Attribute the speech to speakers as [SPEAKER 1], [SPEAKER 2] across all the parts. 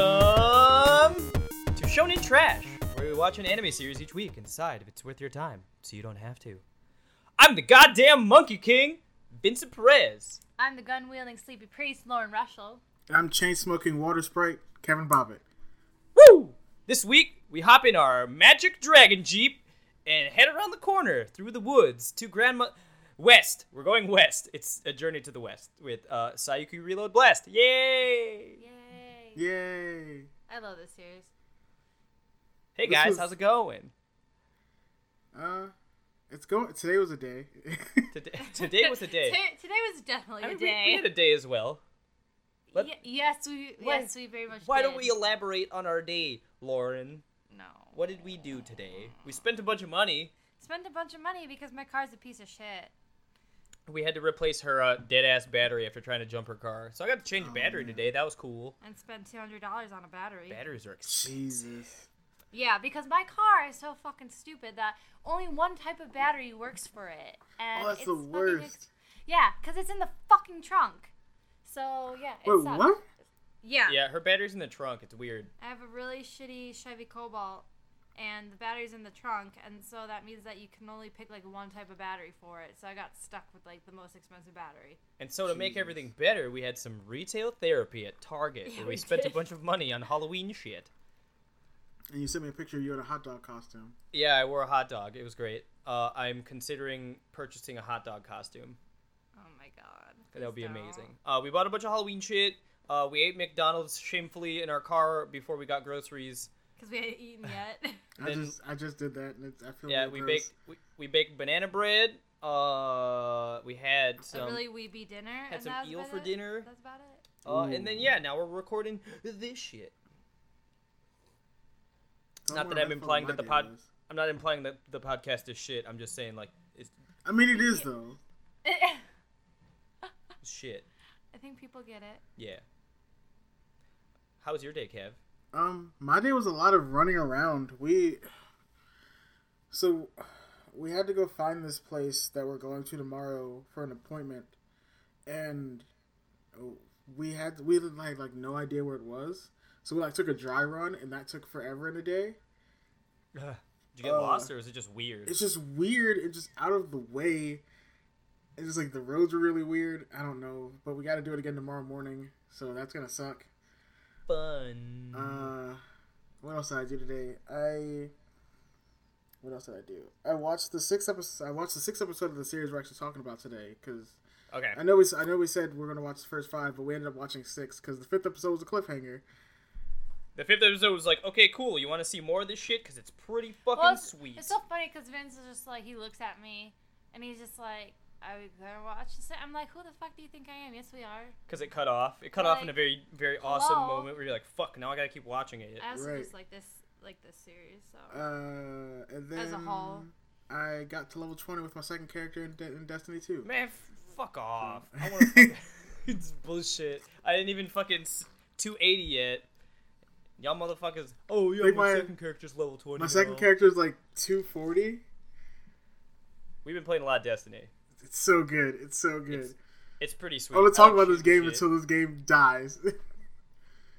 [SPEAKER 1] Welcome to Shonen Trash, where we watch an anime series each week and decide if it's worth your time so you don't have to. I'm the goddamn Monkey King, Vincent Perez.
[SPEAKER 2] I'm the gun wielding sleepy priest, Lauren Russell.
[SPEAKER 3] I'm chain smoking water sprite, Kevin Bobbitt.
[SPEAKER 1] Woo! This week, we hop in our magic dragon jeep and head around the corner through the woods to Grandma. West. We're going west. It's a journey to the west with uh, Sayuki Reload Blast. Yay!
[SPEAKER 2] Yay!
[SPEAKER 3] Yay!
[SPEAKER 2] I love this series.
[SPEAKER 1] Hey
[SPEAKER 3] This
[SPEAKER 1] guys,
[SPEAKER 3] was-
[SPEAKER 1] how's it going?
[SPEAKER 3] Uh, it's going. Today was a day.
[SPEAKER 1] Today, today was a day.
[SPEAKER 2] Today, today was definitely
[SPEAKER 1] I
[SPEAKER 2] a
[SPEAKER 1] mean, we-
[SPEAKER 2] day.
[SPEAKER 1] We, had a day as well. let-
[SPEAKER 2] Ye- yes, we
[SPEAKER 1] Why-
[SPEAKER 2] yes we very much.
[SPEAKER 1] Why
[SPEAKER 2] did.
[SPEAKER 1] don't we elaborate on our day, Lauren?
[SPEAKER 2] No.
[SPEAKER 1] What did we do today? We spent a bunch of money.
[SPEAKER 2] Spent a bunch of money because my car's a piece of shit.
[SPEAKER 1] We had to replace her uh, dead ass battery after trying to jump her car. So I got to change a
[SPEAKER 2] Oh,
[SPEAKER 1] battery today. That was cool.
[SPEAKER 2] And spent two hundred dollars on a battery.
[SPEAKER 1] Batteries are expensive.
[SPEAKER 3] Jesus.
[SPEAKER 2] Yeah, because my car is so fucking stupid that only one type of battery works for it. And
[SPEAKER 3] Oh, that's
[SPEAKER 2] it's
[SPEAKER 3] the
[SPEAKER 2] fucking
[SPEAKER 3] worst.
[SPEAKER 2] ex- yeah, because it's in the fucking trunk. So yeah. It
[SPEAKER 3] Wait,
[SPEAKER 2] sucks.
[SPEAKER 3] what?
[SPEAKER 2] Yeah.
[SPEAKER 1] Yeah, her battery's in the trunk. It's weird.
[SPEAKER 2] I have a really shitty Chevy Cobalt, and the battery's in the trunk, and so that means that you can only pick like one type of battery for it. So I got stuck with like the most expensive battery.
[SPEAKER 1] And so to make
[SPEAKER 3] Jesus.
[SPEAKER 1] everything better, we had some retail therapy at Target
[SPEAKER 2] Yeah,
[SPEAKER 1] where we,
[SPEAKER 2] we
[SPEAKER 1] spent a
[SPEAKER 2] did.
[SPEAKER 1] bunch of money on Halloween shit.
[SPEAKER 3] And you sent me a picture of you in a hot dog costume.
[SPEAKER 1] Yeah, I wore a hot dog. It was great. Uh, I'm considering purchasing a hot dog costume.
[SPEAKER 2] Oh my god.
[SPEAKER 1] That would be
[SPEAKER 2] please don't.
[SPEAKER 1] amazing. Uh, we bought a bunch of Halloween shit. Uh, we ate McDonald's shamefully in our car before we got groceries.
[SPEAKER 2] Cause we hadn't eaten yet.
[SPEAKER 3] I
[SPEAKER 1] Then-
[SPEAKER 3] just I just did that, and it's, I feel
[SPEAKER 1] Yeah,
[SPEAKER 3] real
[SPEAKER 1] we
[SPEAKER 3] gross.
[SPEAKER 1] baked we, we baked banana bread. Uh, we had
[SPEAKER 2] a
[SPEAKER 1] some
[SPEAKER 2] really weeby dinner.
[SPEAKER 1] had
[SPEAKER 2] and
[SPEAKER 1] some
[SPEAKER 2] that was
[SPEAKER 1] eel
[SPEAKER 2] about
[SPEAKER 1] for
[SPEAKER 2] it?
[SPEAKER 1] dinner.
[SPEAKER 2] That's about it.
[SPEAKER 1] Uh, and then
[SPEAKER 3] Ooh.
[SPEAKER 1] yeah, now we're recording this shit.
[SPEAKER 3] Don't
[SPEAKER 1] not that
[SPEAKER 3] worry,
[SPEAKER 1] I'm
[SPEAKER 3] I feel
[SPEAKER 1] implying
[SPEAKER 3] like
[SPEAKER 1] that
[SPEAKER 3] my
[SPEAKER 1] the pod-
[SPEAKER 3] day was.
[SPEAKER 1] I'm not implying that the podcast is shit. I'm just saying like it's
[SPEAKER 3] I mean, it is though.
[SPEAKER 2] I
[SPEAKER 1] shit.
[SPEAKER 2] think people get it.
[SPEAKER 1] Yeah. How was your day, Kev?
[SPEAKER 3] Um, my day was a lot of running around. We so we had to go find this place that we're going to tomorrow for an appointment, and oh, we had we had like like no idea where it was. So we like took a dry run, and that took forever in a day.
[SPEAKER 1] Did you get
[SPEAKER 3] Uh,
[SPEAKER 1] lost or was it just weird?
[SPEAKER 3] It's just weird and just out of the way. It's just like the roads are really weird. I don't know, but we got to do it again tomorrow morning, so that's gonna suck.
[SPEAKER 1] Fun.
[SPEAKER 3] Uh, what else did I do today? I what else did I do? I watched the sixth episode. I watched the sixth episode of the series we're actually talking about today because
[SPEAKER 1] okay.
[SPEAKER 3] I know we s- I know we said we're gonna watch the first five, but we ended up watching six because the fifth episode was a cliffhanger.
[SPEAKER 1] The fifth episode was like, okay, cool. You want to see more of this shit? Because it's pretty fucking
[SPEAKER 2] Well, it's,
[SPEAKER 1] sweet.
[SPEAKER 2] It's so funny because Vince is just like he looks at me, and he's just like, "Are we gonna watch this?" I'm like, "Who the fuck do you think I am?" Yes, we are.
[SPEAKER 1] Because it cut off. It cut off in a
[SPEAKER 2] Like,
[SPEAKER 1] very, very awesome
[SPEAKER 2] hello?
[SPEAKER 1] moment where you're like, fuck, now I gotta keep watching it.
[SPEAKER 2] I also
[SPEAKER 3] Right.
[SPEAKER 2] just like this like this series. So
[SPEAKER 3] Uh, and then
[SPEAKER 2] As a whole.
[SPEAKER 3] I got to level twenty with my second character in, De- in Destiny Two.
[SPEAKER 1] Man, f- fuck off. I wanna fuck- it's bullshit. I didn't even fucking s- 280 yet. Y'all motherfuckers. Oh, yeah,
[SPEAKER 3] Think
[SPEAKER 1] my,
[SPEAKER 3] my-
[SPEAKER 1] second character's level 20.
[SPEAKER 3] My second
[SPEAKER 1] now."
[SPEAKER 3] character is like two forty.
[SPEAKER 1] We've been playing a lot of Destiny.
[SPEAKER 3] It's so good. It's so good.
[SPEAKER 1] It's- It's pretty sweet.
[SPEAKER 3] I want to talk about
[SPEAKER 1] Action
[SPEAKER 3] this game
[SPEAKER 1] shit.
[SPEAKER 3] until this game dies.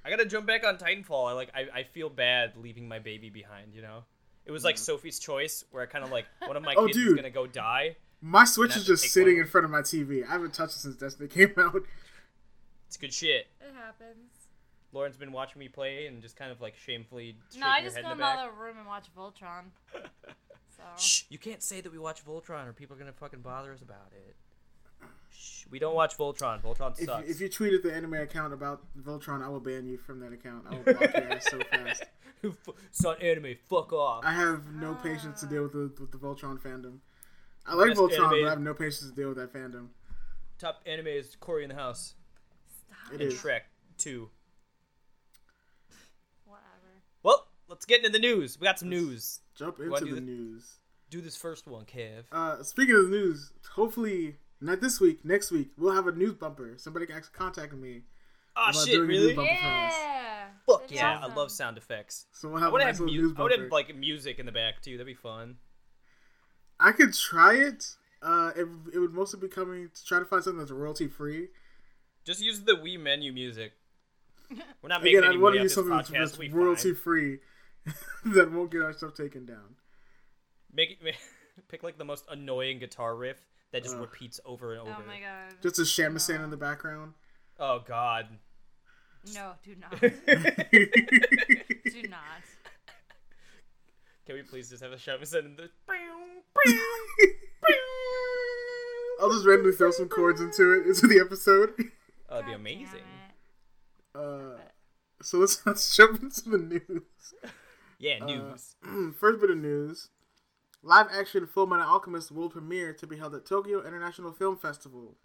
[SPEAKER 1] I gotta jump back on Titanfall. I like. I, I feel bad leaving my baby behind. You know, it was like Sophie's Choice, where I kind of like one of my
[SPEAKER 3] Mm. Oh,
[SPEAKER 1] kids is
[SPEAKER 3] dude.
[SPEAKER 1] gonna go die.
[SPEAKER 3] My Switch
[SPEAKER 1] Not
[SPEAKER 3] is
[SPEAKER 1] to
[SPEAKER 3] just
[SPEAKER 1] take
[SPEAKER 3] sitting
[SPEAKER 1] one.
[SPEAKER 3] in front of my TV. I haven't touched it since Destiny came out.
[SPEAKER 1] It's good shit.
[SPEAKER 2] it happens.
[SPEAKER 1] Lauren's been watching me play and just kind of like shamefully. shaking
[SPEAKER 2] No, I
[SPEAKER 1] her
[SPEAKER 2] just
[SPEAKER 1] head
[SPEAKER 2] go
[SPEAKER 1] in
[SPEAKER 2] in
[SPEAKER 1] the
[SPEAKER 2] the
[SPEAKER 1] back.
[SPEAKER 2] other room and watch Voltron. So
[SPEAKER 1] Shh! You can't say that we watch Voltron, or people are gonna fucking bother us about it. Shh! We don't watch Voltron. Voltron
[SPEAKER 3] If,
[SPEAKER 1] sucks.
[SPEAKER 3] if you tweet at the anime account about Voltron, I will ban you from that account. I will block your ass so fast.
[SPEAKER 1] F- it's not anime. Fuck off.
[SPEAKER 3] I have no patience to deal with the, with the Voltron fandom. I like
[SPEAKER 1] Best
[SPEAKER 3] Voltron,
[SPEAKER 1] anime-
[SPEAKER 3] but I have no patience to deal with that fandom.
[SPEAKER 1] Top anime is Corey in the House
[SPEAKER 2] stop.
[SPEAKER 3] It
[SPEAKER 1] and
[SPEAKER 3] is.
[SPEAKER 1] Shrek Two.
[SPEAKER 2] Whatever.
[SPEAKER 1] Well, let's get into the news. We got some news.
[SPEAKER 3] Jump
[SPEAKER 1] wanna
[SPEAKER 3] into
[SPEAKER 1] do
[SPEAKER 3] the
[SPEAKER 1] the-
[SPEAKER 3] news.
[SPEAKER 1] Do this first one, Kev.
[SPEAKER 3] Uh, speaking of the news, hopefully not this week, next week we'll have a news bumper. Somebody can actually contact me.
[SPEAKER 1] Ah,
[SPEAKER 3] am I
[SPEAKER 1] shit!
[SPEAKER 3] doing a
[SPEAKER 1] Really?
[SPEAKER 3] new bumper?
[SPEAKER 2] Yeah.
[SPEAKER 1] Fuck
[SPEAKER 2] That's
[SPEAKER 1] yeah! I
[SPEAKER 2] awesome.
[SPEAKER 1] love sound effects.
[SPEAKER 3] So we'll
[SPEAKER 1] I
[SPEAKER 3] have a
[SPEAKER 1] would
[SPEAKER 3] nice
[SPEAKER 1] have
[SPEAKER 3] little
[SPEAKER 1] mu-
[SPEAKER 3] news
[SPEAKER 1] I
[SPEAKER 3] bumper.
[SPEAKER 1] would
[SPEAKER 3] I,
[SPEAKER 1] have like music in the back too. That'd be fun.
[SPEAKER 3] could try it. Uh, it, it would mostly be coming to try to find something that's royalty free.
[SPEAKER 1] Just use the Wii menu music. We're not making
[SPEAKER 3] Again, I
[SPEAKER 1] any
[SPEAKER 3] want
[SPEAKER 1] money on
[SPEAKER 3] to use
[SPEAKER 1] this
[SPEAKER 3] something that's,
[SPEAKER 1] podcast.
[SPEAKER 3] that's
[SPEAKER 1] We
[SPEAKER 3] royalty
[SPEAKER 1] fine.
[SPEAKER 3] free that won't get our stuff taken down.
[SPEAKER 1] Make it, pick like the most annoying guitar riff that just repeats over and over.
[SPEAKER 2] Oh my god.
[SPEAKER 3] Just a shamisen in the background.
[SPEAKER 1] Oh god.
[SPEAKER 2] No, do not. do not.
[SPEAKER 1] Can we please just have a shamisen in the Uh,
[SPEAKER 3] I'll just randomly throw some chords into it into the episode.
[SPEAKER 1] Oh, that'd be
[SPEAKER 2] God damn
[SPEAKER 1] amazing.
[SPEAKER 2] it.
[SPEAKER 3] Uh, so let's let's jump into the news. Uh,
[SPEAKER 1] Yeah, news.
[SPEAKER 3] First bit of news: live action Full Metal Alchemist world premiere to be held at Tokyo International Film Festival.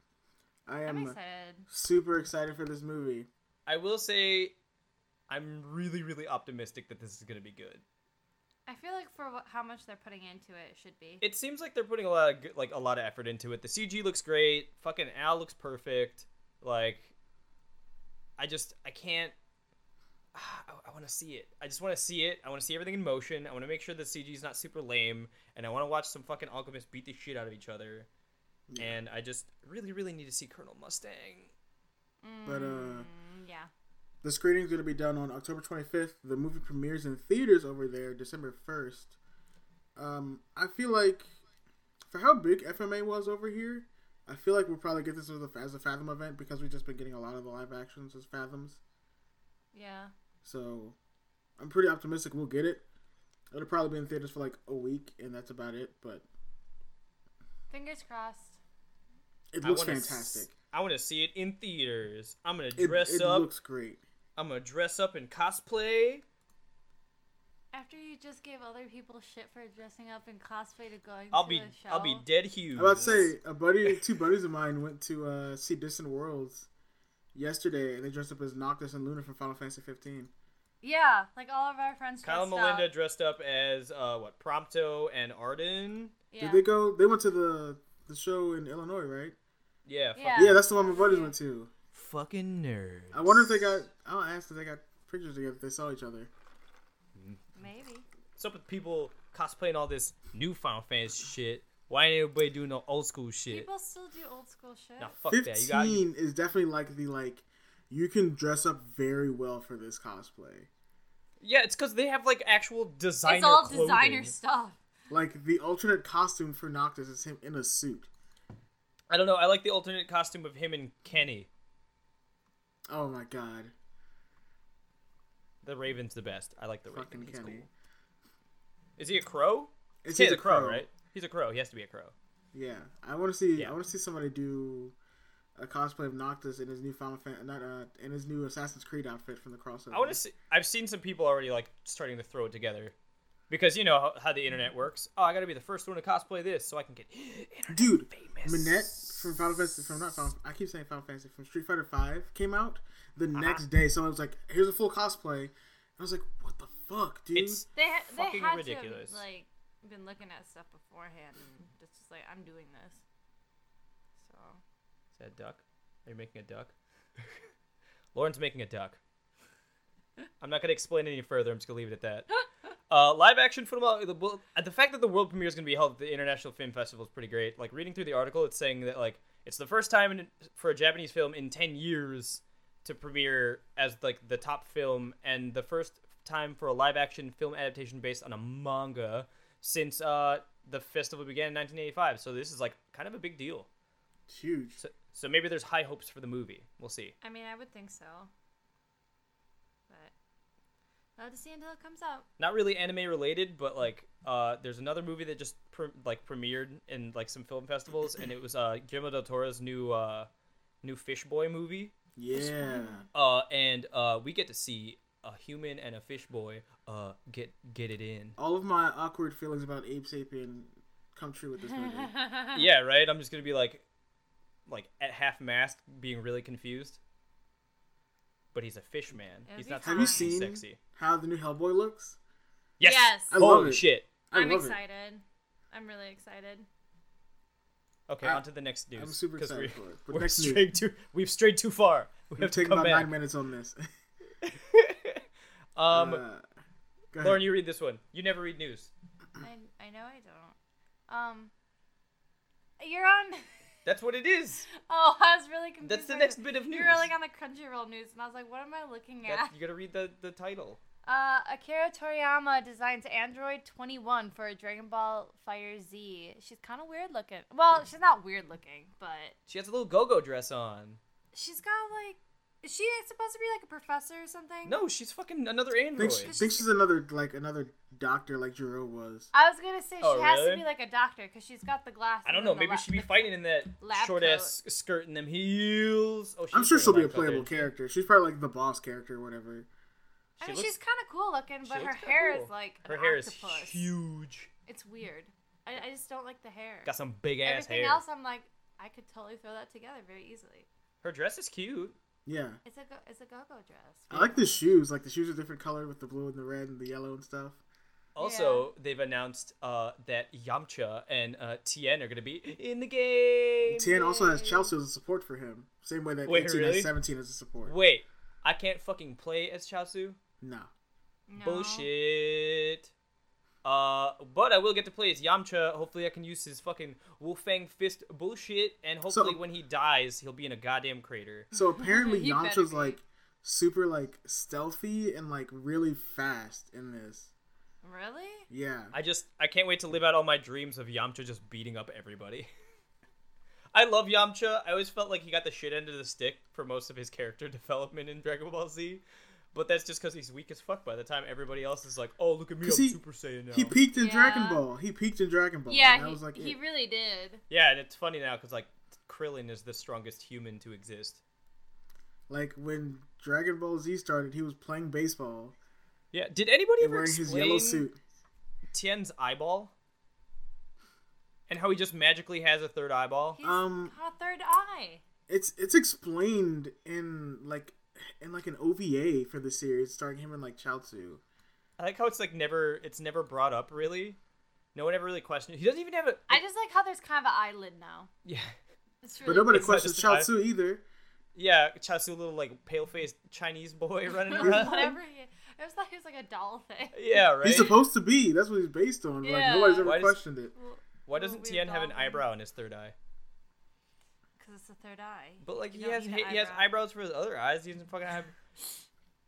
[SPEAKER 3] I
[SPEAKER 2] I'm
[SPEAKER 3] am
[SPEAKER 2] excited.
[SPEAKER 3] super excited for this movie.
[SPEAKER 1] I will say I'm really really optimistic that this is going to be good.
[SPEAKER 2] I feel like for what, how much they're putting into it, it should be.
[SPEAKER 1] It seems like they're putting a lot of good, like a lot of effort into it. The CG looks great. Fucking Al looks perfect. Like I just I can't I, I want to see it. I just want to see it. I want to see everything in motion. I want to make sure the CG is not super lame and I want to watch some fucking alchemists beat the shit out of each other. And I just really really need to see Colonel Mustang.
[SPEAKER 3] But uh,
[SPEAKER 2] Mm, yeah.
[SPEAKER 3] the screening's going to be done on October 25th. The movie premieres in theaters over there December 1st. Um, I feel like for how big FMA was over here, I feel like we'll probably get this as a, as a Fathom event because we've just been getting a lot of the live actions as Fathoms.
[SPEAKER 2] Yeah.
[SPEAKER 3] So I'm pretty optimistic we'll get it. It'll probably be in theaters for like a week, and that's about it. But
[SPEAKER 2] Fingers crossed.
[SPEAKER 3] it
[SPEAKER 1] I
[SPEAKER 3] looks
[SPEAKER 1] wanna s-
[SPEAKER 3] fantastic.
[SPEAKER 1] I want to see it in theaters. I'm going to
[SPEAKER 3] It,
[SPEAKER 1] dress
[SPEAKER 3] it
[SPEAKER 1] up.
[SPEAKER 3] looks great.
[SPEAKER 1] I'm going to dress up in cosplay.
[SPEAKER 2] After you just gave other people shit for dressing up in cosplay to going
[SPEAKER 1] I'll
[SPEAKER 2] to
[SPEAKER 1] be
[SPEAKER 2] a show.
[SPEAKER 1] I'll be dead huge.
[SPEAKER 3] I was about to say a buddy, two buddies of mine went to uh, see Distant Worlds yesterday, and they dressed up as Noctis and Luna from Final Fantasy 15.
[SPEAKER 2] Yeah, like all of our friends.
[SPEAKER 1] Kyle and
[SPEAKER 2] dressed up.
[SPEAKER 1] Melinda dressed up as uh, what Prompto and Arden.
[SPEAKER 2] Yeah.
[SPEAKER 3] Did they go? They went to the the show in Illinois, right?
[SPEAKER 1] Yeah,
[SPEAKER 2] Yeah.
[SPEAKER 1] Fucking,
[SPEAKER 3] Yeah, that's the one my buddies went to.
[SPEAKER 1] fucking nerd.
[SPEAKER 3] I wonder if they got. I'll ask if they got pictures together. If they saw each other.
[SPEAKER 2] Maybe.
[SPEAKER 1] What's up with people cosplaying all this new Final Fantasy shit? Why ain't everybody doing no old school shit?
[SPEAKER 2] People still do old school shit.
[SPEAKER 1] Nah, fuck that. You got
[SPEAKER 3] Fifteen is definitely like the like. You can dress up very well for this cosplay.
[SPEAKER 1] yeah. It's because they have like actual designer.
[SPEAKER 2] it's all
[SPEAKER 1] clothing.
[SPEAKER 2] designer stuff.
[SPEAKER 3] Like the alternate costume for Noctis is him in a suit.
[SPEAKER 1] I don't know. I like the alternate costume of him and Kenny.
[SPEAKER 3] Oh my god,
[SPEAKER 1] The Raven's the best. I like the Raven.
[SPEAKER 3] fucking
[SPEAKER 1] He's
[SPEAKER 3] Kenny.
[SPEAKER 1] cool. Is he a crow?
[SPEAKER 3] It's
[SPEAKER 1] He's
[SPEAKER 3] he's
[SPEAKER 1] a crow, right? He's a crow. He has to be a crow.
[SPEAKER 3] Yeah, I want to see.
[SPEAKER 1] Yeah.
[SPEAKER 3] I want to see somebody do a cosplay of Noctis in his new Final Fan, not uh, in his new Assassin's Creed outfit from the crossover.
[SPEAKER 1] I want to see. I've seen some people already like starting to throw it together, because you know how, how the internet works. Oh, I gotta be the first one to cosplay this so I can get.
[SPEAKER 3] dude.
[SPEAKER 1] famous.
[SPEAKER 3] Minette from Final Fantasy, from not Final, I keep saying Final Fantasy, from Street Fighter Five came out. The
[SPEAKER 1] Uh-huh.
[SPEAKER 3] next day, someone was like, "Here's a full cosplay." And I was like, "What the fuck, dude?"
[SPEAKER 1] It's
[SPEAKER 2] They ha- they
[SPEAKER 1] Fucking
[SPEAKER 2] had
[SPEAKER 1] ridiculous.
[SPEAKER 2] to have, like been looking at stuff beforehand and just, just like I'm doing this. So
[SPEAKER 1] Is that a duck? Are you making a duck? Lauren's making a duck. I'm not going to explain any further. I'm just going to leave it at that. Uh, live action football. The, well, uh, the fact that the world premiere is going to be held at the International Film Festival is pretty great. Like reading through the article, it's saying that like it's the first time in, for a Japanese film in 10 years to premiere as like the top film and the first time for a live action film adaptation based on a manga since uh, the festival began in 1985. So this is like kind of a big deal.
[SPEAKER 3] It's huge.
[SPEAKER 1] So, so maybe there's high hopes for the movie. We'll see.
[SPEAKER 2] I mean, I would think so. But we'll have to see until it comes out.
[SPEAKER 1] Not really anime related, but like uh, there's another movie that just pre- like premiered in like some film festivals, and it was uh, Guillermo del Toro's new uh, new Fish Boy movie.
[SPEAKER 3] yeah,
[SPEAKER 1] Uh, and uh, we get to see a human and a fish boy uh, get get it in.
[SPEAKER 3] all of my awkward feelings about Ape Sapien come true with this movie.
[SPEAKER 2] Uh-huh.
[SPEAKER 1] yeah, right. I'm just gonna be like, like at half mast, being really confused. But he's a fish man.
[SPEAKER 2] It'll
[SPEAKER 1] He's
[SPEAKER 2] be
[SPEAKER 1] not
[SPEAKER 2] fine.
[SPEAKER 3] Have you
[SPEAKER 1] supposed to be
[SPEAKER 3] seen
[SPEAKER 1] sexy.
[SPEAKER 3] how the new Hellboy looks?
[SPEAKER 1] Yes.
[SPEAKER 2] Yes. I
[SPEAKER 3] love
[SPEAKER 1] Holy
[SPEAKER 3] it.
[SPEAKER 1] shit.
[SPEAKER 3] I
[SPEAKER 2] I'm
[SPEAKER 3] love it.
[SPEAKER 2] excited. I'm really excited.
[SPEAKER 1] Okay,
[SPEAKER 3] I-
[SPEAKER 1] on to the next news.
[SPEAKER 3] I'm super
[SPEAKER 1] 'cause
[SPEAKER 3] excited
[SPEAKER 1] we-
[SPEAKER 3] for it. But
[SPEAKER 1] we're
[SPEAKER 3] next news.
[SPEAKER 1] straying too. We've strayed too far. We
[SPEAKER 3] We've
[SPEAKER 1] have to
[SPEAKER 3] taken
[SPEAKER 1] come
[SPEAKER 3] about
[SPEAKER 1] back.
[SPEAKER 3] nine minutes on this.
[SPEAKER 1] Um,
[SPEAKER 3] Uh, go ahead.
[SPEAKER 1] Lauren, you read this one. You never read news.
[SPEAKER 2] I I know I don't. Um, you're on.
[SPEAKER 1] That's what it is.
[SPEAKER 2] Oh, I was really confused.
[SPEAKER 1] That's the
[SPEAKER 2] by
[SPEAKER 1] next
[SPEAKER 2] that.
[SPEAKER 1] bit of
[SPEAKER 2] You
[SPEAKER 1] news.
[SPEAKER 2] were like on the Crunchyroll news, and I was like, what am I looking at?
[SPEAKER 1] That's, you gotta read the, the title.
[SPEAKER 2] Uh, Akira Toriyama designs Android 21 for Dragon Ball Fire Z. She's kind of weird looking. Well, she's not weird looking, but
[SPEAKER 1] She has a little go-go dress on.
[SPEAKER 2] she's got like. Is she supposed to be like a professor or something?
[SPEAKER 1] No, she's fucking another
[SPEAKER 3] I
[SPEAKER 1] android.
[SPEAKER 3] think, she, think she's another like another doctor like Jiro was.
[SPEAKER 2] I was gonna say she
[SPEAKER 1] Oh,
[SPEAKER 2] has to
[SPEAKER 1] really?
[SPEAKER 2] be like a doctor because she's got the glasses.
[SPEAKER 1] I don't
[SPEAKER 2] and
[SPEAKER 1] know.
[SPEAKER 2] the
[SPEAKER 1] Maybe
[SPEAKER 2] la-
[SPEAKER 1] she'd be
[SPEAKER 2] the-
[SPEAKER 1] fighting in that
[SPEAKER 2] lab
[SPEAKER 1] short ass skirt and them heels. Oh,
[SPEAKER 3] I'm
[SPEAKER 1] she's
[SPEAKER 3] sure
[SPEAKER 1] wearing
[SPEAKER 3] she'll be a
[SPEAKER 1] lab coat there.
[SPEAKER 3] playable character. She's probably like the boss character or whatever.
[SPEAKER 2] I
[SPEAKER 1] She
[SPEAKER 2] mean,
[SPEAKER 1] looks-
[SPEAKER 2] she's kind of cool looking,
[SPEAKER 1] she
[SPEAKER 2] but her
[SPEAKER 1] looks kinda
[SPEAKER 2] hair is
[SPEAKER 1] cool.
[SPEAKER 2] like an
[SPEAKER 1] Her hair
[SPEAKER 2] octopus.
[SPEAKER 1] is huge.
[SPEAKER 2] It's weird. I, I just don't like the hair.
[SPEAKER 1] Got some big ass
[SPEAKER 2] Everything
[SPEAKER 1] hair.
[SPEAKER 2] else, I'm like, I could totally throw that together very easily.
[SPEAKER 1] Her dress is cute.
[SPEAKER 3] Yeah,
[SPEAKER 2] It's a go- it's a go-go dress.
[SPEAKER 3] I like the shoes. Like the shoes are different color with the blue and the red and the yellow and stuff.
[SPEAKER 1] Also, they've announced uh, that Yamcha and uh, Tien are gonna be in the game.
[SPEAKER 3] Tien also has Chelsea as a support for him, same way that
[SPEAKER 1] Wait,
[SPEAKER 3] 18
[SPEAKER 1] really?
[SPEAKER 3] has 17 as a support.
[SPEAKER 1] Wait, I can't fucking play as Chaozu.
[SPEAKER 3] No,
[SPEAKER 2] No.
[SPEAKER 1] Bullshit. Uh, but I will get to play as Yamcha. Hopefully, I can use his fucking Wolfang fist bullshit, and hopefully, when he dies, he'll be in a goddamn crater.
[SPEAKER 3] so apparently
[SPEAKER 2] You better
[SPEAKER 3] Yamcha's
[SPEAKER 2] be.
[SPEAKER 3] like super like stealthy and like really fast in this.
[SPEAKER 2] Really?
[SPEAKER 3] Yeah,
[SPEAKER 1] I just I can't wait to live out all my dreams of Yamcha just beating up everybody. I love Yamcha. I always felt like he got the shit end of the stick for most of his character development in Dragon Ball Z, but that's just because he's weak as fuck. By the time everybody else is like, "Oh, look at me, I'm
[SPEAKER 3] 'Cause he-
[SPEAKER 1] Super Saiyan now."
[SPEAKER 3] he peaked in Dragon
[SPEAKER 2] Yeah.
[SPEAKER 3] Ball. He peaked in Dragon Ball.
[SPEAKER 2] yeah,
[SPEAKER 3] and that
[SPEAKER 2] he,
[SPEAKER 3] was like
[SPEAKER 2] he
[SPEAKER 3] it.
[SPEAKER 2] really did.
[SPEAKER 1] yeah, and it's funny now because like Krillin is the strongest human to exist.
[SPEAKER 3] like when Dragon Ball Z started, he was playing baseball
[SPEAKER 1] Yeah. Did anybody
[SPEAKER 3] and
[SPEAKER 1] ever
[SPEAKER 3] wearing his yellow
[SPEAKER 1] explain
[SPEAKER 3] suit.
[SPEAKER 1] Tien's eyeball? And how he just magically has a third eyeball?
[SPEAKER 2] He's
[SPEAKER 3] Um,
[SPEAKER 2] got a third eye.
[SPEAKER 3] It's it's explained in like in like an OVA for the series starring him and like Chaozu.
[SPEAKER 1] I like how it's like never it's never brought up really. No one ever really questioned. it. He doesn't even have a
[SPEAKER 2] I just like how there's kind of an eyelid now.
[SPEAKER 1] yeah
[SPEAKER 2] It's
[SPEAKER 3] But
[SPEAKER 2] really
[SPEAKER 3] nobody
[SPEAKER 1] It's not
[SPEAKER 3] questions
[SPEAKER 1] just
[SPEAKER 3] Chaozu either.
[SPEAKER 1] yeah Chasu little like pale faced Chinese boy running around.
[SPEAKER 2] whatever. He, I was like he was like a doll thing.
[SPEAKER 1] Yeah, right.
[SPEAKER 3] He's supposed to be. That's what he's based on. Like
[SPEAKER 2] Yeah.
[SPEAKER 3] nobody's ever
[SPEAKER 1] Why does-
[SPEAKER 3] questioned it.
[SPEAKER 1] Why doesn't Tien have an eyebrow in his third eye?
[SPEAKER 2] Because it's the third eye.
[SPEAKER 1] But like
[SPEAKER 2] You
[SPEAKER 1] he
[SPEAKER 2] don't
[SPEAKER 1] has
[SPEAKER 2] need
[SPEAKER 1] he,
[SPEAKER 2] an
[SPEAKER 1] he has
[SPEAKER 2] eyebrow.
[SPEAKER 1] eyebrows for his other eyes. He doesn't fucking have.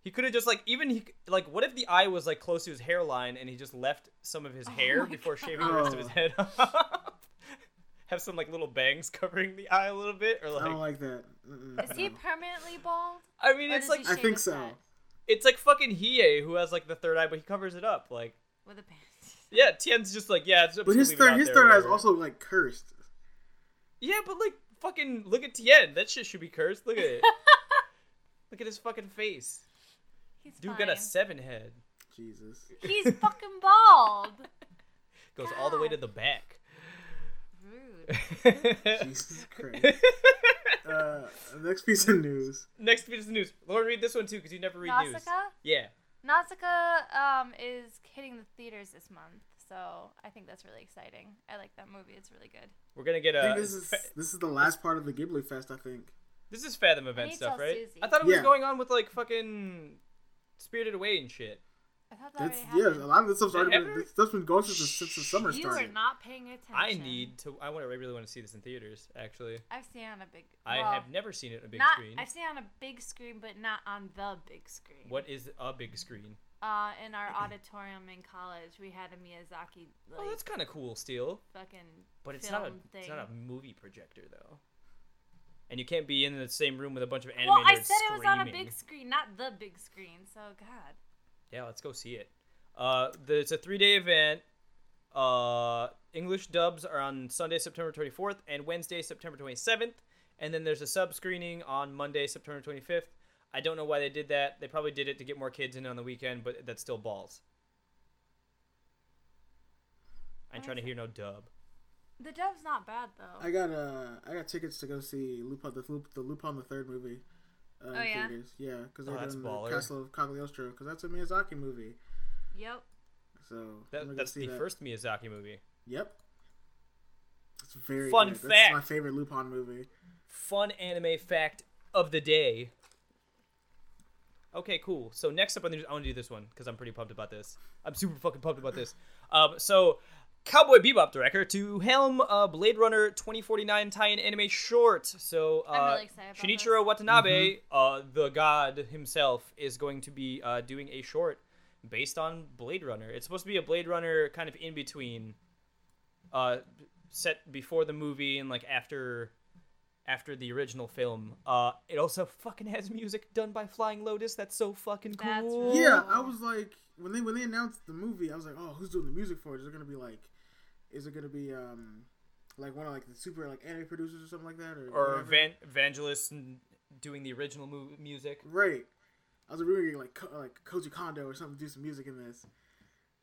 [SPEAKER 1] He could have just like even he like what if the eye was like close to his hairline and he just left some of his hair
[SPEAKER 2] Oh my
[SPEAKER 1] before shaving the rest of his
[SPEAKER 3] Oh.
[SPEAKER 1] head off. have some like little bangs covering the eye a little bit or
[SPEAKER 3] I
[SPEAKER 1] like
[SPEAKER 3] don't like that. Mm-mm.
[SPEAKER 2] Is he
[SPEAKER 3] No.
[SPEAKER 2] permanently bald?
[SPEAKER 1] I mean
[SPEAKER 2] Or
[SPEAKER 1] it's
[SPEAKER 2] does
[SPEAKER 1] like
[SPEAKER 2] he
[SPEAKER 3] I
[SPEAKER 2] shave
[SPEAKER 3] think
[SPEAKER 2] his
[SPEAKER 3] so.
[SPEAKER 2] head
[SPEAKER 1] it's like fucking Hiei who has like the third eye but he covers it up like
[SPEAKER 2] With a band.
[SPEAKER 1] yeah Tien's just like yeah it's
[SPEAKER 3] But his
[SPEAKER 1] leave it out
[SPEAKER 3] third his
[SPEAKER 1] there,
[SPEAKER 3] third eye is
[SPEAKER 1] whatever.
[SPEAKER 3] also like cursed.
[SPEAKER 1] yeah but like fucking look at Tien that shit should be cursed look at it look at his fucking face
[SPEAKER 2] He's
[SPEAKER 1] dude
[SPEAKER 2] fine.
[SPEAKER 1] got a seven head
[SPEAKER 3] Jesus.
[SPEAKER 2] He's fucking bald.
[SPEAKER 1] goes all the way to
[SPEAKER 2] God.
[SPEAKER 1] the back.
[SPEAKER 2] Rude.
[SPEAKER 3] Jesus Christ. Uh, next piece of news.
[SPEAKER 1] Next piece of news. Lauren, read this one too, because you never read news.
[SPEAKER 2] Nausicaa?
[SPEAKER 1] Yeah.
[SPEAKER 2] Nausicaa um, is hitting the theaters this month, so I think that's really exciting. I like that movie; it's really good.
[SPEAKER 1] We're gonna get a.
[SPEAKER 3] I think this is
[SPEAKER 1] fa-
[SPEAKER 3] this is the last part of the Ghibli Fest, I think.
[SPEAKER 1] this is Fathom event
[SPEAKER 2] need
[SPEAKER 1] stuff,
[SPEAKER 2] to
[SPEAKER 1] right?
[SPEAKER 2] Susie.
[SPEAKER 1] I thought it was
[SPEAKER 3] Yeah.
[SPEAKER 1] going on with like fucking Spirited Away and shit.
[SPEAKER 2] I thought that
[SPEAKER 3] That's
[SPEAKER 2] already
[SPEAKER 3] yeah,
[SPEAKER 2] happened.
[SPEAKER 3] a lot of this stuff's
[SPEAKER 1] Did it
[SPEAKER 3] already been,
[SPEAKER 1] ever-
[SPEAKER 3] this stuff's been going since the, since the summer
[SPEAKER 2] you are
[SPEAKER 3] started.
[SPEAKER 2] not paying attention.
[SPEAKER 1] I need to. I want to. I really want to see this in theaters. Actually,
[SPEAKER 2] I've seen it on a big. well,
[SPEAKER 1] I have never seen it on a big
[SPEAKER 2] not.
[SPEAKER 1] screen.
[SPEAKER 2] I've seen it on a big screen, but not on the big screen.
[SPEAKER 1] What is a big screen?
[SPEAKER 2] Uh, in our auditorium in college, we had a Miyazaki like
[SPEAKER 1] oh, that's kind of cool, still.
[SPEAKER 2] fucking.
[SPEAKER 1] But it's
[SPEAKER 2] film
[SPEAKER 1] not a.
[SPEAKER 2] thing.
[SPEAKER 1] It's not a movie projector though. And you can't be in the same room with a bunch of animators
[SPEAKER 2] well, I said it was
[SPEAKER 1] screaming.
[SPEAKER 2] on a big screen, not the big screen. So God.
[SPEAKER 1] Yeah, let's go see it. Uh, the, it's a three day event. Uh, English dubs are on Sunday, September 24th, and Wednesday, September 27th. And then there's a sub screening on Monday, September 25th. I don't know why they did that. They probably did it to get more kids in on the weekend, but that's still balls. I'm trying to hear no dub.
[SPEAKER 2] The dub's not bad though.
[SPEAKER 3] I got uh I got tickets to go see Lupin the Loop the Lupin the Third movie. Uh, in
[SPEAKER 2] Oh, yeah?
[SPEAKER 3] theaters. yeah, because
[SPEAKER 1] Oh,
[SPEAKER 3] they're
[SPEAKER 1] that's
[SPEAKER 3] doing the
[SPEAKER 1] baller.
[SPEAKER 3] Castle of Cagliostro because that's a Miyazaki movie.
[SPEAKER 2] Yep.
[SPEAKER 3] So I'm gonna
[SPEAKER 1] That,
[SPEAKER 3] go
[SPEAKER 1] that's
[SPEAKER 3] see
[SPEAKER 1] the
[SPEAKER 3] that.
[SPEAKER 1] first Miyazaki movie.
[SPEAKER 3] Yep. It's very
[SPEAKER 1] Fun
[SPEAKER 3] good. That's my
[SPEAKER 1] fact.
[SPEAKER 3] favorite Lupin movie.
[SPEAKER 1] Fun anime fact of the day. Okay, cool. So next up on the news, I want to do this one because I'm pretty pumped about this. I'm super fucking pumped about this. Um, so Cowboy Bebop director to helm uh, Blade Runner 2049 tie-in anime short. So uh,
[SPEAKER 2] I'm really excited about
[SPEAKER 1] Shinichiro Watanabe, uh, the god himself, is going to be uh, doing a short based on Blade Runner. It's supposed to be a Blade Runner kind of in between, uh, set before the movie and like after, after the original film. Uh, it also fucking has music done by Flying Lotus. That's so fucking
[SPEAKER 2] That's
[SPEAKER 1] cool.
[SPEAKER 2] really
[SPEAKER 3] Yeah,
[SPEAKER 2] Oh.
[SPEAKER 3] I was like when they when they announced the movie, I was like, oh, who's doing the music for it? Is it gonna be like, is it gonna be um, like one of like the super like anime producers or something like that, or
[SPEAKER 1] Or
[SPEAKER 3] whatever?
[SPEAKER 1] Van- Vangelis n- doing the original mu- music.
[SPEAKER 3] right? I was like, we were getting like Ko- like Koji Kondo or something to do some music in this,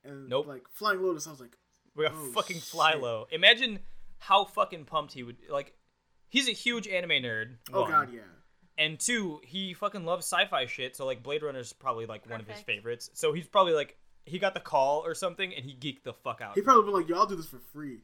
[SPEAKER 3] and
[SPEAKER 1] Nope.
[SPEAKER 3] like Flying Lotus. I was like,
[SPEAKER 1] We got
[SPEAKER 3] Oh,
[SPEAKER 1] fucking
[SPEAKER 3] shit.
[SPEAKER 1] fly low. Imagine how fucking pumped he would like. He's a huge anime nerd.
[SPEAKER 3] oh
[SPEAKER 1] one.
[SPEAKER 3] god, yeah,
[SPEAKER 1] And two, he fucking loves sci-fi shit. So like Blade Runner's probably like one of his
[SPEAKER 2] Perfect.
[SPEAKER 1] favorites. So he's probably like he got the call or something and he geeked the fuck out.
[SPEAKER 3] he probably been like, y'all do this for free.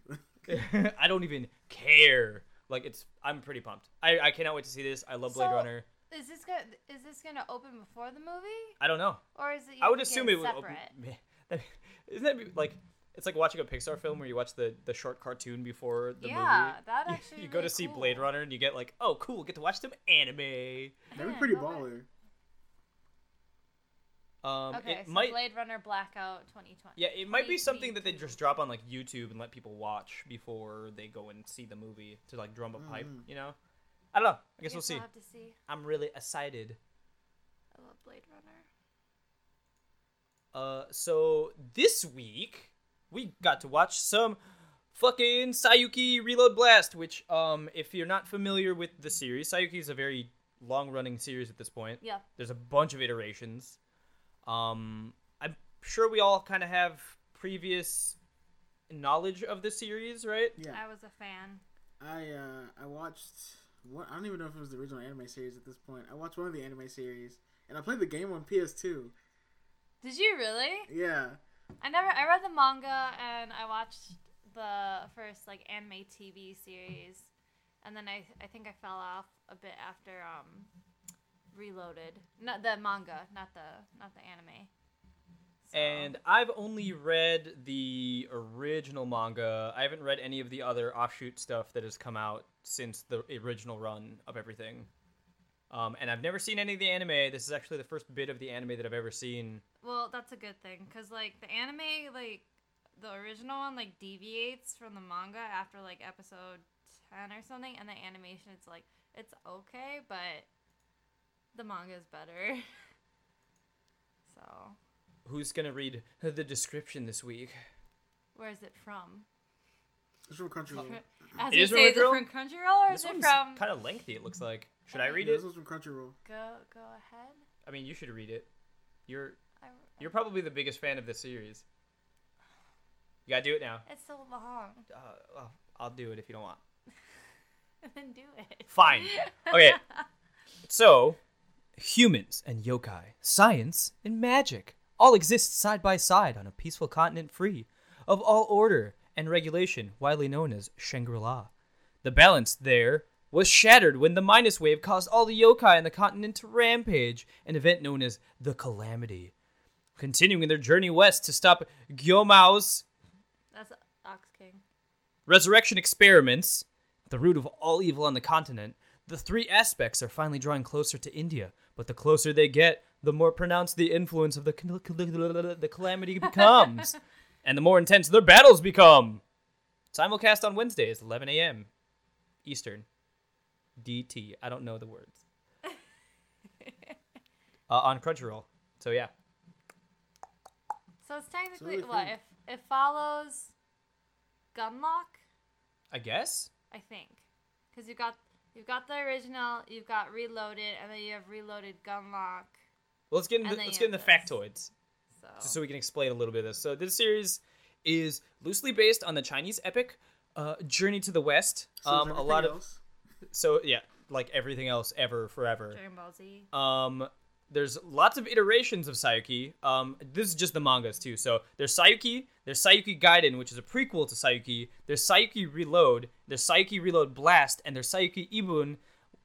[SPEAKER 1] I don't even care. Like it's I'm pretty pumped. I I cannot wait to see this. I love Blade
[SPEAKER 2] So-
[SPEAKER 1] Runner.
[SPEAKER 2] Is this gonna is this gonna open before the movie,
[SPEAKER 1] I don't know.
[SPEAKER 2] or is it? you
[SPEAKER 1] I would
[SPEAKER 2] have to get
[SPEAKER 1] assume
[SPEAKER 2] it
[SPEAKER 1] it would
[SPEAKER 2] separate.
[SPEAKER 1] open. Meh. That- Isn't that be- like it's like watching a Pixar film where you watch the the short cartoon before the
[SPEAKER 2] yeah,
[SPEAKER 1] movie.
[SPEAKER 2] that
[SPEAKER 1] You-
[SPEAKER 2] actually.
[SPEAKER 1] you
[SPEAKER 2] be
[SPEAKER 1] go to
[SPEAKER 2] really
[SPEAKER 1] see
[SPEAKER 2] cool.
[SPEAKER 1] Blade Runner and you get like, oh, cool, get to watch some anime.
[SPEAKER 3] That'd
[SPEAKER 2] Yeah,
[SPEAKER 3] be pretty
[SPEAKER 2] love it.
[SPEAKER 3] baller.
[SPEAKER 1] Um,
[SPEAKER 2] Okay,
[SPEAKER 1] it
[SPEAKER 2] so
[SPEAKER 1] might,
[SPEAKER 2] Blade Runner Blackout 2020.
[SPEAKER 1] yeah, it might be something that they
[SPEAKER 2] 2022.
[SPEAKER 1] just drop on like YouTube and let people watch before they go and see the movie to like drum up hype.
[SPEAKER 3] Mhm.
[SPEAKER 1] You know, I don't know. I guess
[SPEAKER 2] Guess
[SPEAKER 1] we'll see.
[SPEAKER 2] I'll have to see.
[SPEAKER 1] I'm really excited.
[SPEAKER 2] I love Blade Runner.
[SPEAKER 1] Uh, so this week we got to watch some fucking Sayuki Reload Blast, which um, if you're not familiar with the series, Sayuki is a very long-running series at this point.
[SPEAKER 2] Yeah.
[SPEAKER 1] There's a bunch of iterations. Um, I'm sure we all kind of have previous knowledge of the series, right?
[SPEAKER 3] Yeah,
[SPEAKER 2] I was a fan.
[SPEAKER 3] I uh, I watched what I don't even know if it was the original anime series at this point. I watched one of the anime series, and I played the game on PS2.
[SPEAKER 2] Did you really?
[SPEAKER 3] Yeah,
[SPEAKER 2] I never. I read the manga and I watched the first like anime TV series, and then I I think I fell off a bit after um, Reloaded. Not the manga, not the not the anime. So-
[SPEAKER 1] And I've only read the original manga. I haven't read any of the other offshoot stuff that has come out since the original run of everything. Um, and I've never seen any of the anime. This is actually the first bit of the anime that I've ever seen.
[SPEAKER 2] Well, that's a good thing because like the anime, like the original one, like deviates from the manga after like episode ten or something, and the animation, it's like it's okay, but the manga is better. so,
[SPEAKER 1] Who's gonna read the description this week?
[SPEAKER 2] where is it from?
[SPEAKER 3] it's from Crunchyroll.
[SPEAKER 2] As
[SPEAKER 1] Oh. It
[SPEAKER 2] you
[SPEAKER 1] is from
[SPEAKER 2] say, is it
[SPEAKER 1] Crunchyroll?
[SPEAKER 2] from Crunchyroll or
[SPEAKER 1] This
[SPEAKER 2] is it
[SPEAKER 1] one's
[SPEAKER 2] from?
[SPEAKER 1] kind of lengthy. It looks like. Should I read
[SPEAKER 3] Yeah,
[SPEAKER 1] it?
[SPEAKER 3] this was from Crunchyroll.
[SPEAKER 2] Go go ahead.
[SPEAKER 1] I mean, you should read it. You're
[SPEAKER 2] I,
[SPEAKER 1] you're probably the biggest fan of this series. You gotta do it now.
[SPEAKER 2] it's so long.
[SPEAKER 1] Uh, I'll- I'll do it if you don't want.
[SPEAKER 2] then do it.
[SPEAKER 1] Fine. Okay. so, humans and yokai, science and magic, all exist side by side on a peaceful continent free of all order and regulation, widely known as Shangri La. The balance there was shattered when the minus wave caused all the yokai on the continent to rampage, an event known as the Calamity. Continuing their journey west to stop Gyomao's
[SPEAKER 2] That's Ox King.
[SPEAKER 1] resurrection experiments, the root of all evil on the continent, the three aspects are finally drawing closer to India. But the closer they get, the more pronounced the influence of the, cal- cal- cal- the calamity becomes, and the more intense their battles become. Simulcast on Wednesdays, 11 a.m. Eastern. DT. I don't know the words. uh, on Crunchyroll. So yeah,
[SPEAKER 2] So it's technically
[SPEAKER 3] really
[SPEAKER 2] what
[SPEAKER 3] thin.
[SPEAKER 2] if it follows Gunlock,
[SPEAKER 1] I guess.
[SPEAKER 2] I think, because you got you've got the original, you've got Reloaded, and then you have Reloaded Gunlock.
[SPEAKER 1] Well, let's get
[SPEAKER 2] And
[SPEAKER 1] into,
[SPEAKER 2] then
[SPEAKER 1] let's
[SPEAKER 2] you
[SPEAKER 1] get into
[SPEAKER 2] have this.
[SPEAKER 1] factoids.
[SPEAKER 2] So,
[SPEAKER 1] just so we can explain a little bit of this. So this series is loosely based on the Chinese epic uh, Journey to the West.
[SPEAKER 3] So
[SPEAKER 1] um,
[SPEAKER 3] is
[SPEAKER 1] a lot
[SPEAKER 3] everything
[SPEAKER 1] of
[SPEAKER 3] else.
[SPEAKER 1] so yeah, like everything else ever forever.
[SPEAKER 2] Dragon Ball Z.
[SPEAKER 1] Um, there's lots of iterations of Sayuki. Um, this is just the mangas too. So there's Sayuki, there's Sayuki Gaiden, which is a prequel to Sayuki. There's Sayuki Reload, there's Sayuki Reload Blast, and there's Sayuki Ibun,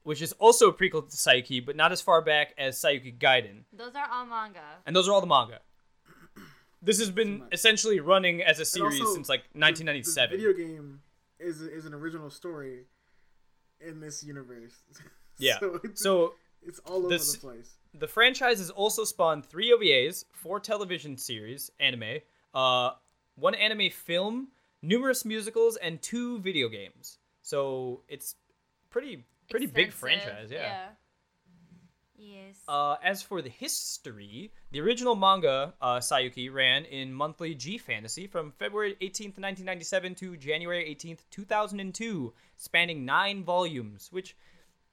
[SPEAKER 1] which is also a prequel to Sayuki, but not as far back as Sayuki Gaiden.
[SPEAKER 2] Those are all manga.
[SPEAKER 1] And those are all the manga. This has been
[SPEAKER 3] much.
[SPEAKER 1] essentially running as a
[SPEAKER 3] And
[SPEAKER 1] series
[SPEAKER 3] also,
[SPEAKER 1] since like
[SPEAKER 3] the- the
[SPEAKER 1] 1997.
[SPEAKER 3] video game is is an original story in this universe.
[SPEAKER 1] yeah.
[SPEAKER 3] So it's,
[SPEAKER 1] so
[SPEAKER 3] it's all over
[SPEAKER 1] this-
[SPEAKER 3] the place.
[SPEAKER 1] The franchise has also spawned three OVAs, four television series, anime, uh, one anime film, numerous musicals, and two video games. So it's pretty pretty big
[SPEAKER 2] Extensive,
[SPEAKER 1] franchise, yeah.
[SPEAKER 2] yeah. Yes.
[SPEAKER 1] Uh, as for the history, the original manga uh, Sayuki ran in monthly G Fantasy from February 18th, 1997 to January 18th, 2002, spanning nine volumes, which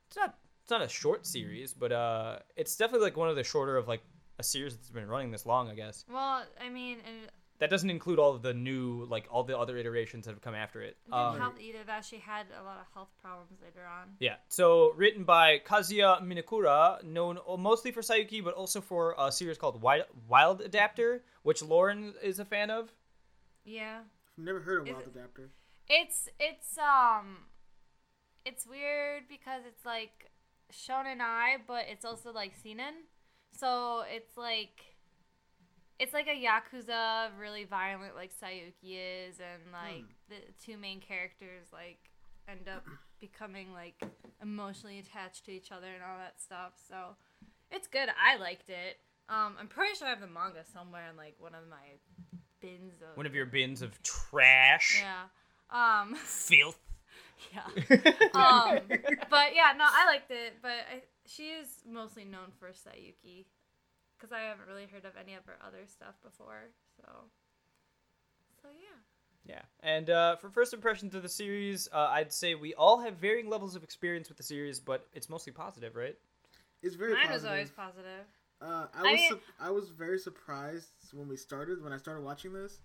[SPEAKER 1] it's not it's not a short series, but uh, it's definitely like one of the shorter of like a series that's been running this long, I guess.
[SPEAKER 2] well, I mean, and
[SPEAKER 1] That doesn't include all of the new like all the other iterations that have come after it.
[SPEAKER 2] it didn't
[SPEAKER 1] Um,
[SPEAKER 2] help either that she had a lot of health problems later on.
[SPEAKER 1] Yeah. So written by Kazuya Minakura, known mostly for Sayuki, but also for a series called Wild, Wild Adapter, which Lauren is a fan of.
[SPEAKER 2] Yeah.
[SPEAKER 3] I've never heard of
[SPEAKER 2] Is
[SPEAKER 3] Wild
[SPEAKER 2] it-
[SPEAKER 3] Adapter.
[SPEAKER 2] It's it's um it's weird because it's like shonen I, but it's also like seinen. So it's like it's like a yakuza really violent like Sayuki is and
[SPEAKER 1] Hmm.
[SPEAKER 2] like the two main characters like end up becoming like emotionally attached to each other and all that stuff. So it's good. I liked it. Um, I'm pretty sure I have the manga somewhere in like one of my bins of
[SPEAKER 1] One of your bins of trash,
[SPEAKER 2] yeah. Um
[SPEAKER 1] filth.
[SPEAKER 2] yeah. um, but yeah, no, I liked it. But I, she is mostly known for Sayuki, because I haven't really heard of any of her other stuff before. So, so yeah.
[SPEAKER 1] Yeah. And uh, for first impressions of the series, uh, I'd say we all have varying levels of experience with the series, but it's mostly positive, right?
[SPEAKER 3] It's very
[SPEAKER 2] Mine was
[SPEAKER 3] positive.
[SPEAKER 2] always positive.
[SPEAKER 3] Uh, I
[SPEAKER 2] I
[SPEAKER 3] was
[SPEAKER 2] mean-
[SPEAKER 3] su- I was very surprised when we started when I started watching this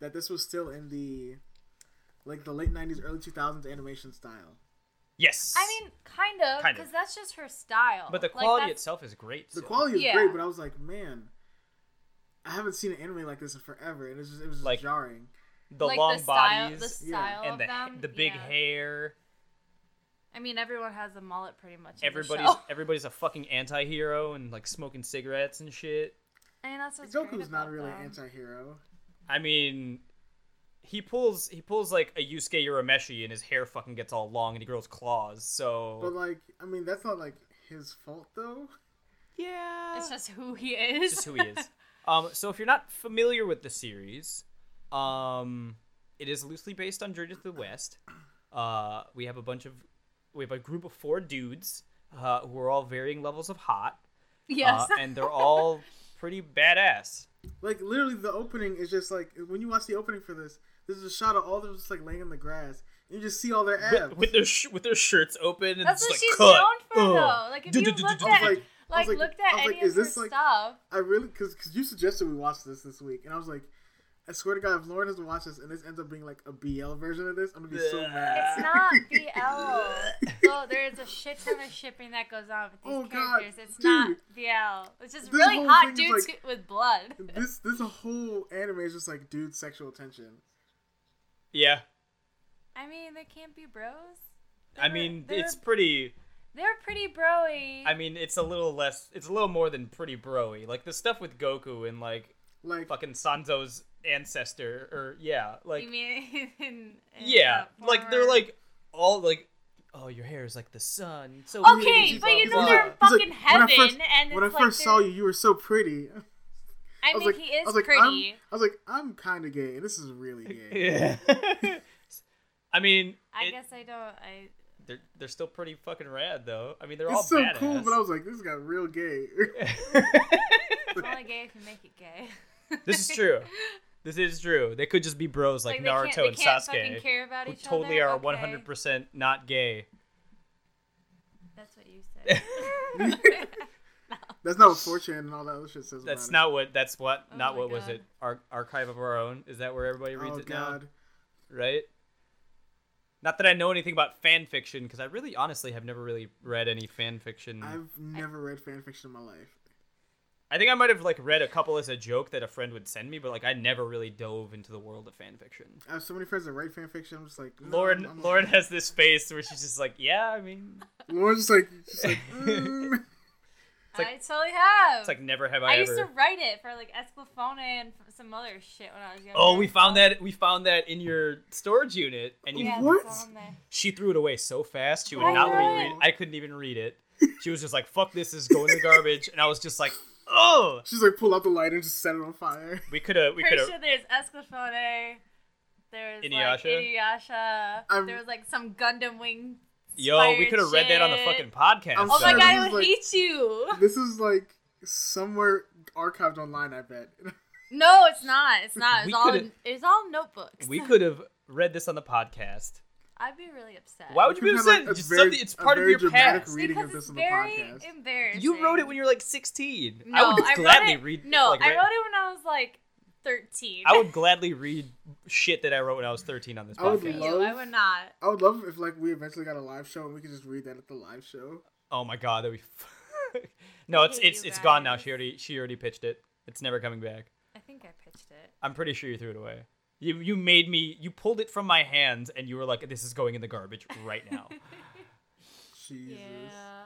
[SPEAKER 3] that this was still in the like the late '90s, early 2000s animation style.
[SPEAKER 1] Yes.
[SPEAKER 2] I mean, kind of,
[SPEAKER 1] Kind of.
[SPEAKER 2] because that's just her style.
[SPEAKER 1] but the
[SPEAKER 2] Like,
[SPEAKER 1] quality
[SPEAKER 2] that's-
[SPEAKER 1] itself is great.
[SPEAKER 3] The
[SPEAKER 1] so-
[SPEAKER 3] quality is
[SPEAKER 2] Yeah.
[SPEAKER 3] great, but I was like, man, I haven't seen an anime like this in forever, and it was just, it was just
[SPEAKER 1] Like-
[SPEAKER 3] jarring.
[SPEAKER 1] the
[SPEAKER 2] like,
[SPEAKER 1] long
[SPEAKER 2] the style,
[SPEAKER 1] bodies
[SPEAKER 2] the
[SPEAKER 3] yeah,
[SPEAKER 2] style
[SPEAKER 1] and
[SPEAKER 2] of
[SPEAKER 1] the
[SPEAKER 2] them,
[SPEAKER 1] the big
[SPEAKER 2] yeah.
[SPEAKER 1] hair.
[SPEAKER 2] I mean, everyone has a mullet pretty much. in the
[SPEAKER 1] Everybody's
[SPEAKER 2] show.
[SPEAKER 1] everybody's a fucking anti-hero and like smoking cigarettes and shit.
[SPEAKER 2] I mean, that's what's great
[SPEAKER 3] Goku's not
[SPEAKER 2] about
[SPEAKER 3] really
[SPEAKER 2] them.
[SPEAKER 3] an anti-hero.
[SPEAKER 1] I mean, he pulls he pulls like a Yusuke Urameshi, and his hair fucking gets all long, and he grows claws.
[SPEAKER 3] But
[SPEAKER 1] So
[SPEAKER 3] like, I mean, that's not like his fault though.
[SPEAKER 1] yeah,
[SPEAKER 2] It's just who he is.
[SPEAKER 1] just who he is. Um, so if you're not familiar with the series, um, it is loosely based on Journey to the West. Uh, we have a bunch of we have a group of four dudes uh, who are all varying levels of hot, uh,
[SPEAKER 2] yes.
[SPEAKER 1] and they're all pretty badass.
[SPEAKER 3] Like literally, the opening is just like when you watch the opening for this. This is a shot of all of them just like laying in the grass. And you just see all their abs.
[SPEAKER 1] With, with their sh- with their shirts open and
[SPEAKER 2] That's
[SPEAKER 1] just
[SPEAKER 2] what
[SPEAKER 1] like
[SPEAKER 2] she's
[SPEAKER 1] cut.
[SPEAKER 2] known for,
[SPEAKER 1] Ugh.
[SPEAKER 2] though. Like, if you
[SPEAKER 1] Du-du-du-du-du.
[SPEAKER 2] looked
[SPEAKER 3] I was
[SPEAKER 2] at-
[SPEAKER 3] like, I
[SPEAKER 2] like,
[SPEAKER 3] was like,
[SPEAKER 2] looked
[SPEAKER 3] I
[SPEAKER 2] at
[SPEAKER 3] was
[SPEAKER 2] any
[SPEAKER 3] like,
[SPEAKER 2] of
[SPEAKER 3] is
[SPEAKER 2] her
[SPEAKER 3] this, like-
[SPEAKER 2] stuff.
[SPEAKER 3] I really because because you suggested we watch this this week, and I was like, I swear to God, if Lauren has to watch this and this ends up being like a BL version of this, I'm gonna be so
[SPEAKER 1] Bleh.
[SPEAKER 3] mad.
[SPEAKER 2] It's not BL. so there's a shit ton of shipping that goes on with these
[SPEAKER 3] Oh, God,
[SPEAKER 2] characters. it's
[SPEAKER 3] dude.
[SPEAKER 2] not BL. It's just
[SPEAKER 3] This
[SPEAKER 2] really
[SPEAKER 3] whole
[SPEAKER 2] hot
[SPEAKER 3] thing is
[SPEAKER 2] dudes with blood.
[SPEAKER 3] this this whole anime is just like dude sexual tension.
[SPEAKER 1] Yeah,
[SPEAKER 2] I mean, they can't be bros.
[SPEAKER 1] I
[SPEAKER 2] They were-
[SPEAKER 1] mean
[SPEAKER 2] they
[SPEAKER 1] it's
[SPEAKER 2] were-
[SPEAKER 1] pretty.
[SPEAKER 2] they're pretty broy.
[SPEAKER 1] I mean, it's a little less. It's a little more than pretty broy. Like the stuff with Goku and like
[SPEAKER 3] Like
[SPEAKER 1] fucking Sanzo's ancestor, or yeah, like
[SPEAKER 2] you mean? In, in
[SPEAKER 1] yeah,
[SPEAKER 2] that
[SPEAKER 1] like they're
[SPEAKER 2] former-
[SPEAKER 1] like all like, oh, your hair is like the sun. It's So pretty."
[SPEAKER 2] Okay, but you know
[SPEAKER 1] Blah,
[SPEAKER 2] they're
[SPEAKER 1] blah.
[SPEAKER 2] in
[SPEAKER 3] he's
[SPEAKER 2] fucking
[SPEAKER 3] like, when I first-
[SPEAKER 2] heaven, and
[SPEAKER 3] when I
[SPEAKER 2] it's
[SPEAKER 3] first
[SPEAKER 2] like
[SPEAKER 3] saw
[SPEAKER 2] they're-
[SPEAKER 3] you, you were so pretty.
[SPEAKER 2] I
[SPEAKER 3] I was
[SPEAKER 2] mean,
[SPEAKER 3] like,
[SPEAKER 2] he
[SPEAKER 3] I
[SPEAKER 2] is
[SPEAKER 3] was like, I'm-
[SPEAKER 2] pretty.
[SPEAKER 3] I was like, I'm kind of gay, and this is really gay.
[SPEAKER 1] Yeah. I mean,
[SPEAKER 2] I
[SPEAKER 1] it-
[SPEAKER 2] guess I don't. I
[SPEAKER 1] they're they're still pretty fucking rad though. I mean, they're all
[SPEAKER 3] It's so
[SPEAKER 1] badass.
[SPEAKER 3] cool, but I was like, this got real gay.
[SPEAKER 2] it's only gay if you make it gay.
[SPEAKER 1] this is true. This is true. They could just be bros like,
[SPEAKER 2] they
[SPEAKER 1] Naruto
[SPEAKER 2] can't, they
[SPEAKER 1] and
[SPEAKER 2] can't
[SPEAKER 1] Sasuke,
[SPEAKER 2] Fucking care about
[SPEAKER 1] who
[SPEAKER 2] each
[SPEAKER 1] totally
[SPEAKER 2] other?
[SPEAKER 1] are
[SPEAKER 2] Okay.
[SPEAKER 1] one hundred percent not gay.
[SPEAKER 2] That's what you said.
[SPEAKER 3] That's not what 4chan and all that other shit says.
[SPEAKER 1] That's
[SPEAKER 3] about
[SPEAKER 1] not what. That's what.
[SPEAKER 2] Oh
[SPEAKER 1] not
[SPEAKER 2] my
[SPEAKER 1] what was
[SPEAKER 2] God.
[SPEAKER 1] it? Ar- archive of our own. Is that where everybody
[SPEAKER 3] It.
[SPEAKER 1] reads
[SPEAKER 3] oh
[SPEAKER 1] it
[SPEAKER 3] God,
[SPEAKER 1] now? Right. Not that I know anything about fan fiction, because I really, honestly, have never really read any fan fiction. i
[SPEAKER 3] I've never read fanfiction in my life.
[SPEAKER 1] think I might have like read a couple as a joke that a friend would send me, but like I never really dove into the world of fan fiction.
[SPEAKER 3] I have so many friends that write fanfiction. I'm just like, no,
[SPEAKER 1] Lauren,
[SPEAKER 3] I'm- I'm-
[SPEAKER 1] Lauren has this face where she's just like, yeah, I mean,
[SPEAKER 3] Lauren's just like, she's like mm.
[SPEAKER 1] like-
[SPEAKER 2] I totally have.
[SPEAKER 1] It's like never have I,
[SPEAKER 2] I
[SPEAKER 1] ever.
[SPEAKER 2] used to write it for like Esclafone and some other shit when I was younger.
[SPEAKER 1] Oh, we found that we found that in your storage unit, and you,
[SPEAKER 2] Yeah,
[SPEAKER 3] What?
[SPEAKER 2] that's on there.
[SPEAKER 1] she threw it away so fast she would
[SPEAKER 2] I
[SPEAKER 1] not let
[SPEAKER 2] know.
[SPEAKER 1] me read. I couldn't even read it. She was just like, "Fuck this, this is going in the garbage," and I was just like, "Oh,
[SPEAKER 3] She's like, pull out the lighter and just set it on fire.
[SPEAKER 1] we could have, we could
[SPEAKER 2] Pretty
[SPEAKER 1] have."
[SPEAKER 2] sure there's Esclafone. There's like
[SPEAKER 1] Inuyasha?
[SPEAKER 2] Inuyasha.
[SPEAKER 3] I'm-
[SPEAKER 2] There was like some Gundam Wing.
[SPEAKER 1] Yo, we could have read that on the fucking
[SPEAKER 2] shit.
[SPEAKER 1] podcast.
[SPEAKER 3] I'm
[SPEAKER 2] Oh my
[SPEAKER 3] Sorry,
[SPEAKER 2] god, I
[SPEAKER 3] this
[SPEAKER 2] would
[SPEAKER 3] is like-
[SPEAKER 2] hate you.
[SPEAKER 3] This is like somewhere archived online, I bet.
[SPEAKER 2] No, it's not. It's not.
[SPEAKER 1] We
[SPEAKER 2] It's all.
[SPEAKER 1] coulda-
[SPEAKER 2] It's all notebooks.
[SPEAKER 1] We could have read this on the podcast.
[SPEAKER 2] I'd be really upset.
[SPEAKER 1] Why would you be
[SPEAKER 3] We've had, like,
[SPEAKER 1] upset?
[SPEAKER 3] a
[SPEAKER 1] Just
[SPEAKER 3] very-
[SPEAKER 1] something- it's
[SPEAKER 3] a
[SPEAKER 1] part of
[SPEAKER 3] very
[SPEAKER 1] your
[SPEAKER 3] dramatic
[SPEAKER 1] past.
[SPEAKER 3] re- reading
[SPEAKER 2] because
[SPEAKER 3] of this
[SPEAKER 2] it's
[SPEAKER 3] on the
[SPEAKER 2] very
[SPEAKER 3] podcast.
[SPEAKER 2] embarrassing.
[SPEAKER 1] You wrote it when you were like 16.
[SPEAKER 2] No,
[SPEAKER 1] I would
[SPEAKER 2] wrote
[SPEAKER 1] gladly
[SPEAKER 2] it-
[SPEAKER 1] read.
[SPEAKER 2] No,
[SPEAKER 1] like,
[SPEAKER 2] I
[SPEAKER 1] re-
[SPEAKER 2] wrote it when I was like thirteen.
[SPEAKER 1] I would gladly read shit that I wrote when I was 13 on this
[SPEAKER 3] I would
[SPEAKER 2] For
[SPEAKER 1] podcast.
[SPEAKER 2] you,
[SPEAKER 3] love-
[SPEAKER 2] I would not.
[SPEAKER 3] I would love if like we eventually got a live show and we could just read that at the live show.
[SPEAKER 1] Oh my god, that'd be. F- no, it's
[SPEAKER 2] hate
[SPEAKER 1] it's
[SPEAKER 2] you
[SPEAKER 1] it's gone now.
[SPEAKER 2] guys.
[SPEAKER 1] She already she already pitched it. It's never coming back.
[SPEAKER 2] I think I pitched it.
[SPEAKER 1] I'm pretty sure you threw it away. You you made me you pulled it from my hands and you were like, this is going in the garbage right now.
[SPEAKER 3] Jesus.
[SPEAKER 2] Yeah.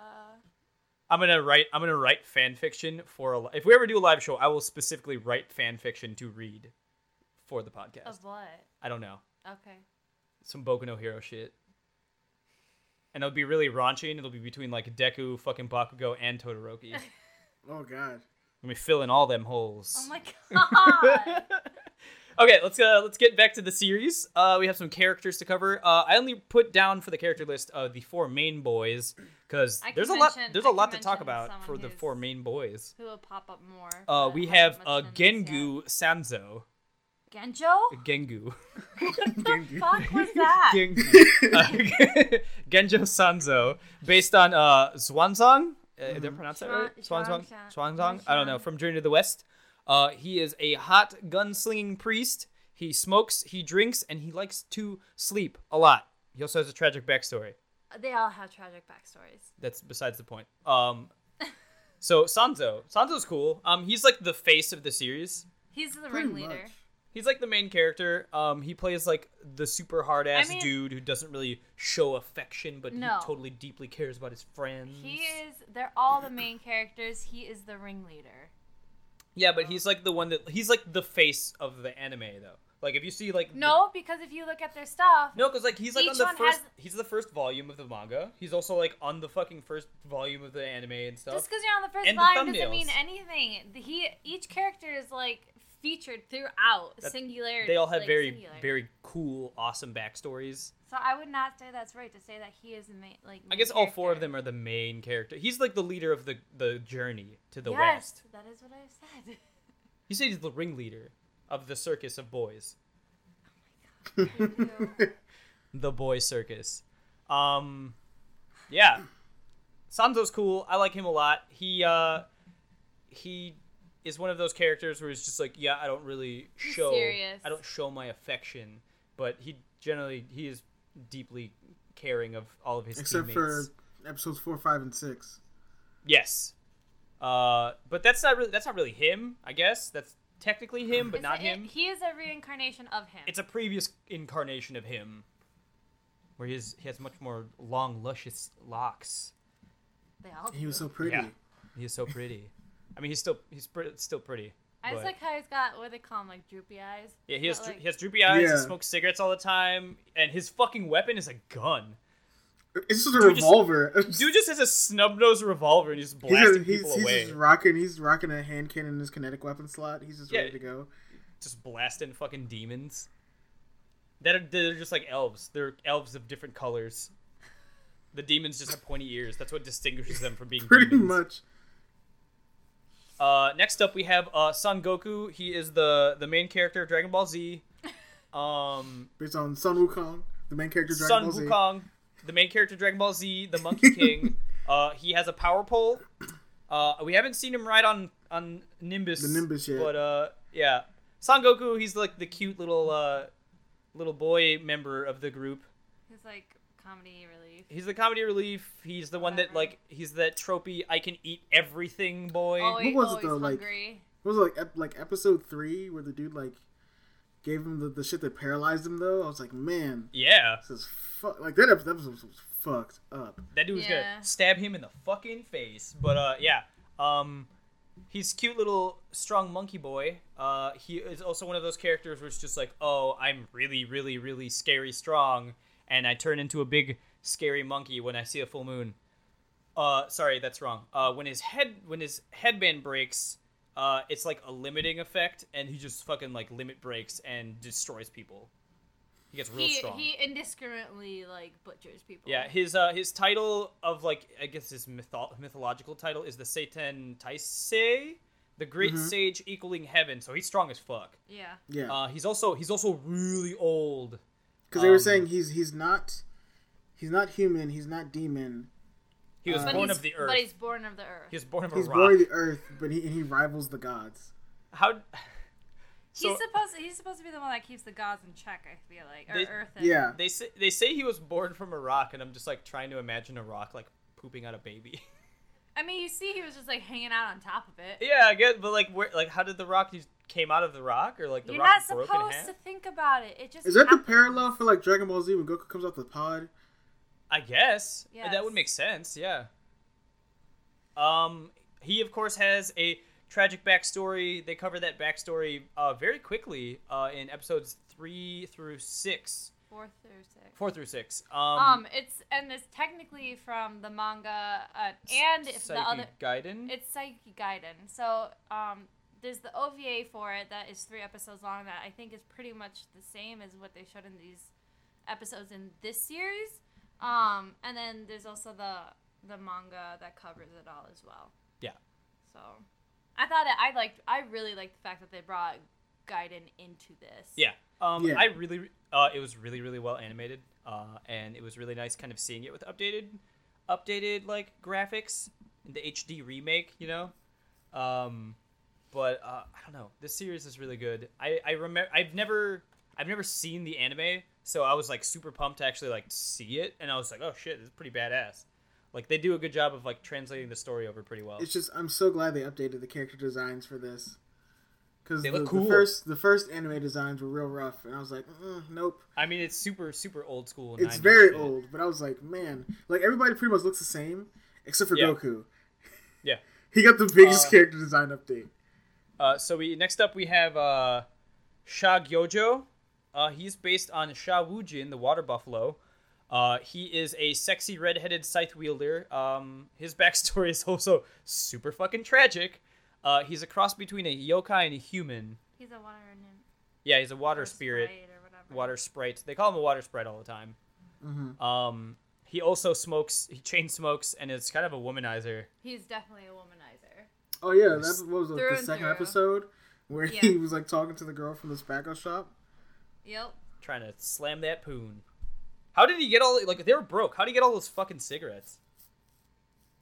[SPEAKER 1] I'm gonna write I'm gonna write fan fiction for a li- if we ever do a live show, I will specifically write fan fiction to read for the podcast.
[SPEAKER 2] Of what?
[SPEAKER 1] I don't know.
[SPEAKER 2] Okay.
[SPEAKER 1] Some Boku no Hero shit. And it'll be really raunchy and it'll be between like Deku, fucking Bakugo, and Todoroki. Let
[SPEAKER 3] Oh god.
[SPEAKER 1] me fill in all them holes.
[SPEAKER 2] Oh my god.
[SPEAKER 1] okay, let's uh, let's get back to the series. Uh, we have some characters to cover. Uh, I only put down for the character list uh, the four main boys because
[SPEAKER 2] I can
[SPEAKER 1] there's a lot
[SPEAKER 2] mention-
[SPEAKER 1] there's
[SPEAKER 2] I
[SPEAKER 1] a
[SPEAKER 2] can
[SPEAKER 1] lot to talk
[SPEAKER 2] mention
[SPEAKER 1] about
[SPEAKER 2] someone
[SPEAKER 1] for the
[SPEAKER 2] who's-
[SPEAKER 1] four main boys.
[SPEAKER 2] Who will pop up more?
[SPEAKER 1] Uh,
[SPEAKER 2] but
[SPEAKER 1] we
[SPEAKER 2] I
[SPEAKER 1] have
[SPEAKER 2] haven't
[SPEAKER 1] uh,
[SPEAKER 2] mentioned this
[SPEAKER 1] Gengu Sanzo.
[SPEAKER 2] yet. Genjo?
[SPEAKER 1] Gengu.
[SPEAKER 2] What the fuck was that?
[SPEAKER 1] Gengu. Uh, Genjo Sanzo, based on uh, Zwanzang. Uh, Did I pronounce that right?
[SPEAKER 2] Zhuang-
[SPEAKER 1] Zwanzang?
[SPEAKER 2] Zhuangshan-
[SPEAKER 1] Zwanzang? I don't know.
[SPEAKER 2] Zhuangshan.
[SPEAKER 1] From Journey to the West. Uh, he is a hot gunslinging priest. He smokes, he drinks, and he likes to sleep a lot. He also has a tragic backstory.
[SPEAKER 2] They all have tragic backstories.
[SPEAKER 1] That's besides the point. Um, so Sanzo, Sanzo's cool. Um, he's like the face of the series.
[SPEAKER 2] He's the
[SPEAKER 3] Pretty
[SPEAKER 2] ringleader.
[SPEAKER 3] much.
[SPEAKER 1] He's like the main character. Um, he plays like the super hard ass
[SPEAKER 2] I mean-
[SPEAKER 1] dude who doesn't really show affection, but
[SPEAKER 2] No.
[SPEAKER 1] he totally deeply cares about his friends.
[SPEAKER 2] He is. They're all the main characters. He is the ringleader.
[SPEAKER 1] Yeah, but he's like the one that he's like the face of the anime though. Like if you see like the-
[SPEAKER 2] No, because if you look at their stuff,
[SPEAKER 1] no, because like he's like
[SPEAKER 2] Each
[SPEAKER 1] on the
[SPEAKER 2] one
[SPEAKER 1] first.
[SPEAKER 2] has-
[SPEAKER 1] He's the first volume of the manga. He's also like on the fucking first volume of the anime and stuff.
[SPEAKER 2] just because you're on the first
[SPEAKER 1] And the
[SPEAKER 2] volume doesn't mean
[SPEAKER 1] thumbnails.
[SPEAKER 2] anything. He each character is like featured throughout
[SPEAKER 1] That-
[SPEAKER 2] singularity.
[SPEAKER 1] they all have
[SPEAKER 2] like,
[SPEAKER 1] very
[SPEAKER 2] singular.
[SPEAKER 1] very cool, awesome backstories.
[SPEAKER 2] So I would not say that's right to say that he is the main. Like
[SPEAKER 1] I guess all four of them are the main character. He's like the leader of the the journey to the
[SPEAKER 2] yes,
[SPEAKER 1] west.
[SPEAKER 2] that is what I said.
[SPEAKER 1] You say he's the ringleader of the circus of boys. the boy circus. Um, yeah, Sanzo's cool. I like him a lot. He uh, he is one of those characters where he's just like, yeah, I don't really show,
[SPEAKER 2] serious.
[SPEAKER 1] I don't show my affection, but he generally he is deeply caring of all of his
[SPEAKER 3] Except for
[SPEAKER 1] teammates.
[SPEAKER 3] episodes four, five, and six.
[SPEAKER 1] yes, uh, but that's not really that's not really him. I guess that's technically him, but
[SPEAKER 2] It's
[SPEAKER 1] not
[SPEAKER 2] a-
[SPEAKER 1] him.
[SPEAKER 2] he is a reincarnation of him.
[SPEAKER 1] it's a previous incarnation of him where he, is, he has much more long luscious locks
[SPEAKER 2] they all.
[SPEAKER 3] He was so pretty.
[SPEAKER 1] Yeah. he is so pretty i mean he's still he's pre- still pretty
[SPEAKER 2] I just
[SPEAKER 1] but-
[SPEAKER 2] like how he's got what they call him, like droopy eyes.
[SPEAKER 1] yeah he has
[SPEAKER 2] But,
[SPEAKER 1] dro-
[SPEAKER 2] like,
[SPEAKER 1] he has droopy eyes
[SPEAKER 3] Yeah.
[SPEAKER 1] he smokes cigarettes all the time and his fucking weapon is a gun
[SPEAKER 3] It's just a
[SPEAKER 1] Dude just-
[SPEAKER 3] revolver.
[SPEAKER 1] dude just has a snub-nosed revolver and he's
[SPEAKER 3] He's,
[SPEAKER 1] blasting
[SPEAKER 3] he's,
[SPEAKER 1] people
[SPEAKER 3] he's
[SPEAKER 1] away
[SPEAKER 3] just rocking. He's rocking a hand cannon in his kinetic weapon slot. He's just
[SPEAKER 1] Yeah.
[SPEAKER 3] ready to go.
[SPEAKER 1] just blasting fucking demons that are they're just like elves they're elves of different colors the demons just have pointy ears that's what distinguishes them from being
[SPEAKER 3] Pretty
[SPEAKER 1] demons.
[SPEAKER 3] much.
[SPEAKER 1] Uh, next up, we have uh, Son Goku. He is the the main character of Dragon Ball Z. Um,
[SPEAKER 3] Based on Sun Wukong, the main character of
[SPEAKER 1] Son
[SPEAKER 3] Dragon Ball Z.
[SPEAKER 1] Wukong, the main character of Dragon Ball Z, the Monkey King. uh, he has a power pole. Uh, we haven't seen him ride on on Nimbus.
[SPEAKER 3] The Nimbus yet.
[SPEAKER 1] But uh, yeah, Son Goku. He's like the cute little uh, little boy member of the group.
[SPEAKER 2] he's like comedy relief.
[SPEAKER 1] He's the comedy relief. He's the one that
[SPEAKER 2] Whatever.
[SPEAKER 1] like he's that tropey. I can eat everything, boy.
[SPEAKER 2] Always,
[SPEAKER 3] was it,
[SPEAKER 2] always
[SPEAKER 3] though, like-
[SPEAKER 2] hungry.
[SPEAKER 3] What was it, like ep- like episode three where the dude like gave him the, the shit that paralyzed him though? I was like, man,
[SPEAKER 1] Yeah.
[SPEAKER 3] this is fuck. Like that episode, episode was fucked up.
[SPEAKER 1] That dude was
[SPEAKER 2] Yeah.
[SPEAKER 1] gonna stab him in the fucking face. But uh, yeah, Um, he's cute little strong monkey boy. Uh, he is also one of those characters where it's just like, oh, I'm really, really, really scary strong, and I turn into a big scary monkey when I see a full moon. Uh, sorry, that's wrong. Uh, when his head when his headband breaks, uh, it's like a limiting effect, and he just fucking like limit breaks and destroys people. He gets real
[SPEAKER 2] He
[SPEAKER 1] strong.
[SPEAKER 2] he indiscriminately like butchers people.
[SPEAKER 1] Yeah, his uh, his title of like I guess his mytho- mythological title is the Satan Taisei, the great
[SPEAKER 2] Mm-hmm.
[SPEAKER 1] sage equaling heaven. So he's strong as fuck.
[SPEAKER 2] Yeah.
[SPEAKER 3] Yeah.
[SPEAKER 1] Uh, he's also he's also really old.
[SPEAKER 3] because they were
[SPEAKER 1] Um,
[SPEAKER 3] saying he's he's not he's not human he's not demon
[SPEAKER 1] He was
[SPEAKER 3] But
[SPEAKER 1] born
[SPEAKER 2] he's,
[SPEAKER 1] of the earth.
[SPEAKER 2] Uh, But he's born of the earth.
[SPEAKER 1] he was born of
[SPEAKER 3] he's
[SPEAKER 1] a
[SPEAKER 3] born
[SPEAKER 1] rock.
[SPEAKER 3] of the earth but he, he rivals the gods
[SPEAKER 1] How? So
[SPEAKER 2] he's supposed he's supposed to be the one that keeps the gods in check. I feel like or
[SPEAKER 1] They-
[SPEAKER 2] earth. in-
[SPEAKER 3] yeah
[SPEAKER 1] they say they say he was born from a rock, and I'm just like trying to imagine a rock like pooping out a baby.
[SPEAKER 2] I mean, you see, he was just like hanging out on top of it.
[SPEAKER 1] yeah, I get, but like where like how did the rock he came out of the rock or like the
[SPEAKER 2] You're
[SPEAKER 1] rock
[SPEAKER 2] not
[SPEAKER 1] broke in half?
[SPEAKER 2] supposed to think about it. It just
[SPEAKER 3] is that the
[SPEAKER 2] happens.
[SPEAKER 3] parallel for like dragon ball z when goku comes out the pod
[SPEAKER 1] I guess. That would
[SPEAKER 2] Yes.
[SPEAKER 1] make sense, yeah. Um he of course has a tragic backstory. They cover that backstory uh very quickly uh in episodes 3 through 6,
[SPEAKER 2] Fourth through sixth.
[SPEAKER 1] 4 through 6. Um,
[SPEAKER 2] Um, it's and it's technically from the manga uh, and if the
[SPEAKER 1] Psyche
[SPEAKER 2] other
[SPEAKER 1] Gaiden.
[SPEAKER 2] It's Psyche Gaiden. So um, there's the OVA for it that is three episodes long that I think is pretty much the same as what they showed in these episodes in this series. Um, and then there's also the the manga that covers it all as well.
[SPEAKER 1] Yeah.
[SPEAKER 2] So I thought it, I liked I really liked the fact that they brought Gaiden into this.
[SPEAKER 1] yeah. Um
[SPEAKER 3] Yeah.
[SPEAKER 1] I really uh it was really really well animated. Uh and it was really nice kind of seeing it with updated updated like graphics in the HD remake, you know? Um, but uh, I don't know. This series is really good. I I remember I've never I've never seen the anime, so I was like super pumped to actually like see it, and I was like, oh shit, this is pretty badass. Like they do a good job of like translating the story over pretty well.
[SPEAKER 3] it's just i'm so glad they updated the character designs for this because
[SPEAKER 1] They
[SPEAKER 3] the,
[SPEAKER 1] look
[SPEAKER 3] the
[SPEAKER 1] cool.
[SPEAKER 3] first the first anime designs were real rough and i was like mm, nope
[SPEAKER 1] I mean, it's super super old school.
[SPEAKER 3] it's
[SPEAKER 1] 90s
[SPEAKER 3] very
[SPEAKER 1] shit.
[SPEAKER 3] old but i was like man like everybody pretty much looks the same except for
[SPEAKER 1] Yeah.
[SPEAKER 3] goku
[SPEAKER 1] Yeah.
[SPEAKER 3] he got the biggest
[SPEAKER 1] Uh,
[SPEAKER 3] character design update
[SPEAKER 1] Uh, so we next up we have uh, Sha Gyojo. Uh, he's based on Sha Wujin, the water buffalo. Uh, he is a sexy redheaded scythe wielder. Um, his backstory is also super fucking tragic. Uh, he's a cross between a yokai and a human.
[SPEAKER 2] He's a water nymph.
[SPEAKER 1] Yeah, he's a
[SPEAKER 2] or
[SPEAKER 1] water spirit,
[SPEAKER 2] sprite or whatever.
[SPEAKER 1] water sprite. They call him a water sprite all the time. Um, he also smokes. He chain smokes and is kind of a womanizer.
[SPEAKER 2] He's definitely a womanizer.
[SPEAKER 3] oh yeah that what was it,
[SPEAKER 2] Through
[SPEAKER 3] the
[SPEAKER 2] and
[SPEAKER 3] second
[SPEAKER 2] through.
[SPEAKER 3] episode where he
[SPEAKER 2] Yeah.
[SPEAKER 3] was like talking to the girl from the tobacco shop
[SPEAKER 2] Yep.
[SPEAKER 1] trying to slam that poon. How did he get all like they were broke? How did he get all those fucking cigarettes?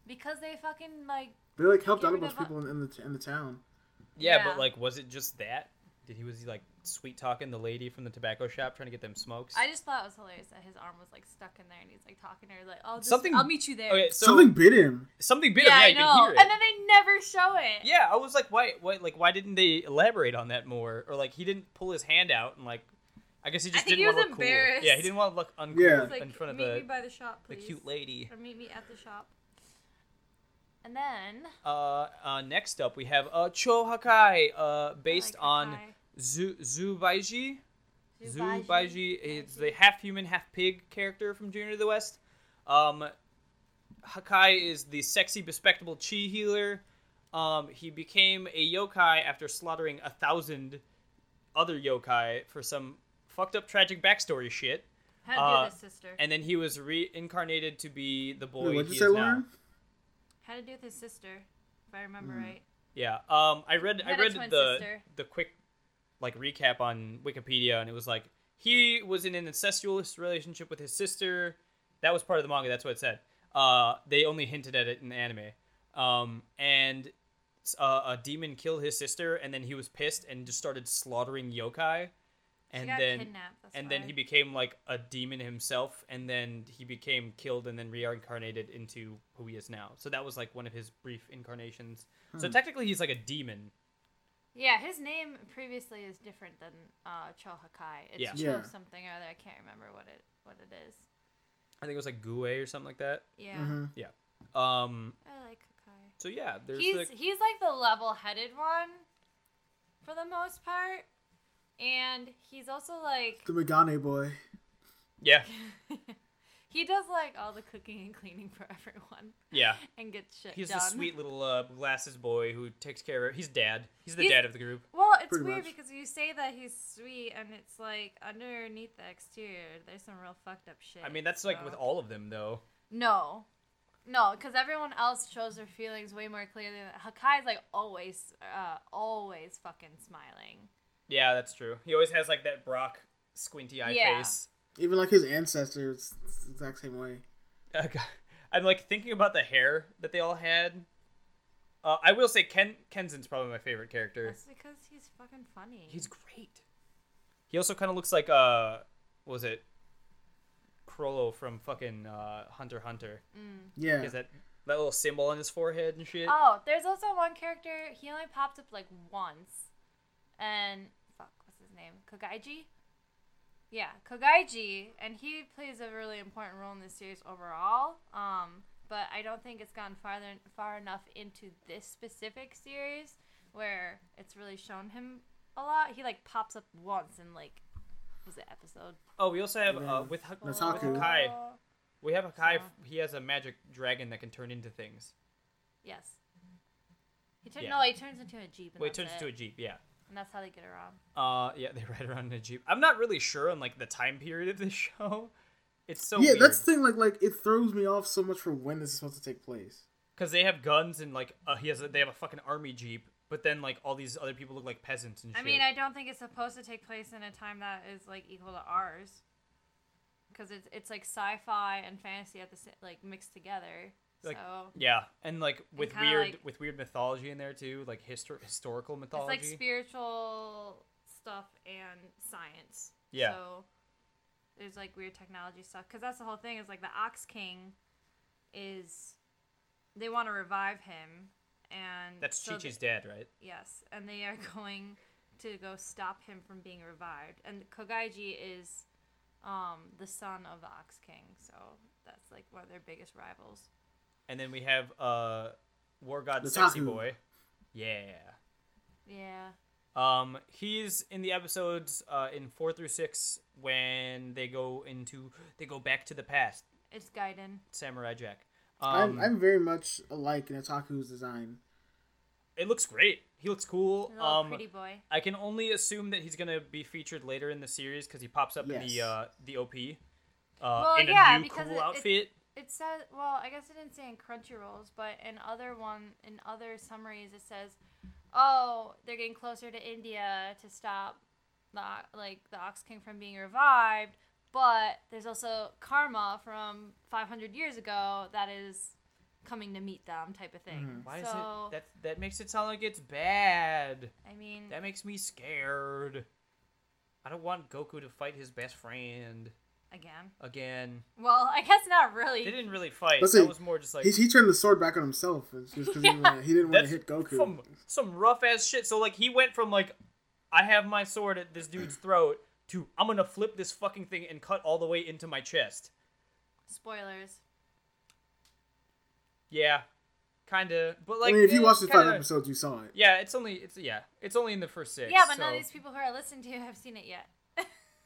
[SPEAKER 2] Because they fucking like
[SPEAKER 3] they like helped
[SPEAKER 2] Get
[SPEAKER 3] out a
[SPEAKER 2] rid
[SPEAKER 3] bunch of
[SPEAKER 2] of a-
[SPEAKER 3] people in, in the in the town
[SPEAKER 1] Yeah,
[SPEAKER 2] Yeah.
[SPEAKER 1] but like, was it just that? Did he was he like sweet talking the lady from the tobacco shop trying to get them smokes?
[SPEAKER 2] I just thought it was hilarious that his arm was like stuck in there and he's like talking to her like, "I'll just,
[SPEAKER 1] Something-
[SPEAKER 2] I'll meet you there."
[SPEAKER 1] okay, so
[SPEAKER 3] something bit him
[SPEAKER 1] something bit
[SPEAKER 2] yeah, I
[SPEAKER 1] him. Yeah, you can
[SPEAKER 2] know.
[SPEAKER 1] hear it.
[SPEAKER 2] And then they never show it.
[SPEAKER 1] yeah, I was like, why, why, like, why didn't they elaborate on that more? Or like, he didn't pull his hand out and like, I guess he just
[SPEAKER 2] think
[SPEAKER 1] didn't
[SPEAKER 2] he
[SPEAKER 1] want
[SPEAKER 2] was
[SPEAKER 1] to look cool.
[SPEAKER 2] embarrassed.
[SPEAKER 1] Yeah, he didn't want to look uncool
[SPEAKER 3] Yeah.
[SPEAKER 2] He's like,
[SPEAKER 1] in front of
[SPEAKER 2] meet me
[SPEAKER 1] the
[SPEAKER 2] by the shop,
[SPEAKER 1] the
[SPEAKER 2] please.
[SPEAKER 1] cute lady.
[SPEAKER 2] Or meet me at the shop. And then
[SPEAKER 1] Uh, uh, next up we have uh Cho Hakai, uh, based
[SPEAKER 2] like
[SPEAKER 1] on
[SPEAKER 2] Hakai.
[SPEAKER 1] Zu Zubaiji. Zubaiji
[SPEAKER 2] Zubaiji.
[SPEAKER 1] is the half human, half pig character from Junior to the West. Um, Hakai is the sexy, bespectable chi healer. Um, he became a yokai after slaughtering a thousand other yokai for some fucked up tragic backstory shit.
[SPEAKER 2] How to
[SPEAKER 1] uh,
[SPEAKER 2] do this, sister?
[SPEAKER 1] And then he was reincarnated to be the boy
[SPEAKER 3] Wait, what'd
[SPEAKER 1] he
[SPEAKER 3] you
[SPEAKER 1] is
[SPEAKER 3] say
[SPEAKER 1] now.
[SPEAKER 3] lauren
[SPEAKER 2] How to do this, sister? If I remember
[SPEAKER 1] Hmm.
[SPEAKER 2] right.
[SPEAKER 1] Yeah. Um, I read I
[SPEAKER 2] Had a
[SPEAKER 1] read
[SPEAKER 2] twin
[SPEAKER 1] the
[SPEAKER 2] sister.
[SPEAKER 1] the quick like recap on Wikipedia, and it was like he was in an incestuous relationship with his sister. That was part of the manga. That's what it said. Uh, they only hinted at it in the anime. Um, and uh, a demon killed his sister, and then he was pissed and just started slaughtering yokai.
[SPEAKER 2] She
[SPEAKER 1] And
[SPEAKER 2] got
[SPEAKER 1] then
[SPEAKER 2] kidnapped. That's
[SPEAKER 1] and then
[SPEAKER 2] why.
[SPEAKER 1] he became like a demon himself, and then he became killed and then reincarnated into who he is now. So that was like one of his brief incarnations.
[SPEAKER 2] Hmm.
[SPEAKER 1] So technically, he's like a demon.
[SPEAKER 2] Yeah, his name previously is different than uh, Cho Hakai. It's
[SPEAKER 1] Yeah.
[SPEAKER 2] Cho
[SPEAKER 3] Yeah.
[SPEAKER 2] something or other. I can't remember what it what it is.
[SPEAKER 3] Mm-hmm.
[SPEAKER 1] I think it was like Gue or something like that.
[SPEAKER 2] Yeah,
[SPEAKER 3] Mhm.
[SPEAKER 1] Um,
[SPEAKER 2] I like Hakai.
[SPEAKER 1] So yeah, there's
[SPEAKER 2] he's
[SPEAKER 1] like
[SPEAKER 2] he's like the level-headed one for the most part, and he's also like
[SPEAKER 3] The Megane boy.
[SPEAKER 1] yeah,
[SPEAKER 2] he does like all the cooking and cleaning for everyone
[SPEAKER 1] yeah.
[SPEAKER 2] and gets shit
[SPEAKER 1] He's
[SPEAKER 2] done.
[SPEAKER 1] the sweet little uh, glasses boy who takes care of. He's dad. He's the
[SPEAKER 2] He's-
[SPEAKER 1] dad of the group.
[SPEAKER 2] Well, it's
[SPEAKER 3] Pretty
[SPEAKER 2] weird
[SPEAKER 3] much.
[SPEAKER 2] because you say that he's sweet, and it's like underneath the exterior, there's some real fucked up shit.
[SPEAKER 1] I mean, that's like
[SPEAKER 2] so-
[SPEAKER 1] with all of them though.
[SPEAKER 2] No, no, because everyone else shows their feelings way more clearly. Than... Hakai's like always, uh, always fucking smiling.
[SPEAKER 1] Yeah, that's true. He always has like that Brock squinty eye
[SPEAKER 2] Yeah.
[SPEAKER 1] face.
[SPEAKER 3] Even like his ancestors, it's the exact same way.
[SPEAKER 1] Uh, God. I'm like thinking about the hair that they all had. Uh, I will say Ken Kenzen's probably my favorite character.
[SPEAKER 2] That's because he's fucking funny.
[SPEAKER 1] He's great. He also kind of looks like uh, what was it Crollo from fucking uh, Hunter x Hunter?
[SPEAKER 2] Mm.
[SPEAKER 3] Yeah.
[SPEAKER 1] He has that that little symbol on his forehead and shit.
[SPEAKER 2] Oh, there's also one character. He only popped up like once, and fuck, what's his name? Kogaiji. Yeah, Kogaiji, and he plays a really important role in this series overall. Um, but I don't think it's gone farther far enough into this specific series where it's really shown him a lot. He like pops up once in like was it episode?
[SPEAKER 1] Oh, we also have
[SPEAKER 3] And
[SPEAKER 1] uh,
[SPEAKER 3] then
[SPEAKER 1] with, Hak- with
[SPEAKER 3] Nasaku.
[SPEAKER 1] Hakai.
[SPEAKER 2] Oh.
[SPEAKER 1] We have Hakai.
[SPEAKER 2] So-
[SPEAKER 1] He has a magic dragon that can turn into things.
[SPEAKER 2] Yes. He turn-
[SPEAKER 1] Yeah.
[SPEAKER 2] No, he turns into a jeep. And
[SPEAKER 1] Wait, it
[SPEAKER 2] that's
[SPEAKER 1] turns
[SPEAKER 2] it.
[SPEAKER 1] into a jeep. Yeah.
[SPEAKER 2] and that's how they get around.
[SPEAKER 1] Uh, yeah, they ride around in a jeep. I'm not really sure on like the time period of this show. It's so
[SPEAKER 3] yeah,
[SPEAKER 1] weird.
[SPEAKER 3] that's the thing. Like, like it throws me off so much for when this is supposed to take place.
[SPEAKER 1] because they have guns and like uh, he has a, they have a fucking army jeep, but then like all these other people look like peasants and
[SPEAKER 2] I
[SPEAKER 1] shit.
[SPEAKER 2] mean, I don't think it's supposed to take place in a time that is like equal to ours, because it's it's like sci-fi and fantasy at the sa- like mixed together.
[SPEAKER 1] Like,
[SPEAKER 2] so
[SPEAKER 1] yeah, and like with
[SPEAKER 2] kinda,
[SPEAKER 1] weird
[SPEAKER 2] like-
[SPEAKER 1] with weird mythology in there too, like histor- historical
[SPEAKER 2] it's
[SPEAKER 1] mythology.
[SPEAKER 2] like spiritual stuff and science.
[SPEAKER 1] Yeah.
[SPEAKER 2] So there's like weird technology stuff because that's the whole thing is like the Ox King is they want to revive him and
[SPEAKER 1] that's
[SPEAKER 2] so
[SPEAKER 1] Chi
[SPEAKER 2] th-
[SPEAKER 1] Chi's dad, right?
[SPEAKER 2] Yes, and they are going to go stop him from being revived. And Kogaiji is um, the son of the Ox King, so that's like one of their biggest rivals.
[SPEAKER 1] And then we have uh, War God
[SPEAKER 3] The
[SPEAKER 1] Sexy
[SPEAKER 3] Taku.
[SPEAKER 1] Boy. Yeah.
[SPEAKER 2] Yeah.
[SPEAKER 1] Um, he's in the episodes uh, in four through six when they go into they go back to the past.
[SPEAKER 2] It's Gaiden.
[SPEAKER 1] Samurai Jack. Um,
[SPEAKER 3] I'm, I'm very much alike in Otaku's design.
[SPEAKER 1] it looks great. He looks cool.
[SPEAKER 2] The little
[SPEAKER 1] Um,
[SPEAKER 2] pretty boy.
[SPEAKER 1] I can only assume that he's gonna be featured later in the series because he pops up in the
[SPEAKER 3] Yes.
[SPEAKER 1] uh, the OP uh,
[SPEAKER 2] Well,
[SPEAKER 1] in a
[SPEAKER 2] yeah,
[SPEAKER 1] new
[SPEAKER 2] because
[SPEAKER 1] cool
[SPEAKER 2] it- it-
[SPEAKER 1] outfit.
[SPEAKER 2] It says, well, I guess it didn't say in Crunchyrolls, but in other one, in other summaries, it says, oh, they're getting closer to India to stop the o- like the Ox King from being revived. But there's also karma from 500 years ago that is coming to meet them, type of thing.
[SPEAKER 1] Mm-hmm. Why
[SPEAKER 2] so,
[SPEAKER 1] is it that that makes it sound like it's bad?
[SPEAKER 2] I mean,
[SPEAKER 1] That makes me scared. I don't want Goku to fight his best friend
[SPEAKER 2] again.
[SPEAKER 1] again.
[SPEAKER 2] Well, I guess not
[SPEAKER 1] They
[SPEAKER 2] really.
[SPEAKER 1] didn't really fight.
[SPEAKER 3] Let's
[SPEAKER 1] that
[SPEAKER 3] see.
[SPEAKER 1] was more just like
[SPEAKER 3] He, he turned the sword back on himself. It's just because
[SPEAKER 2] Yeah.
[SPEAKER 3] he didn't want
[SPEAKER 1] that's
[SPEAKER 3] to hit Goku.
[SPEAKER 1] some some rough ass shit. So like he went from like I have my sword at this dude's throat to I'm gonna flip this fucking thing and cut all the way into my chest.
[SPEAKER 2] Spoilers.
[SPEAKER 1] Yeah, kind of. But like,
[SPEAKER 3] I mean, if you
[SPEAKER 1] eh,
[SPEAKER 3] watched the five
[SPEAKER 1] kinda-
[SPEAKER 3] episodes, you saw it.
[SPEAKER 1] yeah, it's only it's yeah, it's only in the first six.
[SPEAKER 2] Yeah, but
[SPEAKER 1] so,
[SPEAKER 2] none of these people who are listening to you have seen it yet.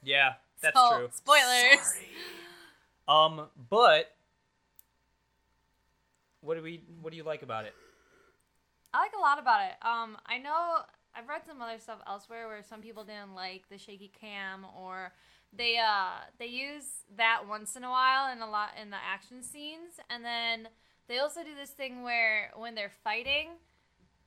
[SPEAKER 1] Yeah, that's
[SPEAKER 2] So,
[SPEAKER 1] true.
[SPEAKER 2] Spoilers.
[SPEAKER 1] Um, but what do we what do you like about it?
[SPEAKER 2] I like a lot about it. Um, I know I've read some other stuff elsewhere where some people didn't like the shaky cam or they uh they use that once in a while in a lot in the action scenes and then they also do this thing where when they're fighting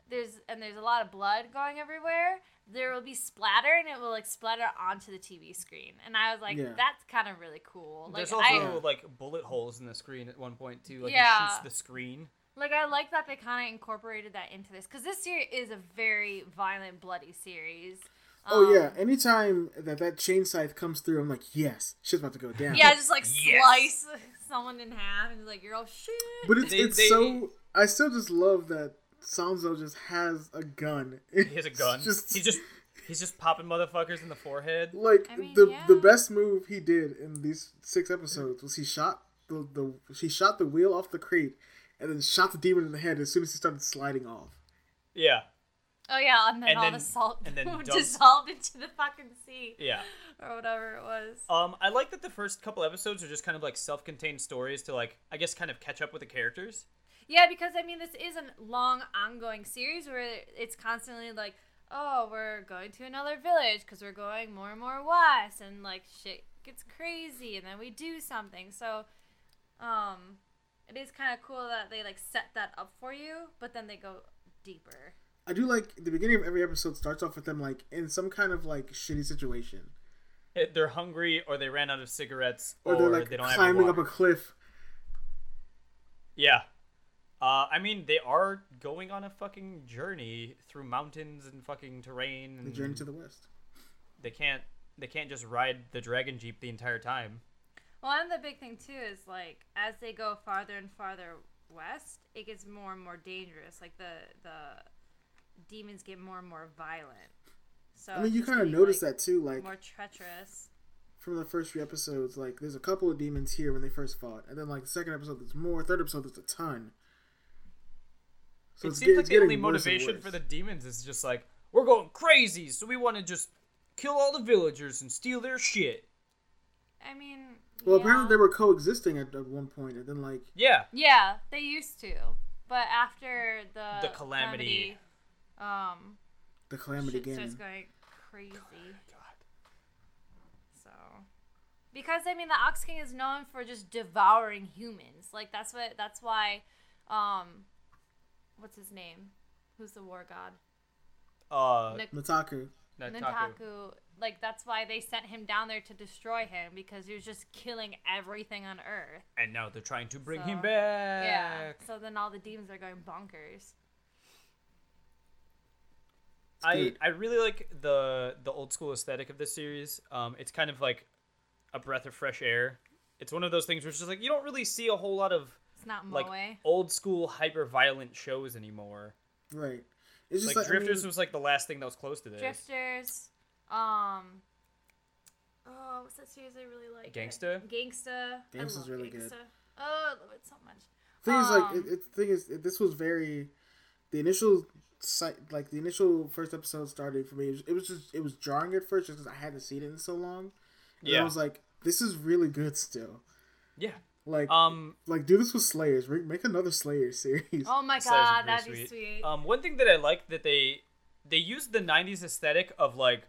[SPEAKER 2] there's and there's a lot of blood going everywhere there will be splatter and it will like splatter onto the TV screen and I was like
[SPEAKER 3] Yeah.
[SPEAKER 2] that's kind of really cool like
[SPEAKER 1] There's
[SPEAKER 2] I
[SPEAKER 1] also like bullet holes in the screen at one point too. Like it
[SPEAKER 2] Yeah.
[SPEAKER 1] shoots the screen.
[SPEAKER 2] Like I like that they kind of incorporated that into this because this series is a very violent, bloody series.
[SPEAKER 3] Oh
[SPEAKER 2] Um,
[SPEAKER 3] yeah. Anytime that that chain scythe comes through, I'm like, yes, shit's about to go down.
[SPEAKER 2] Um, Yeah, just like
[SPEAKER 1] Yes.
[SPEAKER 2] slice someone in half and like you're all shit.
[SPEAKER 3] But it's
[SPEAKER 1] They-
[SPEAKER 3] it's
[SPEAKER 1] they-
[SPEAKER 3] so. I still just love that Sanzo just has a gun.
[SPEAKER 1] He has a gun.
[SPEAKER 3] just,
[SPEAKER 1] he's just he's just popping motherfuckers in the forehead.
[SPEAKER 3] like
[SPEAKER 2] I mean,
[SPEAKER 3] the
[SPEAKER 2] yeah.
[SPEAKER 3] the best move he did in these six episodes was he shot the the he shot the wheel off the crate, and then shot the demon in the head as soon as he started sliding off.
[SPEAKER 1] Yeah.
[SPEAKER 2] Oh yeah, and then
[SPEAKER 1] And
[SPEAKER 2] all
[SPEAKER 1] then-
[SPEAKER 2] the salt
[SPEAKER 1] and then dump-
[SPEAKER 2] dissolved into the fucking sea
[SPEAKER 1] Yeah.
[SPEAKER 2] or whatever it was.
[SPEAKER 1] Um, I like that the first couple episodes are just kind of like self-contained stories to like, I guess, kind of catch up with the characters.
[SPEAKER 2] Yeah, because I mean, this is a long, ongoing series where it's constantly like, oh, we're going to another village because we're going more and more west, and like shit gets crazy, and then we do something. So, um, it is kind of cool that they like set that up for you, but then they go deeper.
[SPEAKER 3] I do like the beginning of every episode starts off with them like in some kind of like shitty situation,
[SPEAKER 1] Eh, They're hungry, or they ran out of cigarettes,
[SPEAKER 3] or,
[SPEAKER 1] or,
[SPEAKER 3] they're like
[SPEAKER 1] they don't have
[SPEAKER 3] climbing
[SPEAKER 1] water.
[SPEAKER 3] up a cliff.
[SPEAKER 1] Yeah. Uh, I mean, they are going on a fucking journey through mountains and fucking terrain. And
[SPEAKER 3] The journey to the west.
[SPEAKER 1] They can't. They can't just ride the dragon jeep the entire time.
[SPEAKER 2] Well, and the big thing too is like as they go farther and farther west, it gets more and more dangerous. Like the the demons get more and more violent. So
[SPEAKER 3] I mean, you kind of
[SPEAKER 2] notice
[SPEAKER 3] notice that too, like
[SPEAKER 2] more treacherous.
[SPEAKER 3] from the first few episodes. Like, there's a couple of demons here when they first fought, and then like the second episode, there's more. Third episode, there's a ton. So
[SPEAKER 1] it
[SPEAKER 3] it's
[SPEAKER 1] seems
[SPEAKER 3] get-
[SPEAKER 1] like
[SPEAKER 3] it's
[SPEAKER 1] the only
[SPEAKER 3] getting worse and
[SPEAKER 1] motivation
[SPEAKER 3] worse.
[SPEAKER 1] for the demons is just like we're going crazy, so we want to just kill all the villagers and steal their shit.
[SPEAKER 2] I mean,
[SPEAKER 3] Well,
[SPEAKER 2] yeah.
[SPEAKER 3] apparently they were coexisting at, at one point, and then like
[SPEAKER 1] Yeah.
[SPEAKER 2] Yeah, they used to, but after the
[SPEAKER 1] The calamity.
[SPEAKER 2] calamity, um,
[SPEAKER 3] the calamity
[SPEAKER 2] shit starts
[SPEAKER 3] game.
[SPEAKER 2] going crazy. So, because I mean, the Ox King is known for just devouring humans. Like that's what that's why, um, what's his name? Who's the war god?
[SPEAKER 1] Uh,
[SPEAKER 2] Nik-
[SPEAKER 3] Mataku.
[SPEAKER 1] Nataku.
[SPEAKER 2] Nintaku. Like that's why they sent him down there to destroy him because he was just killing everything on Earth.
[SPEAKER 1] And now they're trying to bring him
[SPEAKER 2] So,
[SPEAKER 1] back.
[SPEAKER 2] Yeah. So then all the demons are going bonkers.
[SPEAKER 1] I,
[SPEAKER 3] good.
[SPEAKER 1] I really like the the old school aesthetic of this series. Um, it's kind of like a breath of fresh air. It's one of those things where it's just like you don't really see a whole lot of
[SPEAKER 2] It's not Moe.
[SPEAKER 1] like old school hyper violent shows anymore.
[SPEAKER 3] Right. It's
[SPEAKER 1] Like
[SPEAKER 3] just like, I mean,
[SPEAKER 1] Drifters was like the last thing that was close to this.
[SPEAKER 2] Drifters. Um. Oh, what's that series I really like?
[SPEAKER 1] Gangsta?
[SPEAKER 2] Gangsta.
[SPEAKER 3] Gangsta's really good.
[SPEAKER 2] Oh, I love it so much.
[SPEAKER 3] thing is like
[SPEAKER 2] Um,
[SPEAKER 3] it, it, thing is it, this was very the initial site like the initial first episode started for me it was, it was just it was jarring at first just because i hadn't seen it in so long and i
[SPEAKER 1] Yeah.
[SPEAKER 3] was like this is really good still
[SPEAKER 1] Yeah.
[SPEAKER 3] like
[SPEAKER 1] Um,
[SPEAKER 3] like do this with slayers Re- make another slayer series
[SPEAKER 2] Oh my
[SPEAKER 1] Slayers
[SPEAKER 2] god,
[SPEAKER 1] are
[SPEAKER 2] that'd
[SPEAKER 1] pretty
[SPEAKER 2] be sweet.
[SPEAKER 1] Um, one thing that I like that they they used the '90s aesthetic of like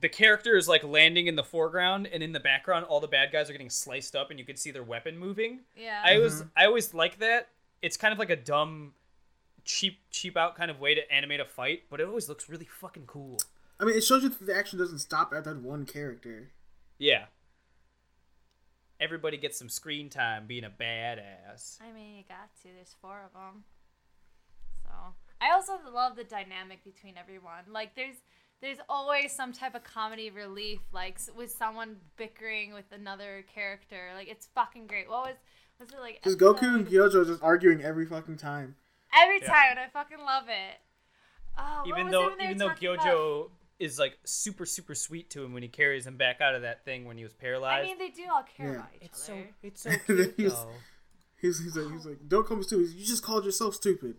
[SPEAKER 1] the character is like landing in the foreground and in the background all the bad guys are getting sliced up and you can see their weapon moving.
[SPEAKER 2] yeah.
[SPEAKER 1] I was I always like that. It's kind of like a dumb, cheap cheap out kind of way to animate a fight, but it always looks really fucking cool.
[SPEAKER 3] i mean it shows you that the action doesn't stop at that one character
[SPEAKER 1] Yeah. Everybody gets some screen time being a badass.
[SPEAKER 2] I mean, you got to. There's four of them. So I also love the dynamic between everyone. Like there's there's always some type of comedy relief, like s- with someone bickering with another character. Like it's fucking great. What was was it like?
[SPEAKER 3] just goku and
[SPEAKER 2] episode-
[SPEAKER 3] Gyojo just arguing every fucking time
[SPEAKER 2] Every
[SPEAKER 1] Yeah.
[SPEAKER 2] time, and I fucking love it. Oh, what
[SPEAKER 1] even
[SPEAKER 2] was it
[SPEAKER 1] though
[SPEAKER 2] when they were
[SPEAKER 1] even though
[SPEAKER 2] talking
[SPEAKER 1] Gyojo
[SPEAKER 2] about-
[SPEAKER 1] is like super super sweet to him when he carries him back out of that thing when he was
[SPEAKER 2] I
[SPEAKER 1] paralyzed.
[SPEAKER 2] mean, they do all care
[SPEAKER 3] Yeah.
[SPEAKER 2] about each
[SPEAKER 1] it's so
[SPEAKER 2] other.
[SPEAKER 1] it's so
[SPEAKER 3] Then
[SPEAKER 1] cute
[SPEAKER 3] he was-
[SPEAKER 1] though.
[SPEAKER 3] he's, he's like he's like don't call me stupid He's, you just called yourself stupid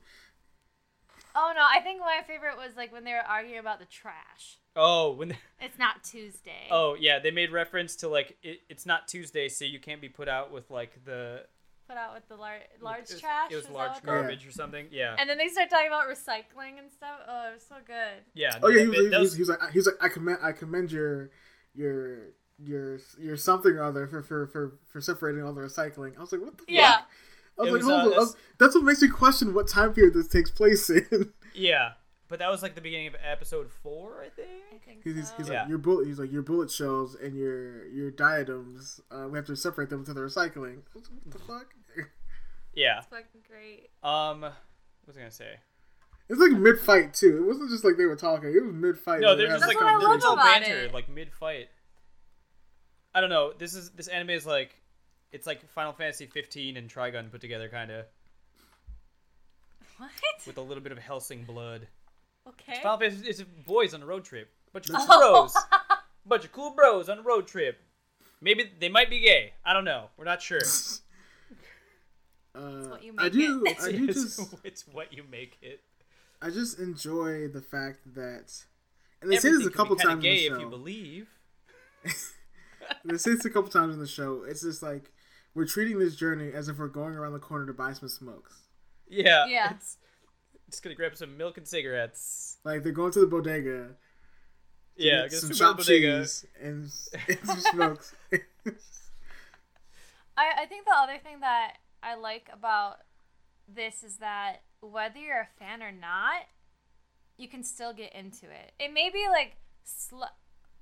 [SPEAKER 2] Oh no, I think my favorite was like when they were arguing about the trash.
[SPEAKER 1] Oh, when
[SPEAKER 2] It's not Tuesday.
[SPEAKER 1] oh yeah, they made reference to like it, it's not Tuesday, so you can't be put out with like the
[SPEAKER 2] Put out with the lar- large
[SPEAKER 1] it was-
[SPEAKER 2] trash.
[SPEAKER 1] It was
[SPEAKER 2] is that
[SPEAKER 1] large
[SPEAKER 2] what they're-
[SPEAKER 3] Yeah.
[SPEAKER 1] garbage or something. Yeah,
[SPEAKER 2] And then they start talking about recycling and stuff. Oh, it was so good.
[SPEAKER 1] yeah. no,
[SPEAKER 3] oh yeah he
[SPEAKER 1] that
[SPEAKER 3] was,
[SPEAKER 1] bit-
[SPEAKER 3] he,
[SPEAKER 1] that
[SPEAKER 3] was, he was like he was like i commend i commend your your your your something or other for for for, for separating all the recycling i was like what the
[SPEAKER 2] Yeah.
[SPEAKER 3] fuck i was
[SPEAKER 1] It
[SPEAKER 3] like
[SPEAKER 1] was,
[SPEAKER 3] hold
[SPEAKER 1] uh,
[SPEAKER 3] on I was- that's what makes me question what time period this takes place in
[SPEAKER 1] Yeah, but that was like the beginning of episode four, I
[SPEAKER 2] I
[SPEAKER 1] think.
[SPEAKER 2] think
[SPEAKER 3] he's, he's, he's
[SPEAKER 2] so.
[SPEAKER 1] Yeah.
[SPEAKER 3] like your bullet he's like your bullet shells and your your diadems uh, we have to separate them to the recycling I was like, what the fuck
[SPEAKER 1] Yeah.
[SPEAKER 2] It's fucking great.
[SPEAKER 1] Um, what was I gonna say?
[SPEAKER 3] it's like mid fight too it wasn't just like they were talking it was mid fight
[SPEAKER 1] No, they're just
[SPEAKER 2] That's
[SPEAKER 1] like
[SPEAKER 2] what I
[SPEAKER 1] they're
[SPEAKER 2] love
[SPEAKER 1] just all
[SPEAKER 2] about
[SPEAKER 1] banter,
[SPEAKER 2] it.
[SPEAKER 1] like mid fight. I don't know. This is this anime is like, it's like Final Fantasy 15 and Trigun put together, kind of
[SPEAKER 2] What?
[SPEAKER 1] with a little bit of Helsing blood.
[SPEAKER 2] Okay.
[SPEAKER 1] Final Fantasy is boys on a road trip. Bunch of cool
[SPEAKER 2] Oh.
[SPEAKER 1] bros. Bunch of cool bros on a road trip. Maybe they might be gay. I don't know. We're not sure.
[SPEAKER 3] Uh,
[SPEAKER 2] what you
[SPEAKER 3] I
[SPEAKER 2] make
[SPEAKER 3] do.
[SPEAKER 2] it.
[SPEAKER 3] I do
[SPEAKER 1] it's,
[SPEAKER 3] just.
[SPEAKER 1] it's what you make it.
[SPEAKER 3] I just enjoy the fact that, and they say
[SPEAKER 1] Everything
[SPEAKER 3] this a
[SPEAKER 1] can be
[SPEAKER 3] couple
[SPEAKER 1] kinda
[SPEAKER 3] times in
[SPEAKER 1] gay
[SPEAKER 3] the show.
[SPEAKER 1] if you believe.
[SPEAKER 3] they say this a couple times in the show. It's just like we're treating this journey as if we're going around the corner to buy some smokes.
[SPEAKER 1] Yeah.
[SPEAKER 2] Yeah.
[SPEAKER 1] It's, just gonna grab some milk and cigarettes.
[SPEAKER 3] Like they're going to the bodega,
[SPEAKER 1] Yeah,
[SPEAKER 3] get
[SPEAKER 1] get
[SPEAKER 3] some
[SPEAKER 1] super
[SPEAKER 3] chopped
[SPEAKER 1] bodega.
[SPEAKER 3] cheese and, and some smokes.
[SPEAKER 2] I, I think the other thing that I like about this is that whether you're a fan or not, you can still get into it. It may be like, sl-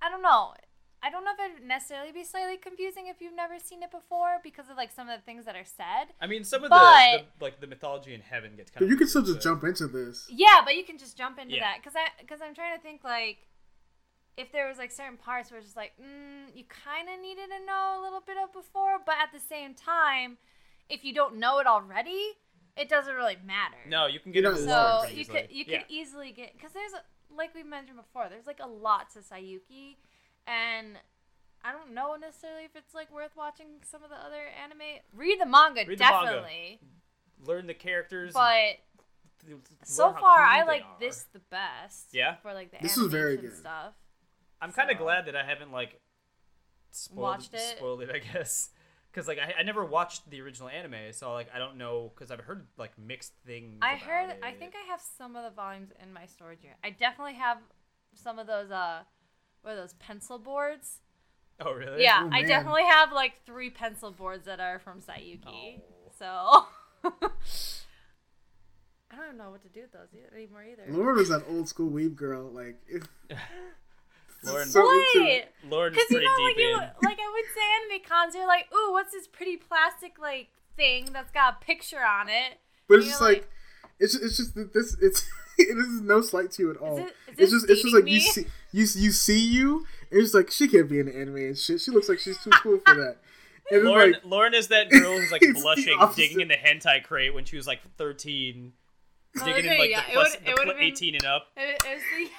[SPEAKER 2] I don't know. I don't know if it'd necessarily be slightly confusing if you've never seen it before because of like some of the things that are said.
[SPEAKER 1] I mean, some of the,
[SPEAKER 2] But-
[SPEAKER 1] the like the mythology in heaven gets kind
[SPEAKER 3] but
[SPEAKER 1] of.
[SPEAKER 3] you can still just jump into this.
[SPEAKER 2] Yeah, but you can just jump into
[SPEAKER 1] Yeah.
[SPEAKER 2] that because I because I'm trying to think like if there was like certain parts where it's just like mm, you kind of needed to know a little bit of before, but at the same time, if you don't know it already, it doesn't really matter.
[SPEAKER 1] No, you can get it
[SPEAKER 3] You don't
[SPEAKER 1] with
[SPEAKER 2] So
[SPEAKER 1] worms
[SPEAKER 2] you
[SPEAKER 1] easily.
[SPEAKER 2] could you
[SPEAKER 1] Yeah.
[SPEAKER 2] could easily get because there's a- like we mentioned before there's like a lot to Sayuki, and I don't know necessarily if it's like worth watching some of the other anime. Read the manga
[SPEAKER 1] Read the manga.
[SPEAKER 2] definitely,
[SPEAKER 1] learn the characters.
[SPEAKER 2] but
[SPEAKER 1] th- th-
[SPEAKER 2] so
[SPEAKER 1] learn how
[SPEAKER 2] far I
[SPEAKER 1] clean they
[SPEAKER 2] like
[SPEAKER 1] are.
[SPEAKER 2] this the best.
[SPEAKER 1] Yeah?
[SPEAKER 2] for like the
[SPEAKER 3] This
[SPEAKER 2] animation
[SPEAKER 3] was very good.
[SPEAKER 2] stuff.
[SPEAKER 1] I'm kind of
[SPEAKER 2] so-
[SPEAKER 1] glad that I haven't like spoiled,
[SPEAKER 2] Watched it.
[SPEAKER 1] Spoiled it, I guess. Because like I, I never watched the original anime, so like I don't know. Because I've heard like mixed things.
[SPEAKER 2] I
[SPEAKER 1] about
[SPEAKER 2] heard.
[SPEAKER 1] It.
[SPEAKER 2] I think I have some of the volumes in my storage unit. I definitely have some of those. Uh, what are those pencil boards?
[SPEAKER 1] Oh really?
[SPEAKER 2] Yeah,
[SPEAKER 3] Oh,
[SPEAKER 2] I
[SPEAKER 3] man.
[SPEAKER 2] definitely have like three pencil boards that are from Sayuki. So I don't know what to do with those e- anymore either.
[SPEAKER 3] Lauren was that old school weeb girl. Like, if,
[SPEAKER 1] Lauren,
[SPEAKER 3] So-
[SPEAKER 2] Wait,
[SPEAKER 1] Lauren is
[SPEAKER 2] because you
[SPEAKER 1] pretty
[SPEAKER 2] know, like
[SPEAKER 1] deep
[SPEAKER 2] you,
[SPEAKER 1] in.
[SPEAKER 2] like I would say anime cons, you're like, ooh, what's this pretty plastic like thing that's got a picture on it?
[SPEAKER 3] but
[SPEAKER 2] And
[SPEAKER 3] it's just
[SPEAKER 2] you're
[SPEAKER 3] like, it's just, it's just that this. It's it is no slight to you at all.
[SPEAKER 2] it- is
[SPEAKER 3] it's
[SPEAKER 2] this
[SPEAKER 3] just it's just like
[SPEAKER 2] dating
[SPEAKER 3] you
[SPEAKER 2] me?
[SPEAKER 3] see you you see you. And it's like she can't be in the anime and shit. She looks like she's too cool for that. And then,
[SPEAKER 1] Lauren,
[SPEAKER 3] like,
[SPEAKER 1] Lauren is that girl who's like
[SPEAKER 3] It's the
[SPEAKER 1] blushing,
[SPEAKER 3] opposite.
[SPEAKER 1] digging in the hentai crate when she was like 13, digging in
[SPEAKER 2] okay,
[SPEAKER 1] like
[SPEAKER 2] yeah,
[SPEAKER 1] the
[SPEAKER 2] it
[SPEAKER 1] plus,
[SPEAKER 2] would-
[SPEAKER 1] the
[SPEAKER 2] it would've
[SPEAKER 1] pl-
[SPEAKER 2] been-
[SPEAKER 1] 18 and up.
[SPEAKER 2] It, it was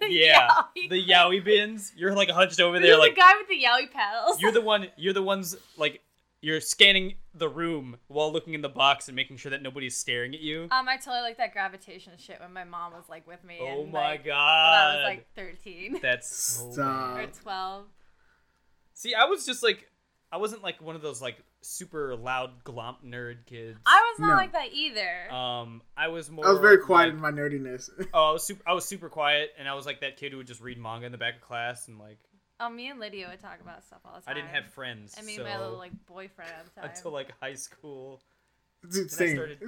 [SPEAKER 2] the, the
[SPEAKER 1] Yeah,
[SPEAKER 2] yaoi.
[SPEAKER 1] the yaoi bins. You're like hunched over
[SPEAKER 2] You're
[SPEAKER 1] there,
[SPEAKER 2] the
[SPEAKER 1] like
[SPEAKER 2] guy with the yaoi paddles.
[SPEAKER 1] you're the one. You're the ones like you're scanning the room while looking in the box and making sure that nobody's staring at you.
[SPEAKER 2] Um, I totally like that gravitation shit when my mom was like with me.
[SPEAKER 1] oh
[SPEAKER 2] and,
[SPEAKER 1] my
[SPEAKER 2] like, when
[SPEAKER 1] god, Um,
[SPEAKER 2] I was like 13
[SPEAKER 1] that's so
[SPEAKER 3] Stop.
[SPEAKER 1] bad.
[SPEAKER 2] or 12.
[SPEAKER 1] See, I was just like, I wasn't like one of those like super loud glomp nerd kids.
[SPEAKER 2] I was not
[SPEAKER 3] No.
[SPEAKER 2] like that either.
[SPEAKER 1] um, I was more.
[SPEAKER 3] I was very quiet
[SPEAKER 1] like-
[SPEAKER 3] in my nerdiness.
[SPEAKER 1] Oh, I was super. I was super quiet, and I was like that kid who would just read manga in the back of class, and like
[SPEAKER 2] oh, me and Lydia would talk about stuff all the time.
[SPEAKER 1] I didn't have friends.
[SPEAKER 2] I mean,
[SPEAKER 1] so,
[SPEAKER 2] my little like boyfriend at the time.
[SPEAKER 1] until like high school.
[SPEAKER 3] Dude,
[SPEAKER 1] Then I
[SPEAKER 3] same.
[SPEAKER 1] started-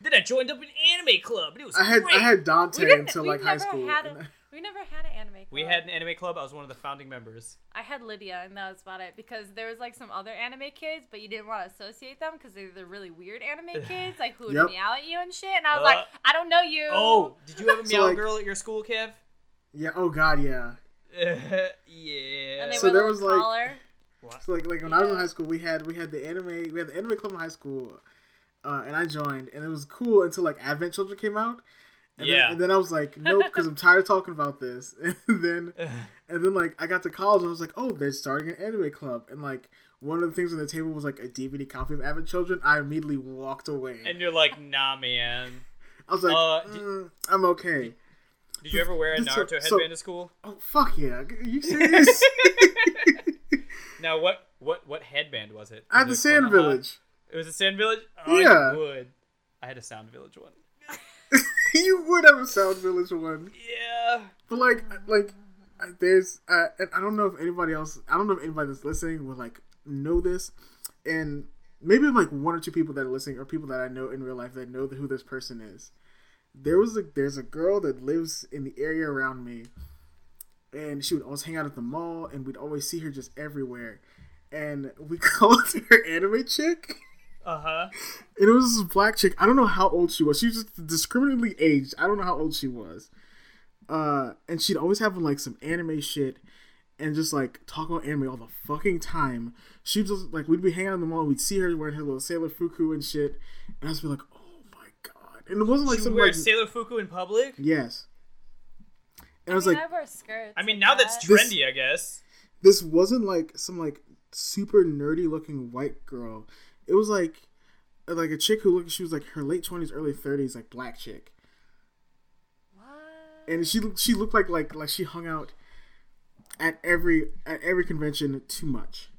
[SPEAKER 1] Then I joined up an anime club, and it was
[SPEAKER 3] I had I
[SPEAKER 1] great.
[SPEAKER 3] had Dante
[SPEAKER 2] we didn't,
[SPEAKER 3] until
[SPEAKER 2] we
[SPEAKER 3] like high
[SPEAKER 2] never
[SPEAKER 3] school.
[SPEAKER 2] Had
[SPEAKER 3] and
[SPEAKER 2] a, we never had an anime. Club.
[SPEAKER 1] We had an anime club. I was one of the founding members.
[SPEAKER 2] I had Lydia, and that was about it. Because there was like some other anime kids, but you didn't want to associate them because they're the really weird anime kids, like who would
[SPEAKER 3] Yep.
[SPEAKER 2] meow at you and shit. And I was
[SPEAKER 1] Uh,
[SPEAKER 2] like, I don't know you.
[SPEAKER 1] Oh, did you have a
[SPEAKER 3] So,
[SPEAKER 1] meow
[SPEAKER 3] like-
[SPEAKER 1] girl at your school, Kev?
[SPEAKER 3] yeah. Oh God. Yeah.
[SPEAKER 1] yeah.
[SPEAKER 2] And they
[SPEAKER 3] So
[SPEAKER 2] were
[SPEAKER 3] there
[SPEAKER 2] like
[SPEAKER 3] was, like-
[SPEAKER 2] collar.
[SPEAKER 3] So like like when I was in high school, we had we had the anime we had the anime club in high school, uh, and I joined, and it was cool until like Advent Children came out. And
[SPEAKER 1] Yeah.
[SPEAKER 3] Then, and then I was like, nope, because I'm tired of talking about this. And then and then like I got to college, and I was like, oh, they're starting an anime club, and like one of the things on the table was like a DVD copy of Advent Children. I immediately walked away.
[SPEAKER 1] and you're like, nah, man.
[SPEAKER 3] I was like,
[SPEAKER 1] uh, d-
[SPEAKER 3] mm, I'm okay.
[SPEAKER 1] Did you ever wear a
[SPEAKER 3] So-
[SPEAKER 1] Naruto
[SPEAKER 3] so-
[SPEAKER 1] headband to school?
[SPEAKER 3] Oh fuck yeah! Are you serious?
[SPEAKER 1] Now what? What? What headband was it?
[SPEAKER 3] At the
[SPEAKER 1] Was it
[SPEAKER 3] Sand
[SPEAKER 1] Konoha?
[SPEAKER 3] Village,
[SPEAKER 1] It was a Sand Village. Oh,
[SPEAKER 3] Yeah.
[SPEAKER 1] You would. I had a Sound Village one.
[SPEAKER 3] you would have a Sound Village one.
[SPEAKER 1] Yeah.
[SPEAKER 3] But like, like, uh, there's, uh, and I don't know if anybody else, I don't know if anybody that's listening would like know this, and maybe like one or two people that are listening or people that I know in real life that know who this person is. There was a there's a girl that lives in the area around me, and she would always hang out at the mall, and we'd always see her just everywhere, and we called her anime chick.
[SPEAKER 1] Uh huh.
[SPEAKER 3] And it was this black chick. I don't know how old she was. She was just discriminately aged. I don't know how old she was. Uh, and she'd always have like some anime shit and just like talk about anime all the fucking time. She was just like, we'd be hanging out in the mall and we'd see her wearing her little Sailor Fuku and shit. And I'd just be like, oh my god. And it wasn't
[SPEAKER 1] Like
[SPEAKER 3] like
[SPEAKER 1] you
[SPEAKER 3] some
[SPEAKER 1] wear
[SPEAKER 3] like,
[SPEAKER 1] Sailor Fuku in public?
[SPEAKER 3] Yes. And I was
[SPEAKER 2] I
[SPEAKER 3] like,
[SPEAKER 2] mean, I wear skirts.
[SPEAKER 1] I mean,
[SPEAKER 2] like
[SPEAKER 1] now
[SPEAKER 2] that.
[SPEAKER 1] that's
[SPEAKER 3] This-
[SPEAKER 1] trendy, I guess.
[SPEAKER 3] this wasn't like some like super nerdy looking white girl. It was like like a chick who looked she was like her late twenties, early thirties, like black chick,
[SPEAKER 2] What?
[SPEAKER 3] and she looked- she looked like like like she hung out at every at every convention too much.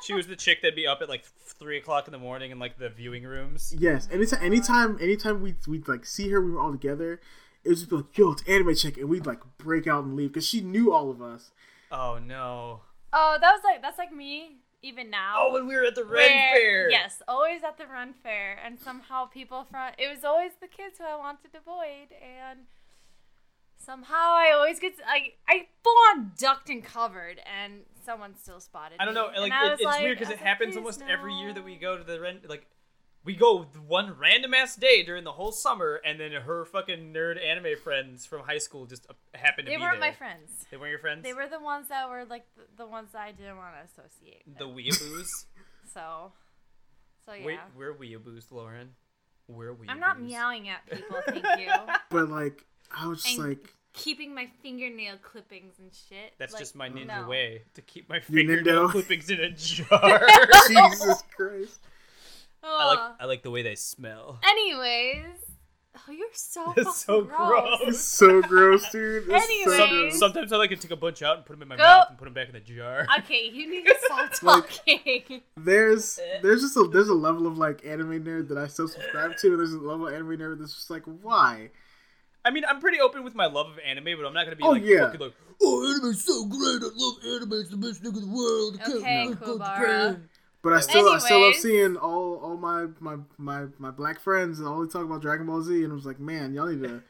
[SPEAKER 1] She was the chick that'd be up at like three o'clock in the morning in like the viewing rooms.
[SPEAKER 3] Yes, anytime anytime anytime we we would like see her, we were all together. It was just like, yo, it's anime chick, and we'd like break out and leave because she knew all of us.
[SPEAKER 1] Oh no.
[SPEAKER 2] Oh, that was like that's like me even now.
[SPEAKER 1] Oh, when we were at the Ren
[SPEAKER 2] where-
[SPEAKER 1] Fair.
[SPEAKER 2] Yes, always at the run fair, and somehow people from it was always the kids who I wanted to avoid, and somehow I always get I I full on ducked and covered, and someone still spotted.
[SPEAKER 1] I don't know.
[SPEAKER 2] me.
[SPEAKER 1] Like
[SPEAKER 2] And I
[SPEAKER 1] it,
[SPEAKER 2] was
[SPEAKER 1] it's
[SPEAKER 2] like-
[SPEAKER 1] weird
[SPEAKER 2] I
[SPEAKER 1] because it
[SPEAKER 2] was like,
[SPEAKER 1] happens
[SPEAKER 2] "Please,
[SPEAKER 1] almost every year
[SPEAKER 2] no."
[SPEAKER 1] that we go to the Ren. Like we go one random ass day during the whole summer, and then her fucking nerd anime friends from high school just uh, happen to
[SPEAKER 2] They
[SPEAKER 1] be
[SPEAKER 2] weren't
[SPEAKER 1] there.
[SPEAKER 2] my friends.
[SPEAKER 1] They weren't your friends.
[SPEAKER 2] They were the ones that were like the, the ones that I didn't want to associate. With.
[SPEAKER 1] the weeaboos.
[SPEAKER 2] So, so yeah.
[SPEAKER 1] Wait, we're weeaboos, Lauren. We're weeaboos.
[SPEAKER 2] I'm not meowing at people. Thank you.
[SPEAKER 3] But like, I was just
[SPEAKER 2] And-
[SPEAKER 3] like,
[SPEAKER 2] Keeping my fingernail clippings and shit.
[SPEAKER 1] That's
[SPEAKER 2] like,
[SPEAKER 1] just my ninja
[SPEAKER 2] no.
[SPEAKER 1] way to keep my
[SPEAKER 3] Your
[SPEAKER 1] fingernail
[SPEAKER 3] nindo.
[SPEAKER 1] clippings in a jar.
[SPEAKER 3] Jesus Christ.
[SPEAKER 1] I like
[SPEAKER 2] Ugh.
[SPEAKER 1] I like the way they smell.
[SPEAKER 2] Anyways, oh, you're so
[SPEAKER 1] That's
[SPEAKER 2] fucking
[SPEAKER 1] so
[SPEAKER 2] gross.
[SPEAKER 1] gross.
[SPEAKER 3] It's so gross, dude. It's so
[SPEAKER 2] Anyway.
[SPEAKER 1] Some,
[SPEAKER 3] gross.
[SPEAKER 1] sometimes I like to take a bunch out and put them in my
[SPEAKER 2] Go-
[SPEAKER 1] mouth and put them back in the jar.
[SPEAKER 2] okay, you need to stop
[SPEAKER 3] Like-
[SPEAKER 2] talking.
[SPEAKER 3] There's there's just a there's a level of like anime nerd that I still subscribe to, and there's a level of anime nerd that's just like, why?
[SPEAKER 1] I mean, I'm pretty open with my love of anime, but I'm not gonna be
[SPEAKER 3] Oh,
[SPEAKER 1] like
[SPEAKER 3] yeah.
[SPEAKER 1] fucking like
[SPEAKER 4] Oh, anime's so great. I love anime. It's the best thing in the world. I can't
[SPEAKER 2] Okay,
[SPEAKER 4] wait to go to
[SPEAKER 2] Kuwabara.
[SPEAKER 4] Japan.
[SPEAKER 3] But I still I still love
[SPEAKER 2] Anyways.
[SPEAKER 3] seeing all all my my my my black friends and all they talk about Dragon Ball Z, and I was like, man, y'all need to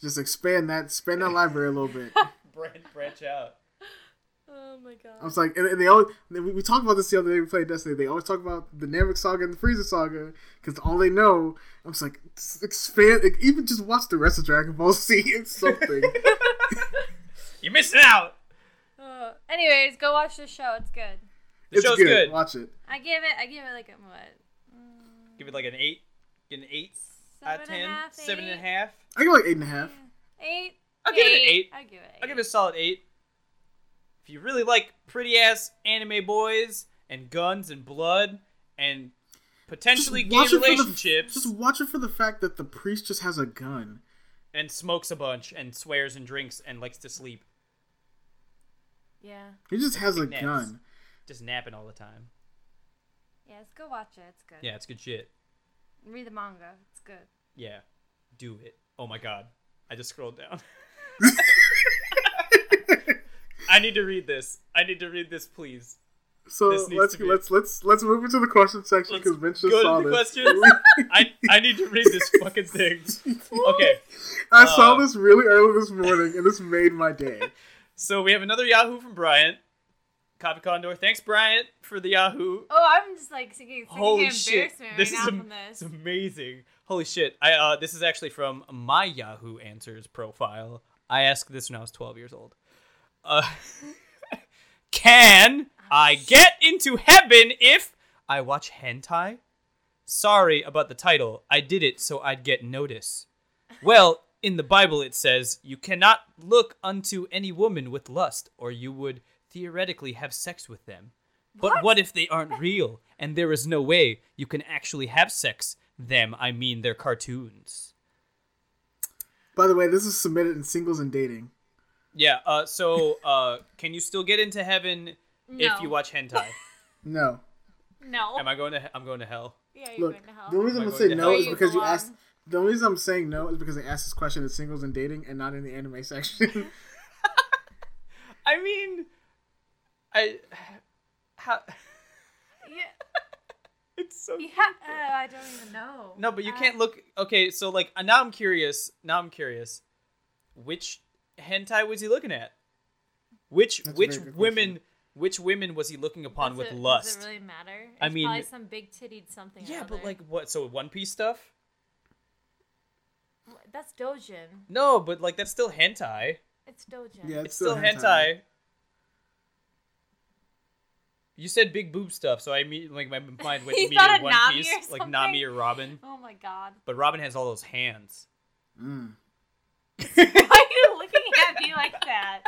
[SPEAKER 3] just expand that expand that library a little bit.
[SPEAKER 1] branch, branch out.
[SPEAKER 2] Oh my god.
[SPEAKER 3] I was like, and they always we we talked about this the other day. We played Destiny. They always talk about the Namek Saga and the Frieza Saga because all they know. I was like, "S- expand, like, even just watch the rest of Dragon Ball Z. It's something.
[SPEAKER 1] You're missing out.
[SPEAKER 2] Ugh. Uh, anyways, go watch this show. It's good.
[SPEAKER 1] The
[SPEAKER 3] it's
[SPEAKER 1] show's
[SPEAKER 3] good.
[SPEAKER 1] good.
[SPEAKER 3] Watch it.
[SPEAKER 2] I give it. I give it like a what?
[SPEAKER 1] Give it like an eight, an eight out of
[SPEAKER 2] Seven
[SPEAKER 1] ten,
[SPEAKER 2] and a half,
[SPEAKER 1] seven and a
[SPEAKER 2] eight?
[SPEAKER 1] half.
[SPEAKER 3] I give it like eight and a half.
[SPEAKER 2] Eight.
[SPEAKER 1] I'll give it an eight.
[SPEAKER 2] I give it. Eight.
[SPEAKER 1] I'll give it a solid eight. If you really like pretty ass anime boys and guns and blood and potentially gay
[SPEAKER 3] watch it for the-
[SPEAKER 1] relationships
[SPEAKER 3] Just watch it for the fact that the priest just has a gun.
[SPEAKER 1] and smokes a bunch and swears and drinks and likes to sleep,
[SPEAKER 2] Yeah.
[SPEAKER 3] He just has a
[SPEAKER 1] Yes.
[SPEAKER 3] gun.
[SPEAKER 1] just napping all the time.
[SPEAKER 2] Yes. Go watch it. It's good.
[SPEAKER 1] Yeah, it's good shit.
[SPEAKER 2] Read the manga. It's good.
[SPEAKER 1] Yeah, do it. Oh my god, I just scrolled down. I need to read this. I need to read this, please.
[SPEAKER 3] So
[SPEAKER 1] This needs
[SPEAKER 3] let's
[SPEAKER 1] to be-
[SPEAKER 3] let's let's let's move into the question section
[SPEAKER 1] Let's
[SPEAKER 3] because Vince
[SPEAKER 1] go
[SPEAKER 3] just
[SPEAKER 1] to
[SPEAKER 3] saw
[SPEAKER 1] the
[SPEAKER 3] this.
[SPEAKER 1] questions. I I need to read this fucking thing. Okay,
[SPEAKER 3] I saw
[SPEAKER 1] Uh,
[SPEAKER 3] this really early this morning, and this made my day.
[SPEAKER 1] so we have another Yahoo from Bryant. Copy Condor. Thanks, Bryant, for the Yahoo.
[SPEAKER 2] Oh, I'm just like thinking
[SPEAKER 1] Holy
[SPEAKER 2] secondhand
[SPEAKER 1] shit!
[SPEAKER 2] embarrassment right
[SPEAKER 1] This
[SPEAKER 2] now
[SPEAKER 1] is am-
[SPEAKER 2] from
[SPEAKER 1] it's
[SPEAKER 2] this.
[SPEAKER 1] amazing. Holy shit! I uh, this is actually from my Yahoo Answers profile. I asked this when I was 12 years old. Uh, can I get into heaven if I watch hentai? Sorry about the title. I did it so I'd get notice. Well, in the Bible it says you cannot look unto any woman with lust, or you would theoretically have sex with them. But what, if they aren't real and there is no way you can actually have sex? Them, I mean their cartoons.
[SPEAKER 3] By the way, this is submitted in singles and dating.
[SPEAKER 1] Yeah, uh, so uh, can you still get into heaven if
[SPEAKER 2] No.
[SPEAKER 1] you watch hentai?
[SPEAKER 3] No.
[SPEAKER 2] No.
[SPEAKER 1] Am I going to he- I'm going to hell.
[SPEAKER 2] yeah, you're
[SPEAKER 3] Look,
[SPEAKER 2] going to
[SPEAKER 3] the
[SPEAKER 2] hell.
[SPEAKER 3] reason I'm
[SPEAKER 1] Am I going
[SPEAKER 3] gonna say
[SPEAKER 1] to
[SPEAKER 3] no
[SPEAKER 1] hell?
[SPEAKER 3] is because you
[SPEAKER 2] Belong.
[SPEAKER 3] asked. The reason I'm saying no is because they asked this question in singles and dating and not in the anime section.
[SPEAKER 1] I mean I how
[SPEAKER 2] Yeah.
[SPEAKER 1] it's so
[SPEAKER 2] Yeah, uh, I don't even know.
[SPEAKER 1] No, but you
[SPEAKER 2] Uh,
[SPEAKER 1] can't look. Okay, so like uh, now I'm curious. Now I'm curious. Which hentai was he looking at? Which
[SPEAKER 3] That's a
[SPEAKER 1] which
[SPEAKER 3] very good
[SPEAKER 1] women which women was he looking upon
[SPEAKER 2] does
[SPEAKER 1] with
[SPEAKER 2] it-
[SPEAKER 1] lust?
[SPEAKER 2] Does it really matter? It's
[SPEAKER 1] I mean-
[SPEAKER 2] probably some big tittied something. or
[SPEAKER 1] yeah, but
[SPEAKER 2] other.
[SPEAKER 1] like what? So One Piece stuff?
[SPEAKER 2] Wh- that's Dojin.
[SPEAKER 1] No, but like that's still hentai.
[SPEAKER 2] It's Dojin.
[SPEAKER 3] yeah,
[SPEAKER 1] It's, still, hentai. You said big boob stuff, so I mean like my mind went
[SPEAKER 2] He
[SPEAKER 1] immediately
[SPEAKER 2] thought of
[SPEAKER 1] One
[SPEAKER 2] Nami
[SPEAKER 1] Piece,
[SPEAKER 2] or
[SPEAKER 1] like
[SPEAKER 2] something.
[SPEAKER 1] Nami or Robin.
[SPEAKER 2] Oh my god!
[SPEAKER 1] But Robin has all those hands.
[SPEAKER 3] Mm.
[SPEAKER 2] Why are you looking at me like that?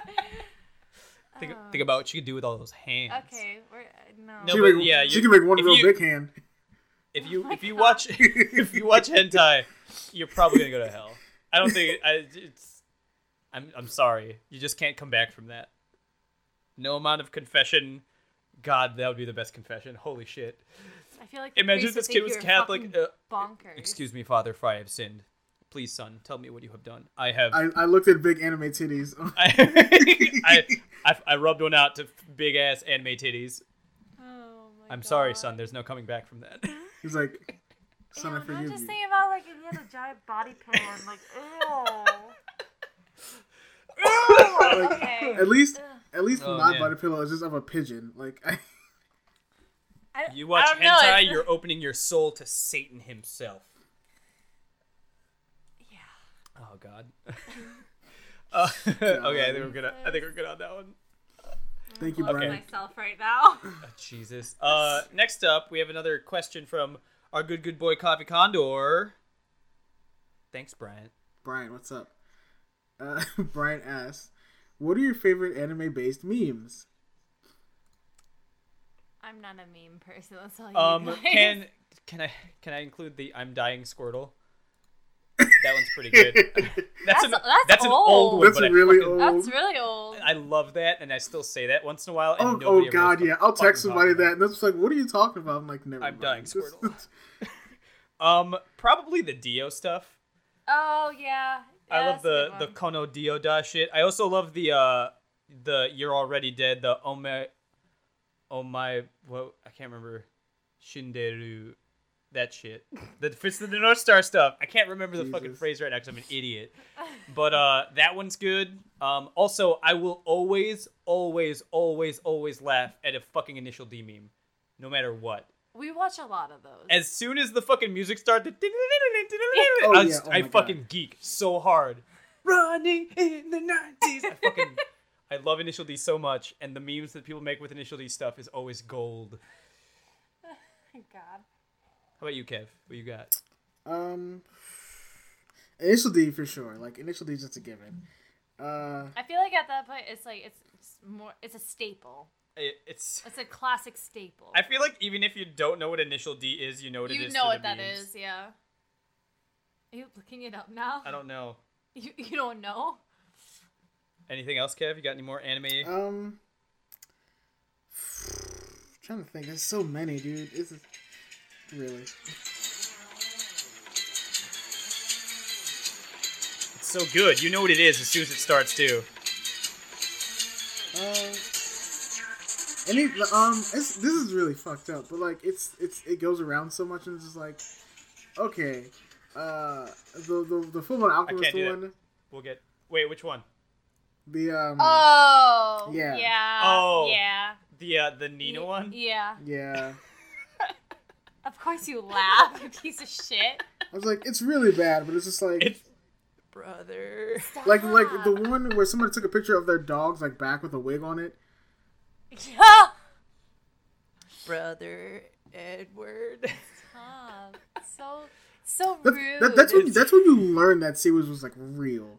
[SPEAKER 1] Think,
[SPEAKER 2] Oh.
[SPEAKER 1] think about what you could do with all those hands.
[SPEAKER 2] Okay, we're uh, no.
[SPEAKER 1] No,
[SPEAKER 3] she
[SPEAKER 1] but
[SPEAKER 3] can make,
[SPEAKER 1] yeah,
[SPEAKER 3] she
[SPEAKER 1] you-
[SPEAKER 3] can make one
[SPEAKER 1] if
[SPEAKER 3] real
[SPEAKER 1] you-
[SPEAKER 3] big hand.
[SPEAKER 1] If you
[SPEAKER 2] Oh my
[SPEAKER 1] if you
[SPEAKER 2] God.
[SPEAKER 1] watch if you watch hentai, you're probably gonna go to hell. I don't think I, it's. I'm I'm sorry. You just can't come back from that. No amount of confession. God, that would be the best confession. Holy shit.
[SPEAKER 2] I feel like
[SPEAKER 1] Imagine if this kid was Catholic. Uh,
[SPEAKER 2] bonkers.
[SPEAKER 1] excuse me, Father, for I have sinned. Please, son, tell me what you have done. I have.
[SPEAKER 3] I, I looked at big anime titties.
[SPEAKER 1] I, I, I, I rubbed one out to big ass anime titties.
[SPEAKER 2] Oh my
[SPEAKER 1] I'm sorry,
[SPEAKER 2] God.
[SPEAKER 1] son. There's no coming back from that.
[SPEAKER 3] He's like, son,
[SPEAKER 2] Ew,
[SPEAKER 3] I forgive
[SPEAKER 2] I'm just
[SPEAKER 3] you.
[SPEAKER 2] thinking about like if he had a giant body pillow. like, ew.
[SPEAKER 3] Like,
[SPEAKER 2] okay.
[SPEAKER 3] At least, at least
[SPEAKER 1] Oh,
[SPEAKER 3] my
[SPEAKER 1] man.
[SPEAKER 3] body pillow is just of a pigeon. Like, I,
[SPEAKER 2] I,
[SPEAKER 1] You watch
[SPEAKER 2] I don't know,
[SPEAKER 1] hentai,
[SPEAKER 2] it's-
[SPEAKER 1] you're opening your soul to Satan himself.
[SPEAKER 2] Yeah.
[SPEAKER 1] Oh God. Uh, okay, I think we're gonna. I think we're good on that one.
[SPEAKER 3] thank you,
[SPEAKER 2] Love
[SPEAKER 3] Brian.
[SPEAKER 2] myself right now.
[SPEAKER 1] Oh, Jesus. Uh, next up, we have another question from our good good boy Coffee Condor. Thanks, Bryant.
[SPEAKER 3] Brian, what's up? Uh, Brian asks, "What are your favorite anime-based memes?"
[SPEAKER 2] I'm not a meme person. That's all you
[SPEAKER 1] Um,
[SPEAKER 2] guys.
[SPEAKER 1] can can I can I include the I'm dying Squirtle? That one's pretty
[SPEAKER 3] Oh,
[SPEAKER 1] good. That's, an
[SPEAKER 2] That's- that's
[SPEAKER 1] an old
[SPEAKER 2] old.
[SPEAKER 1] one.
[SPEAKER 3] That's
[SPEAKER 1] but I
[SPEAKER 3] really
[SPEAKER 1] fucking-
[SPEAKER 3] old.
[SPEAKER 2] That's really old.
[SPEAKER 1] I love that, and I still say that once in a while. And
[SPEAKER 3] Oh,
[SPEAKER 1] nobody
[SPEAKER 3] oh
[SPEAKER 1] ever knows
[SPEAKER 3] God,
[SPEAKER 1] what
[SPEAKER 3] yeah.
[SPEAKER 1] the
[SPEAKER 3] I'll
[SPEAKER 1] fuck
[SPEAKER 3] text
[SPEAKER 1] I'm
[SPEAKER 3] somebody
[SPEAKER 1] talking
[SPEAKER 3] that, and that's like, "What are you talking about?" I'm like, "Never."
[SPEAKER 1] I'm
[SPEAKER 3] mind.
[SPEAKER 1] dying,
[SPEAKER 3] This-
[SPEAKER 1] Squirtle. Um, probably the Dio stuff.
[SPEAKER 2] oh yeah. Yeah,
[SPEAKER 1] I love
[SPEAKER 2] that's a
[SPEAKER 1] the
[SPEAKER 2] good
[SPEAKER 1] the
[SPEAKER 2] one.
[SPEAKER 1] Kono Dioda shit. I also love the uh the You're Already Dead, the Ome Oh my what I can't remember Shinderu that shit. The Fist of the North Star stuff. I can't remember the fucking
[SPEAKER 3] Jesus.
[SPEAKER 1] phrase right now because I'm an idiot. But uh that one's good. Um also I will always, always, always, always laugh at a fucking initial D meme. No matter what.
[SPEAKER 2] We watch a lot of those.
[SPEAKER 1] As soon as the fucking music started,
[SPEAKER 3] Oh,
[SPEAKER 1] I,
[SPEAKER 3] yeah.
[SPEAKER 1] just-
[SPEAKER 3] Oh,
[SPEAKER 1] I
[SPEAKER 3] my
[SPEAKER 1] fucking
[SPEAKER 3] God.
[SPEAKER 1] geek so hard. Running in the nineties. I fucking I love Initial D so much, and the memes that people make with Initial D stuff is always gold.
[SPEAKER 2] Thank God.
[SPEAKER 1] How about you, Kev? What you got?
[SPEAKER 3] Um, initial D for sure. Like initial D, is just a given. Uh,
[SPEAKER 2] I feel like at that point it's like it's it's more it's a staple.
[SPEAKER 1] It, it's.
[SPEAKER 2] It's a classic staple.
[SPEAKER 1] I feel like even if you don't know what Initial D is, you know what it is.
[SPEAKER 2] you
[SPEAKER 1] through
[SPEAKER 2] know what
[SPEAKER 1] the
[SPEAKER 2] that
[SPEAKER 1] memes.
[SPEAKER 2] is, yeah. Are you looking it up now?
[SPEAKER 1] I don't know
[SPEAKER 2] You, you don't know?
[SPEAKER 1] anything else, Kev. You got any more anime?
[SPEAKER 3] um, trying to think. There's so many, dude. This is really.
[SPEAKER 1] it's so good. You know what it is as soon as it starts too.
[SPEAKER 3] Uh, any um, it's, this is really fucked up, but like it's it's it goes around so much, and it's just like, okay, uh, the the, the Full Metal Alchemist
[SPEAKER 1] do that.
[SPEAKER 3] one,
[SPEAKER 1] We'll get. Wait, which one?
[SPEAKER 3] the um,
[SPEAKER 2] Oh.
[SPEAKER 3] Yeah.
[SPEAKER 2] Yeah.
[SPEAKER 1] Hmm. Oh.
[SPEAKER 2] Yeah.
[SPEAKER 1] The uh, the Nina
[SPEAKER 2] Y-
[SPEAKER 1] one.
[SPEAKER 2] Yeah.
[SPEAKER 3] yeah,
[SPEAKER 2] Of course you laugh, you piece of shit.
[SPEAKER 3] I was like, it's really bad, but it's just like.
[SPEAKER 1] It's brother.
[SPEAKER 3] like like the
[SPEAKER 2] Stop.
[SPEAKER 3] one where somebody took a picture of their dog's like back with a wig on it.
[SPEAKER 2] Yeah.
[SPEAKER 1] brother Edward.
[SPEAKER 2] Stop. So so
[SPEAKER 3] That,
[SPEAKER 2] rude.
[SPEAKER 3] that, that's when that's when you learn that series was like real.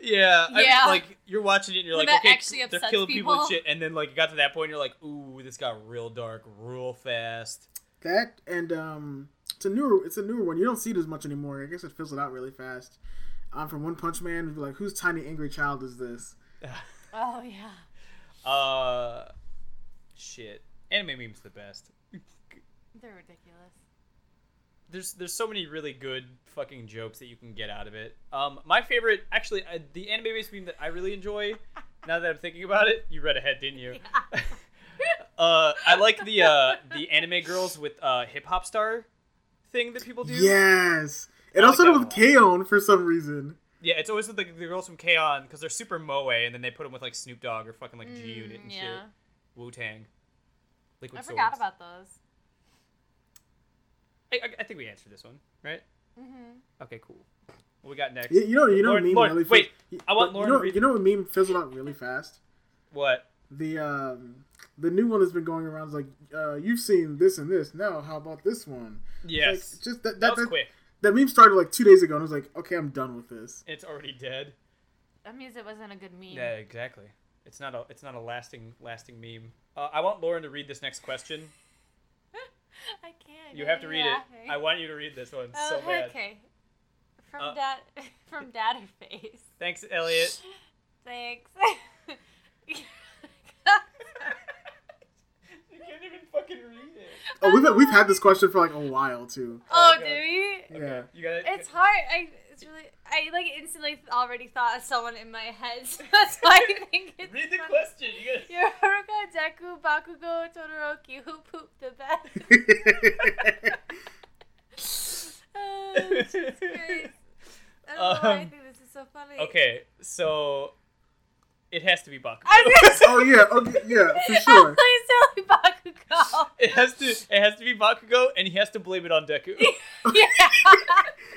[SPEAKER 1] yeah, I
[SPEAKER 2] Yeah.
[SPEAKER 1] mean, like you're watching it and you're
[SPEAKER 2] When
[SPEAKER 1] like,
[SPEAKER 2] that
[SPEAKER 1] okay,
[SPEAKER 2] actually
[SPEAKER 1] they're
[SPEAKER 2] upsets
[SPEAKER 1] killing people. and
[SPEAKER 2] people.
[SPEAKER 1] shit, and then like it got to that point, you're like, ooh, this got real dark, real fast.
[SPEAKER 3] That and um, it's a newer it's a newer one. You don't see it as much anymore. I guess it fills it out really fast. Um, from One Punch Man, it'd be like whose tiny angry child is this?
[SPEAKER 2] oh yeah.
[SPEAKER 1] Uh, shit, anime memes the best.
[SPEAKER 2] They're ridiculous.
[SPEAKER 1] There's there's so many really good fucking jokes that you can get out of it. Um, my favorite, actually, uh, the anime based meme that I really enjoy. now that I'm thinking about it, you read ahead, didn't you? uh, I like the uh the anime girls with uh hip hop star thing that people do.
[SPEAKER 3] Yes. It
[SPEAKER 1] I
[SPEAKER 3] also
[SPEAKER 1] like
[SPEAKER 3] started with
[SPEAKER 1] that
[SPEAKER 3] Kaon for some reason.
[SPEAKER 1] Yeah, it's always with the, the girls from K on because they're super moe, and then they put them with like Snoop Dogg or fucking like G Unit and shit.
[SPEAKER 2] Mm, yeah.
[SPEAKER 1] Wu Tang. Liquid
[SPEAKER 2] I forgot
[SPEAKER 1] Swords.
[SPEAKER 2] about those.
[SPEAKER 1] I, I, I think we answered this one, right?
[SPEAKER 2] Mhm.
[SPEAKER 1] Okay, cool. What we got next?
[SPEAKER 3] You, you know you know
[SPEAKER 1] Lauren-
[SPEAKER 3] what meme
[SPEAKER 1] Lauren,
[SPEAKER 3] really fizzled-
[SPEAKER 1] wait,
[SPEAKER 3] you-
[SPEAKER 1] I want
[SPEAKER 3] but
[SPEAKER 1] Lauren
[SPEAKER 3] you
[SPEAKER 1] to
[SPEAKER 3] know,
[SPEAKER 1] read-
[SPEAKER 3] you know what meme fizzled out really fast.
[SPEAKER 1] What?
[SPEAKER 3] The um the new one that's been going around is like uh, you've seen this and this. Now how about this one? Like,
[SPEAKER 1] Yes,
[SPEAKER 3] just that,
[SPEAKER 1] that
[SPEAKER 3] that,
[SPEAKER 1] was
[SPEAKER 3] that,
[SPEAKER 1] quick.
[SPEAKER 3] that meme started like two days ago, and I was like, okay, I'm done with this.
[SPEAKER 1] It's already dead.
[SPEAKER 2] That means it wasn't a good meme.
[SPEAKER 1] Yeah, exactly. It's not a it's not a lasting lasting meme. Uh, I want Lauren to read this next question.
[SPEAKER 2] I can't.
[SPEAKER 1] You have to
[SPEAKER 2] I'm
[SPEAKER 1] read
[SPEAKER 2] laughing.
[SPEAKER 1] it. I want you to read this one
[SPEAKER 2] Oh,
[SPEAKER 1] so bad.
[SPEAKER 2] Okay. From
[SPEAKER 1] Uh,
[SPEAKER 2] dad, from dadder face.
[SPEAKER 1] Thanks, Elliot.
[SPEAKER 2] Thanks.
[SPEAKER 1] you can't even fucking read it.
[SPEAKER 3] Oh, we've we've had this question for like a while too.
[SPEAKER 2] oh,
[SPEAKER 1] God.
[SPEAKER 2] do we?
[SPEAKER 3] Yeah.
[SPEAKER 1] You got it.
[SPEAKER 2] It's hard. I it's really I like instantly already thought of someone in my head, so that's why I think it's
[SPEAKER 1] read the
[SPEAKER 2] funny.
[SPEAKER 1] question. You got it.
[SPEAKER 2] Yoruka Deku Bakugo Todoroki, who pooped the best? Oh, Jesus Christ. I don't know why I
[SPEAKER 1] Um,
[SPEAKER 2] think this is so funny.
[SPEAKER 1] Okay, so it has to be Bakugo.
[SPEAKER 2] I was
[SPEAKER 3] oh yeah. Okay. Yeah. For sure.
[SPEAKER 2] Please tell me Bakugo.
[SPEAKER 1] it has to. It has to be Bakugo, and he has to blame it on Deku.
[SPEAKER 2] Yeah.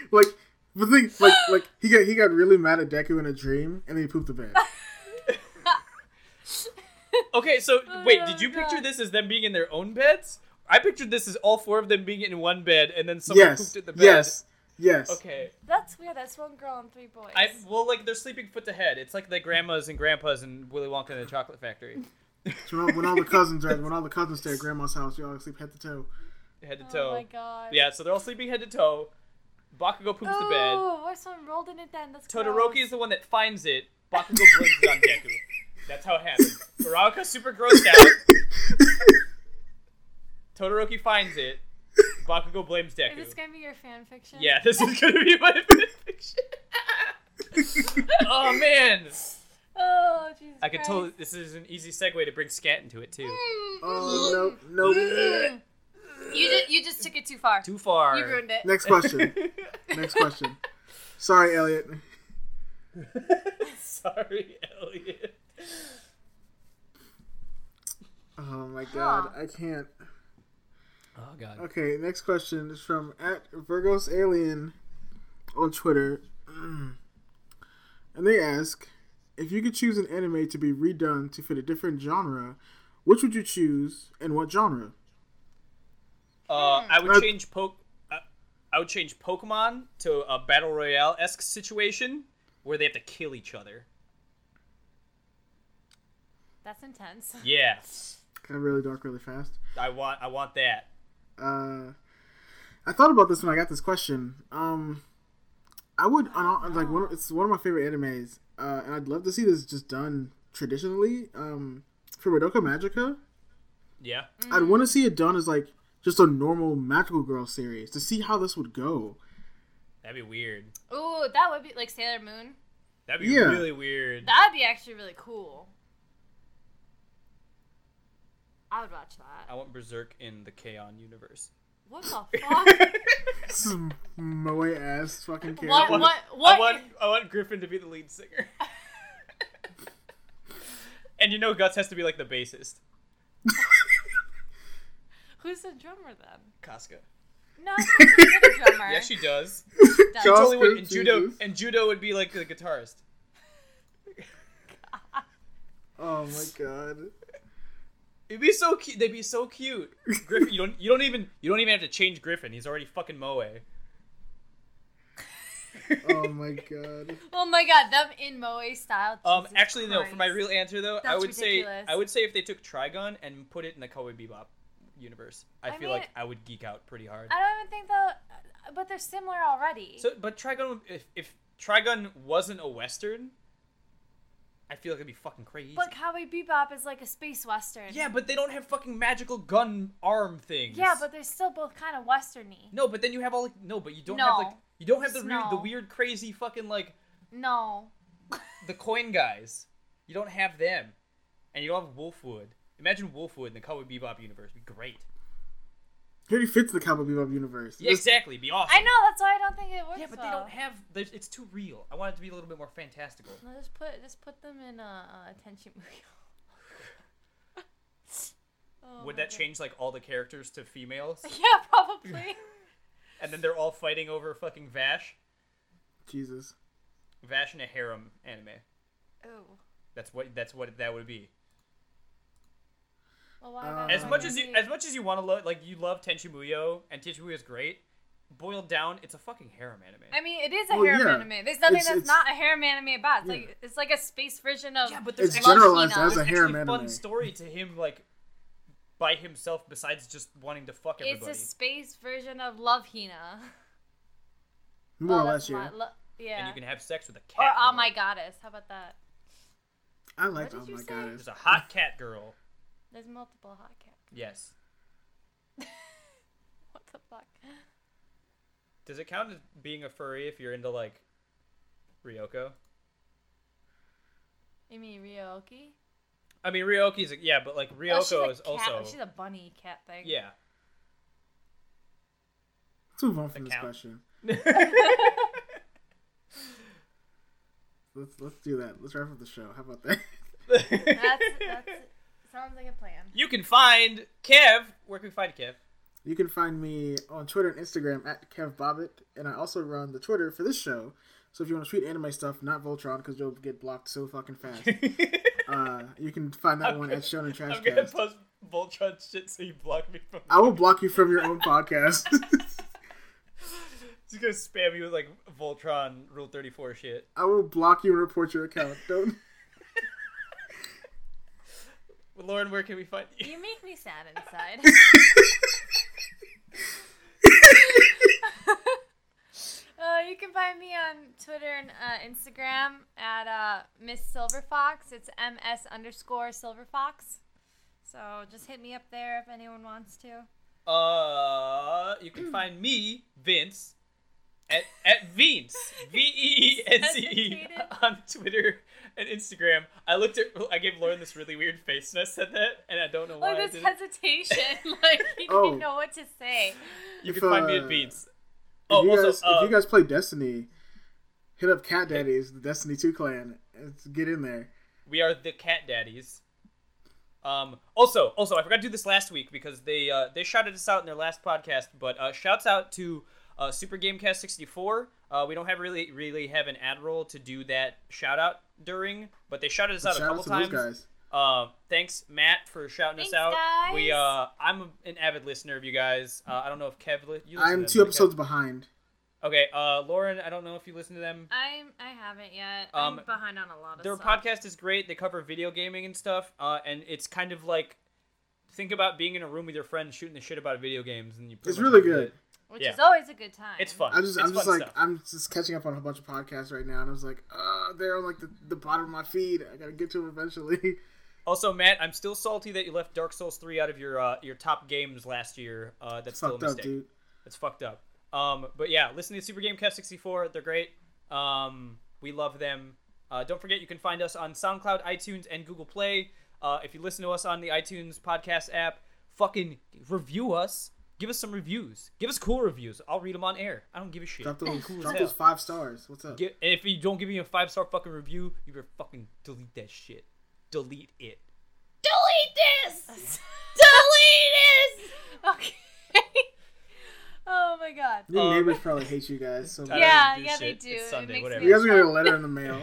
[SPEAKER 3] Like the thing. Like like he got he got really mad at Deku in a dream, and then he pooped the bed.
[SPEAKER 1] Okay, so
[SPEAKER 2] Oh,
[SPEAKER 1] wait,
[SPEAKER 2] yeah,
[SPEAKER 1] did you
[SPEAKER 2] God.
[SPEAKER 1] picture this as them being in their own beds? I pictured this as all four of them being in one bed, and then someone
[SPEAKER 3] yes.
[SPEAKER 1] pooped at the bed.
[SPEAKER 3] Yes. Yes.
[SPEAKER 1] Okay.
[SPEAKER 2] That's weird. That's one girl and three boys.
[SPEAKER 1] I well, like they're sleeping foot to head. It's like the grandmas and grandpas and Willy Wonka and the Chocolate Factory,
[SPEAKER 3] So When all, when all the cousins are when all the cousins stay at grandma's house, we all sleep head to toe.
[SPEAKER 1] head to
[SPEAKER 2] Oh my
[SPEAKER 1] toe.
[SPEAKER 2] god.
[SPEAKER 1] yeah, so they're all sleeping head to toe. Bakugo poops the bed.
[SPEAKER 2] Ooh, what's one rolled in it then? That's gross.
[SPEAKER 1] Todoroki is the one that finds it. Bakugo blames it on Deku. That's how it happens. Baraka super grossed out. Todoroki finds it. Bakugo blames Deku.
[SPEAKER 2] Is this gonna be your fan fiction?
[SPEAKER 1] Yeah, this is gonna be my fiction. oh man,
[SPEAKER 2] Oh Jesus.
[SPEAKER 1] I could
[SPEAKER 2] Christ.
[SPEAKER 1] totally. This is an easy segue to bring scat into it too.
[SPEAKER 3] Oh no no.
[SPEAKER 2] You just you just took it too far.
[SPEAKER 1] Too far.
[SPEAKER 2] you ruined it.
[SPEAKER 3] Next question. Next question. Sorry, Elliot.
[SPEAKER 1] Sorry, Elliot.
[SPEAKER 3] Oh my god, I can't.
[SPEAKER 1] Oh god.
[SPEAKER 3] Okay, next question is from at Virgos Alien on Twitter, and they ask if you could choose an anime to be redone to fit a different genre, which would you choose and what genre?
[SPEAKER 1] Uh, I would
[SPEAKER 3] Uh,
[SPEAKER 1] change poke. Uh, I would change Pokemon to a battle royale esque situation where they have to kill each other.
[SPEAKER 2] That's intense.
[SPEAKER 1] Yeah,
[SPEAKER 3] Got really dark really fast.
[SPEAKER 1] I want. I want that.
[SPEAKER 3] uh, I thought about this when I got this question. Um, I would I don't- like one. of- It's one of my favorite animes, uh, and I'd love to see this just done traditionally. Um, for Madoka Magica,
[SPEAKER 1] Yeah.
[SPEAKER 3] I'd want to see it done as like just a normal magical girl series to see how this would go.
[SPEAKER 1] That'd be weird.
[SPEAKER 2] Ooh, that would be like Sailor Moon.
[SPEAKER 1] That'd be
[SPEAKER 3] Yeah.
[SPEAKER 1] really weird.
[SPEAKER 2] That'd be actually really cool. I would watch
[SPEAKER 1] I
[SPEAKER 2] that.
[SPEAKER 1] want Berserk in the K-On! universe.
[SPEAKER 2] What the fuck?
[SPEAKER 3] This is moe ass fucking character.
[SPEAKER 2] what what what?
[SPEAKER 1] I want I want Griffin to be the lead singer. and you know Guts has to be like the bassist.
[SPEAKER 2] Who's the drummer then?
[SPEAKER 1] Casca.
[SPEAKER 2] No, she's the drummer.
[SPEAKER 1] Yeah, she does.
[SPEAKER 2] Does.
[SPEAKER 3] Go-
[SPEAKER 1] Totally would, and
[SPEAKER 3] Jesus.
[SPEAKER 1] judo and judo would be like the guitarist.
[SPEAKER 3] Oh my god.
[SPEAKER 1] It'd be so cute. They'd be so cute. Griffin, you don't you don't even you don't even have to change Griffin. He's already fucking Moe.
[SPEAKER 3] Oh my god.
[SPEAKER 2] Oh my god, them in moe style.
[SPEAKER 1] Um,
[SPEAKER 2] Jesus
[SPEAKER 1] actually, no. For my
[SPEAKER 2] Christ.
[SPEAKER 1] real answer, though, I
[SPEAKER 2] That's
[SPEAKER 1] would
[SPEAKER 2] ridiculous.
[SPEAKER 1] say I would say if they took Trigon and put it in the Cowboy Bebop universe, I,
[SPEAKER 2] I
[SPEAKER 1] feel
[SPEAKER 2] mean-
[SPEAKER 1] like I would geek out pretty hard.
[SPEAKER 2] I don't even think they'll. But they're similar already.
[SPEAKER 1] So, but Trigun, if, if Trigun wasn't a Western, I feel like it'd be fucking crazy.
[SPEAKER 2] but Cowboy Bebop is like a space western.
[SPEAKER 1] yeah, but they don't have fucking magical gun arm things.
[SPEAKER 2] Yeah, but they're still both kind of westerny.
[SPEAKER 1] no, but then you have all like no, but you don't
[SPEAKER 2] No.
[SPEAKER 1] have like you don't have the re-
[SPEAKER 2] No.
[SPEAKER 1] the weird crazy fucking like
[SPEAKER 2] No.
[SPEAKER 1] the coin guys. You don't have them, and you don't have Wolfwood. Imagine Wolfwood in the Cowboy Bebop universe. It'd be great.
[SPEAKER 3] He already fits the Cowboy Bebop universe.
[SPEAKER 1] Yeah, exactly. It'd be awesome.
[SPEAKER 2] I know that's why I don't think it works.
[SPEAKER 1] Yeah, but they
[SPEAKER 2] well.
[SPEAKER 1] don't have. there's- It's too real. I want it to be a little bit more fantastical.
[SPEAKER 2] No, just put just put them in a, a Tenchi Muyo. Oh
[SPEAKER 1] Would
[SPEAKER 2] my
[SPEAKER 1] that
[SPEAKER 2] God.
[SPEAKER 1] change like all the characters to females,
[SPEAKER 2] Yeah, probably.
[SPEAKER 1] and then they're all fighting over fucking Vash?
[SPEAKER 3] Jesus.
[SPEAKER 1] Vash and a harem anime.
[SPEAKER 2] Ooh.
[SPEAKER 1] That's what that's what that would be.
[SPEAKER 2] Well, why
[SPEAKER 3] Uh,
[SPEAKER 2] not?
[SPEAKER 1] As much as you as much as you want to love like you love Tenchi Muyo and Tenchi Muyo is great, boiled down, it's a fucking harem anime.
[SPEAKER 2] I mean, it is a
[SPEAKER 3] Well,
[SPEAKER 2] harem
[SPEAKER 3] yeah.
[SPEAKER 2] anime. There's nothing
[SPEAKER 3] It's-
[SPEAKER 2] that's
[SPEAKER 3] it's-
[SPEAKER 2] not a harem anime about. It's
[SPEAKER 3] Yeah.
[SPEAKER 2] like it's like a space version of.
[SPEAKER 1] yeah, but there's
[SPEAKER 3] It's
[SPEAKER 1] actually,
[SPEAKER 3] generalized
[SPEAKER 2] Love
[SPEAKER 3] as
[SPEAKER 1] there's
[SPEAKER 3] a harem
[SPEAKER 1] actually
[SPEAKER 3] anime.
[SPEAKER 1] fun story to him like by himself besides just wanting to fuck everybody.
[SPEAKER 2] It's a space version of Love Hina.
[SPEAKER 3] More
[SPEAKER 2] Oh,
[SPEAKER 3] or
[SPEAKER 2] that's
[SPEAKER 3] less,
[SPEAKER 2] my-
[SPEAKER 3] yeah.
[SPEAKER 2] lo- yeah.
[SPEAKER 1] And you can have sex with a
[SPEAKER 2] or
[SPEAKER 1] cat.
[SPEAKER 2] Oh
[SPEAKER 1] girl.
[SPEAKER 2] My Goddess. How about that?
[SPEAKER 3] I like.
[SPEAKER 2] What
[SPEAKER 3] Oh
[SPEAKER 2] did you
[SPEAKER 3] my
[SPEAKER 2] say?
[SPEAKER 3] god.
[SPEAKER 1] There's a hot cat girl.
[SPEAKER 2] There's multiple hot cats.
[SPEAKER 1] Yes.
[SPEAKER 2] What the fuck?
[SPEAKER 1] Does it count as being a furry if you're into like Ryoko?
[SPEAKER 2] You mean Ryoki?
[SPEAKER 1] I mean Ryoki's yeah, but like
[SPEAKER 2] Oh,
[SPEAKER 1] Ryoko
[SPEAKER 2] she's a
[SPEAKER 1] is
[SPEAKER 2] cat-
[SPEAKER 1] also
[SPEAKER 2] She's a bunny cat thing.
[SPEAKER 1] yeah.
[SPEAKER 3] Let's move on from
[SPEAKER 1] The
[SPEAKER 3] this
[SPEAKER 1] count.
[SPEAKER 3] question. Let's let's do that. Let's wrap up the show. How about that?
[SPEAKER 2] That's, that's sounds like a plan.
[SPEAKER 1] you can find Kev. Where can we find Kev?
[SPEAKER 3] You can find me on Twitter and Instagram at Kev Bobbitt, and I also run the Twitter for this show. So if you want to tweet anime stuff, not Voltron, because you'll get blocked so fucking fast. uh, you can find that one at Shonen
[SPEAKER 1] I'm gonna
[SPEAKER 3] Trashcast.
[SPEAKER 1] post Voltron shit so you block me from.
[SPEAKER 3] I will block you from your own podcast.
[SPEAKER 1] He's gonna spam you with like Voltron Rule 34 shit.
[SPEAKER 3] I will block you and report your account. Don't.
[SPEAKER 1] Lauren, where can we find you?
[SPEAKER 2] You make me sad inside. uh, you can find me on Twitter and uh, Instagram at uh, Miss Silverfox. It's MS underscore Silverfox. So just hit me up there if anyone wants to.
[SPEAKER 1] Uh, you can find me Vince at at Vince V E E N C E
[SPEAKER 2] Suffocated.
[SPEAKER 1] on Twitter and Instagram. I looked at I gave Lauren this really weird face when I said that, and I don't know why.
[SPEAKER 2] Like
[SPEAKER 1] I
[SPEAKER 2] Oh, this
[SPEAKER 1] did it.
[SPEAKER 2] hesitation, like you
[SPEAKER 3] Oh.
[SPEAKER 2] didn't know what to say.
[SPEAKER 1] You
[SPEAKER 3] If,
[SPEAKER 1] can find me
[SPEAKER 3] uh,
[SPEAKER 1] at Vince. Oh,
[SPEAKER 3] if, you
[SPEAKER 1] also,
[SPEAKER 3] guys,
[SPEAKER 1] uh,
[SPEAKER 3] if you guys play Destiny, hit up Cat Daddies, the Destiny 2 clan. Let's get in there.
[SPEAKER 1] We are the cat daddies. Um, also, also, I forgot to do this last week because they uh, they shouted us out in their last podcast. But uh, shouts out to uh, Super Gamecast sixty four. Uh, we don't have really really have an ad roll to do that shout out during, but they shouted us out a
[SPEAKER 3] Shout out
[SPEAKER 1] couple
[SPEAKER 3] to
[SPEAKER 1] times.
[SPEAKER 3] those guys.
[SPEAKER 1] Uh, thanks, Matt, for shouting
[SPEAKER 2] Thanks,
[SPEAKER 1] us out.
[SPEAKER 2] guys.
[SPEAKER 1] We uh, I'm an avid listener of you guys. Uh, I don't know if Kev. Li- you listen to them,
[SPEAKER 3] I'm two
[SPEAKER 1] right, Kev?
[SPEAKER 3] episodes behind.
[SPEAKER 1] Okay, uh, Lauren, I don't know if you listen to them.
[SPEAKER 2] I'm I haven't yet.
[SPEAKER 1] Um,
[SPEAKER 2] I'm behind on a lot of
[SPEAKER 1] Their
[SPEAKER 2] stuff.
[SPEAKER 1] podcast is great. They cover video gaming and stuff, uh, and it's kind of like think about being in a room with your friends shooting the shit about video games, and you. pretty
[SPEAKER 3] It's
[SPEAKER 1] much
[SPEAKER 3] really
[SPEAKER 1] have
[SPEAKER 3] good.
[SPEAKER 1] it.
[SPEAKER 2] which
[SPEAKER 1] yeah.
[SPEAKER 2] is always a good time.
[SPEAKER 1] It's fun.
[SPEAKER 3] I'm just,
[SPEAKER 1] it's
[SPEAKER 3] I'm just
[SPEAKER 1] fun
[SPEAKER 3] like,
[SPEAKER 1] stuff.
[SPEAKER 3] I'm just catching up on a bunch of podcasts right now, and I was like, uh, they're on like the, the bottom of my feed. I gotta get to them eventually.
[SPEAKER 1] Also, Matt, I'm still salty that you left Dark Souls three out of your uh, your top games last year. Uh, that's still a
[SPEAKER 3] Fucked up,
[SPEAKER 1] mistake.
[SPEAKER 3] dude.
[SPEAKER 1] It's fucked up. Um, but yeah, listen to Super Gamecast 64. They're great. Um, we love them. Uh, don't forget, you can find us on SoundCloud, iTunes, and Google Play. Uh, if you listen to us on the iTunes podcast app, fucking review us. Give us some reviews. Give us cool reviews. I'll read them on air. I don't give a shit.
[SPEAKER 3] Drop those,
[SPEAKER 1] Cool as
[SPEAKER 3] drop
[SPEAKER 1] hell.
[SPEAKER 3] those five stars. What's up?
[SPEAKER 1] Get, and if you don't give me a five star fucking review, you better fucking delete that shit. Delete it.
[SPEAKER 2] Delete this. Delete this. Okay. oh my god.
[SPEAKER 3] Your
[SPEAKER 1] um,
[SPEAKER 3] neighbors probably hate you guys. So
[SPEAKER 1] I
[SPEAKER 3] much.
[SPEAKER 1] don't
[SPEAKER 2] Yeah,
[SPEAKER 1] do
[SPEAKER 2] yeah, they
[SPEAKER 1] shit.
[SPEAKER 2] do.
[SPEAKER 1] It's
[SPEAKER 2] It
[SPEAKER 1] Sunday,
[SPEAKER 2] makes
[SPEAKER 1] whatever.
[SPEAKER 2] me
[SPEAKER 3] you guys are gonna get a letter in the mail.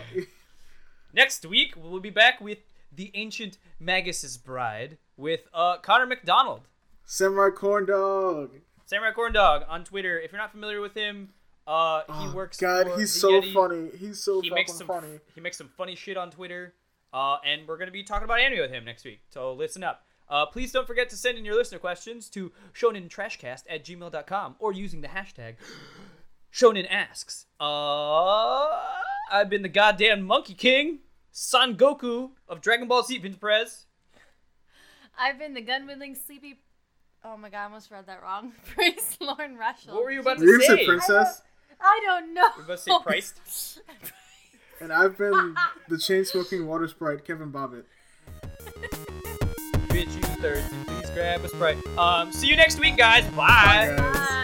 [SPEAKER 1] next week we'll be back with the ancient magus' bride with uh, connor mcdonald
[SPEAKER 3] Samurai corn dog.
[SPEAKER 1] samurai corn dog on twitter if you're not familiar with him uh, he
[SPEAKER 3] Oh,
[SPEAKER 1] works
[SPEAKER 3] God,
[SPEAKER 1] for
[SPEAKER 3] he's
[SPEAKER 1] the
[SPEAKER 3] so
[SPEAKER 1] Yeti.
[SPEAKER 3] funny. He's so
[SPEAKER 1] he
[SPEAKER 3] fucking
[SPEAKER 1] makes some
[SPEAKER 3] funny.
[SPEAKER 1] he makes some funny shit on twitter uh, and we're going to be talking about anime with him next week so listen up uh, please don't forget to send in your listener questions to shonentrashcast at gmail.com or using the hashtag shonen asks uh, i've been the goddamn monkey king son goku of dragon ball z vince perez
[SPEAKER 2] I've been the gun wielding sleepy. Oh my god, I almost read that wrong. Praise Lauren Russell.
[SPEAKER 1] What were you about
[SPEAKER 3] You're
[SPEAKER 1] to
[SPEAKER 3] gonna
[SPEAKER 1] say?
[SPEAKER 3] say princess,
[SPEAKER 2] I don't know.
[SPEAKER 1] We're about to say Christ.
[SPEAKER 3] and I've been the chain smoking water sprite, Kevin Bobbitt.
[SPEAKER 1] Bitch, you thirsty? Please grab a sprite. Um, see you next week, guys.
[SPEAKER 3] Bye,
[SPEAKER 1] Bye.
[SPEAKER 3] guys.
[SPEAKER 2] Bye.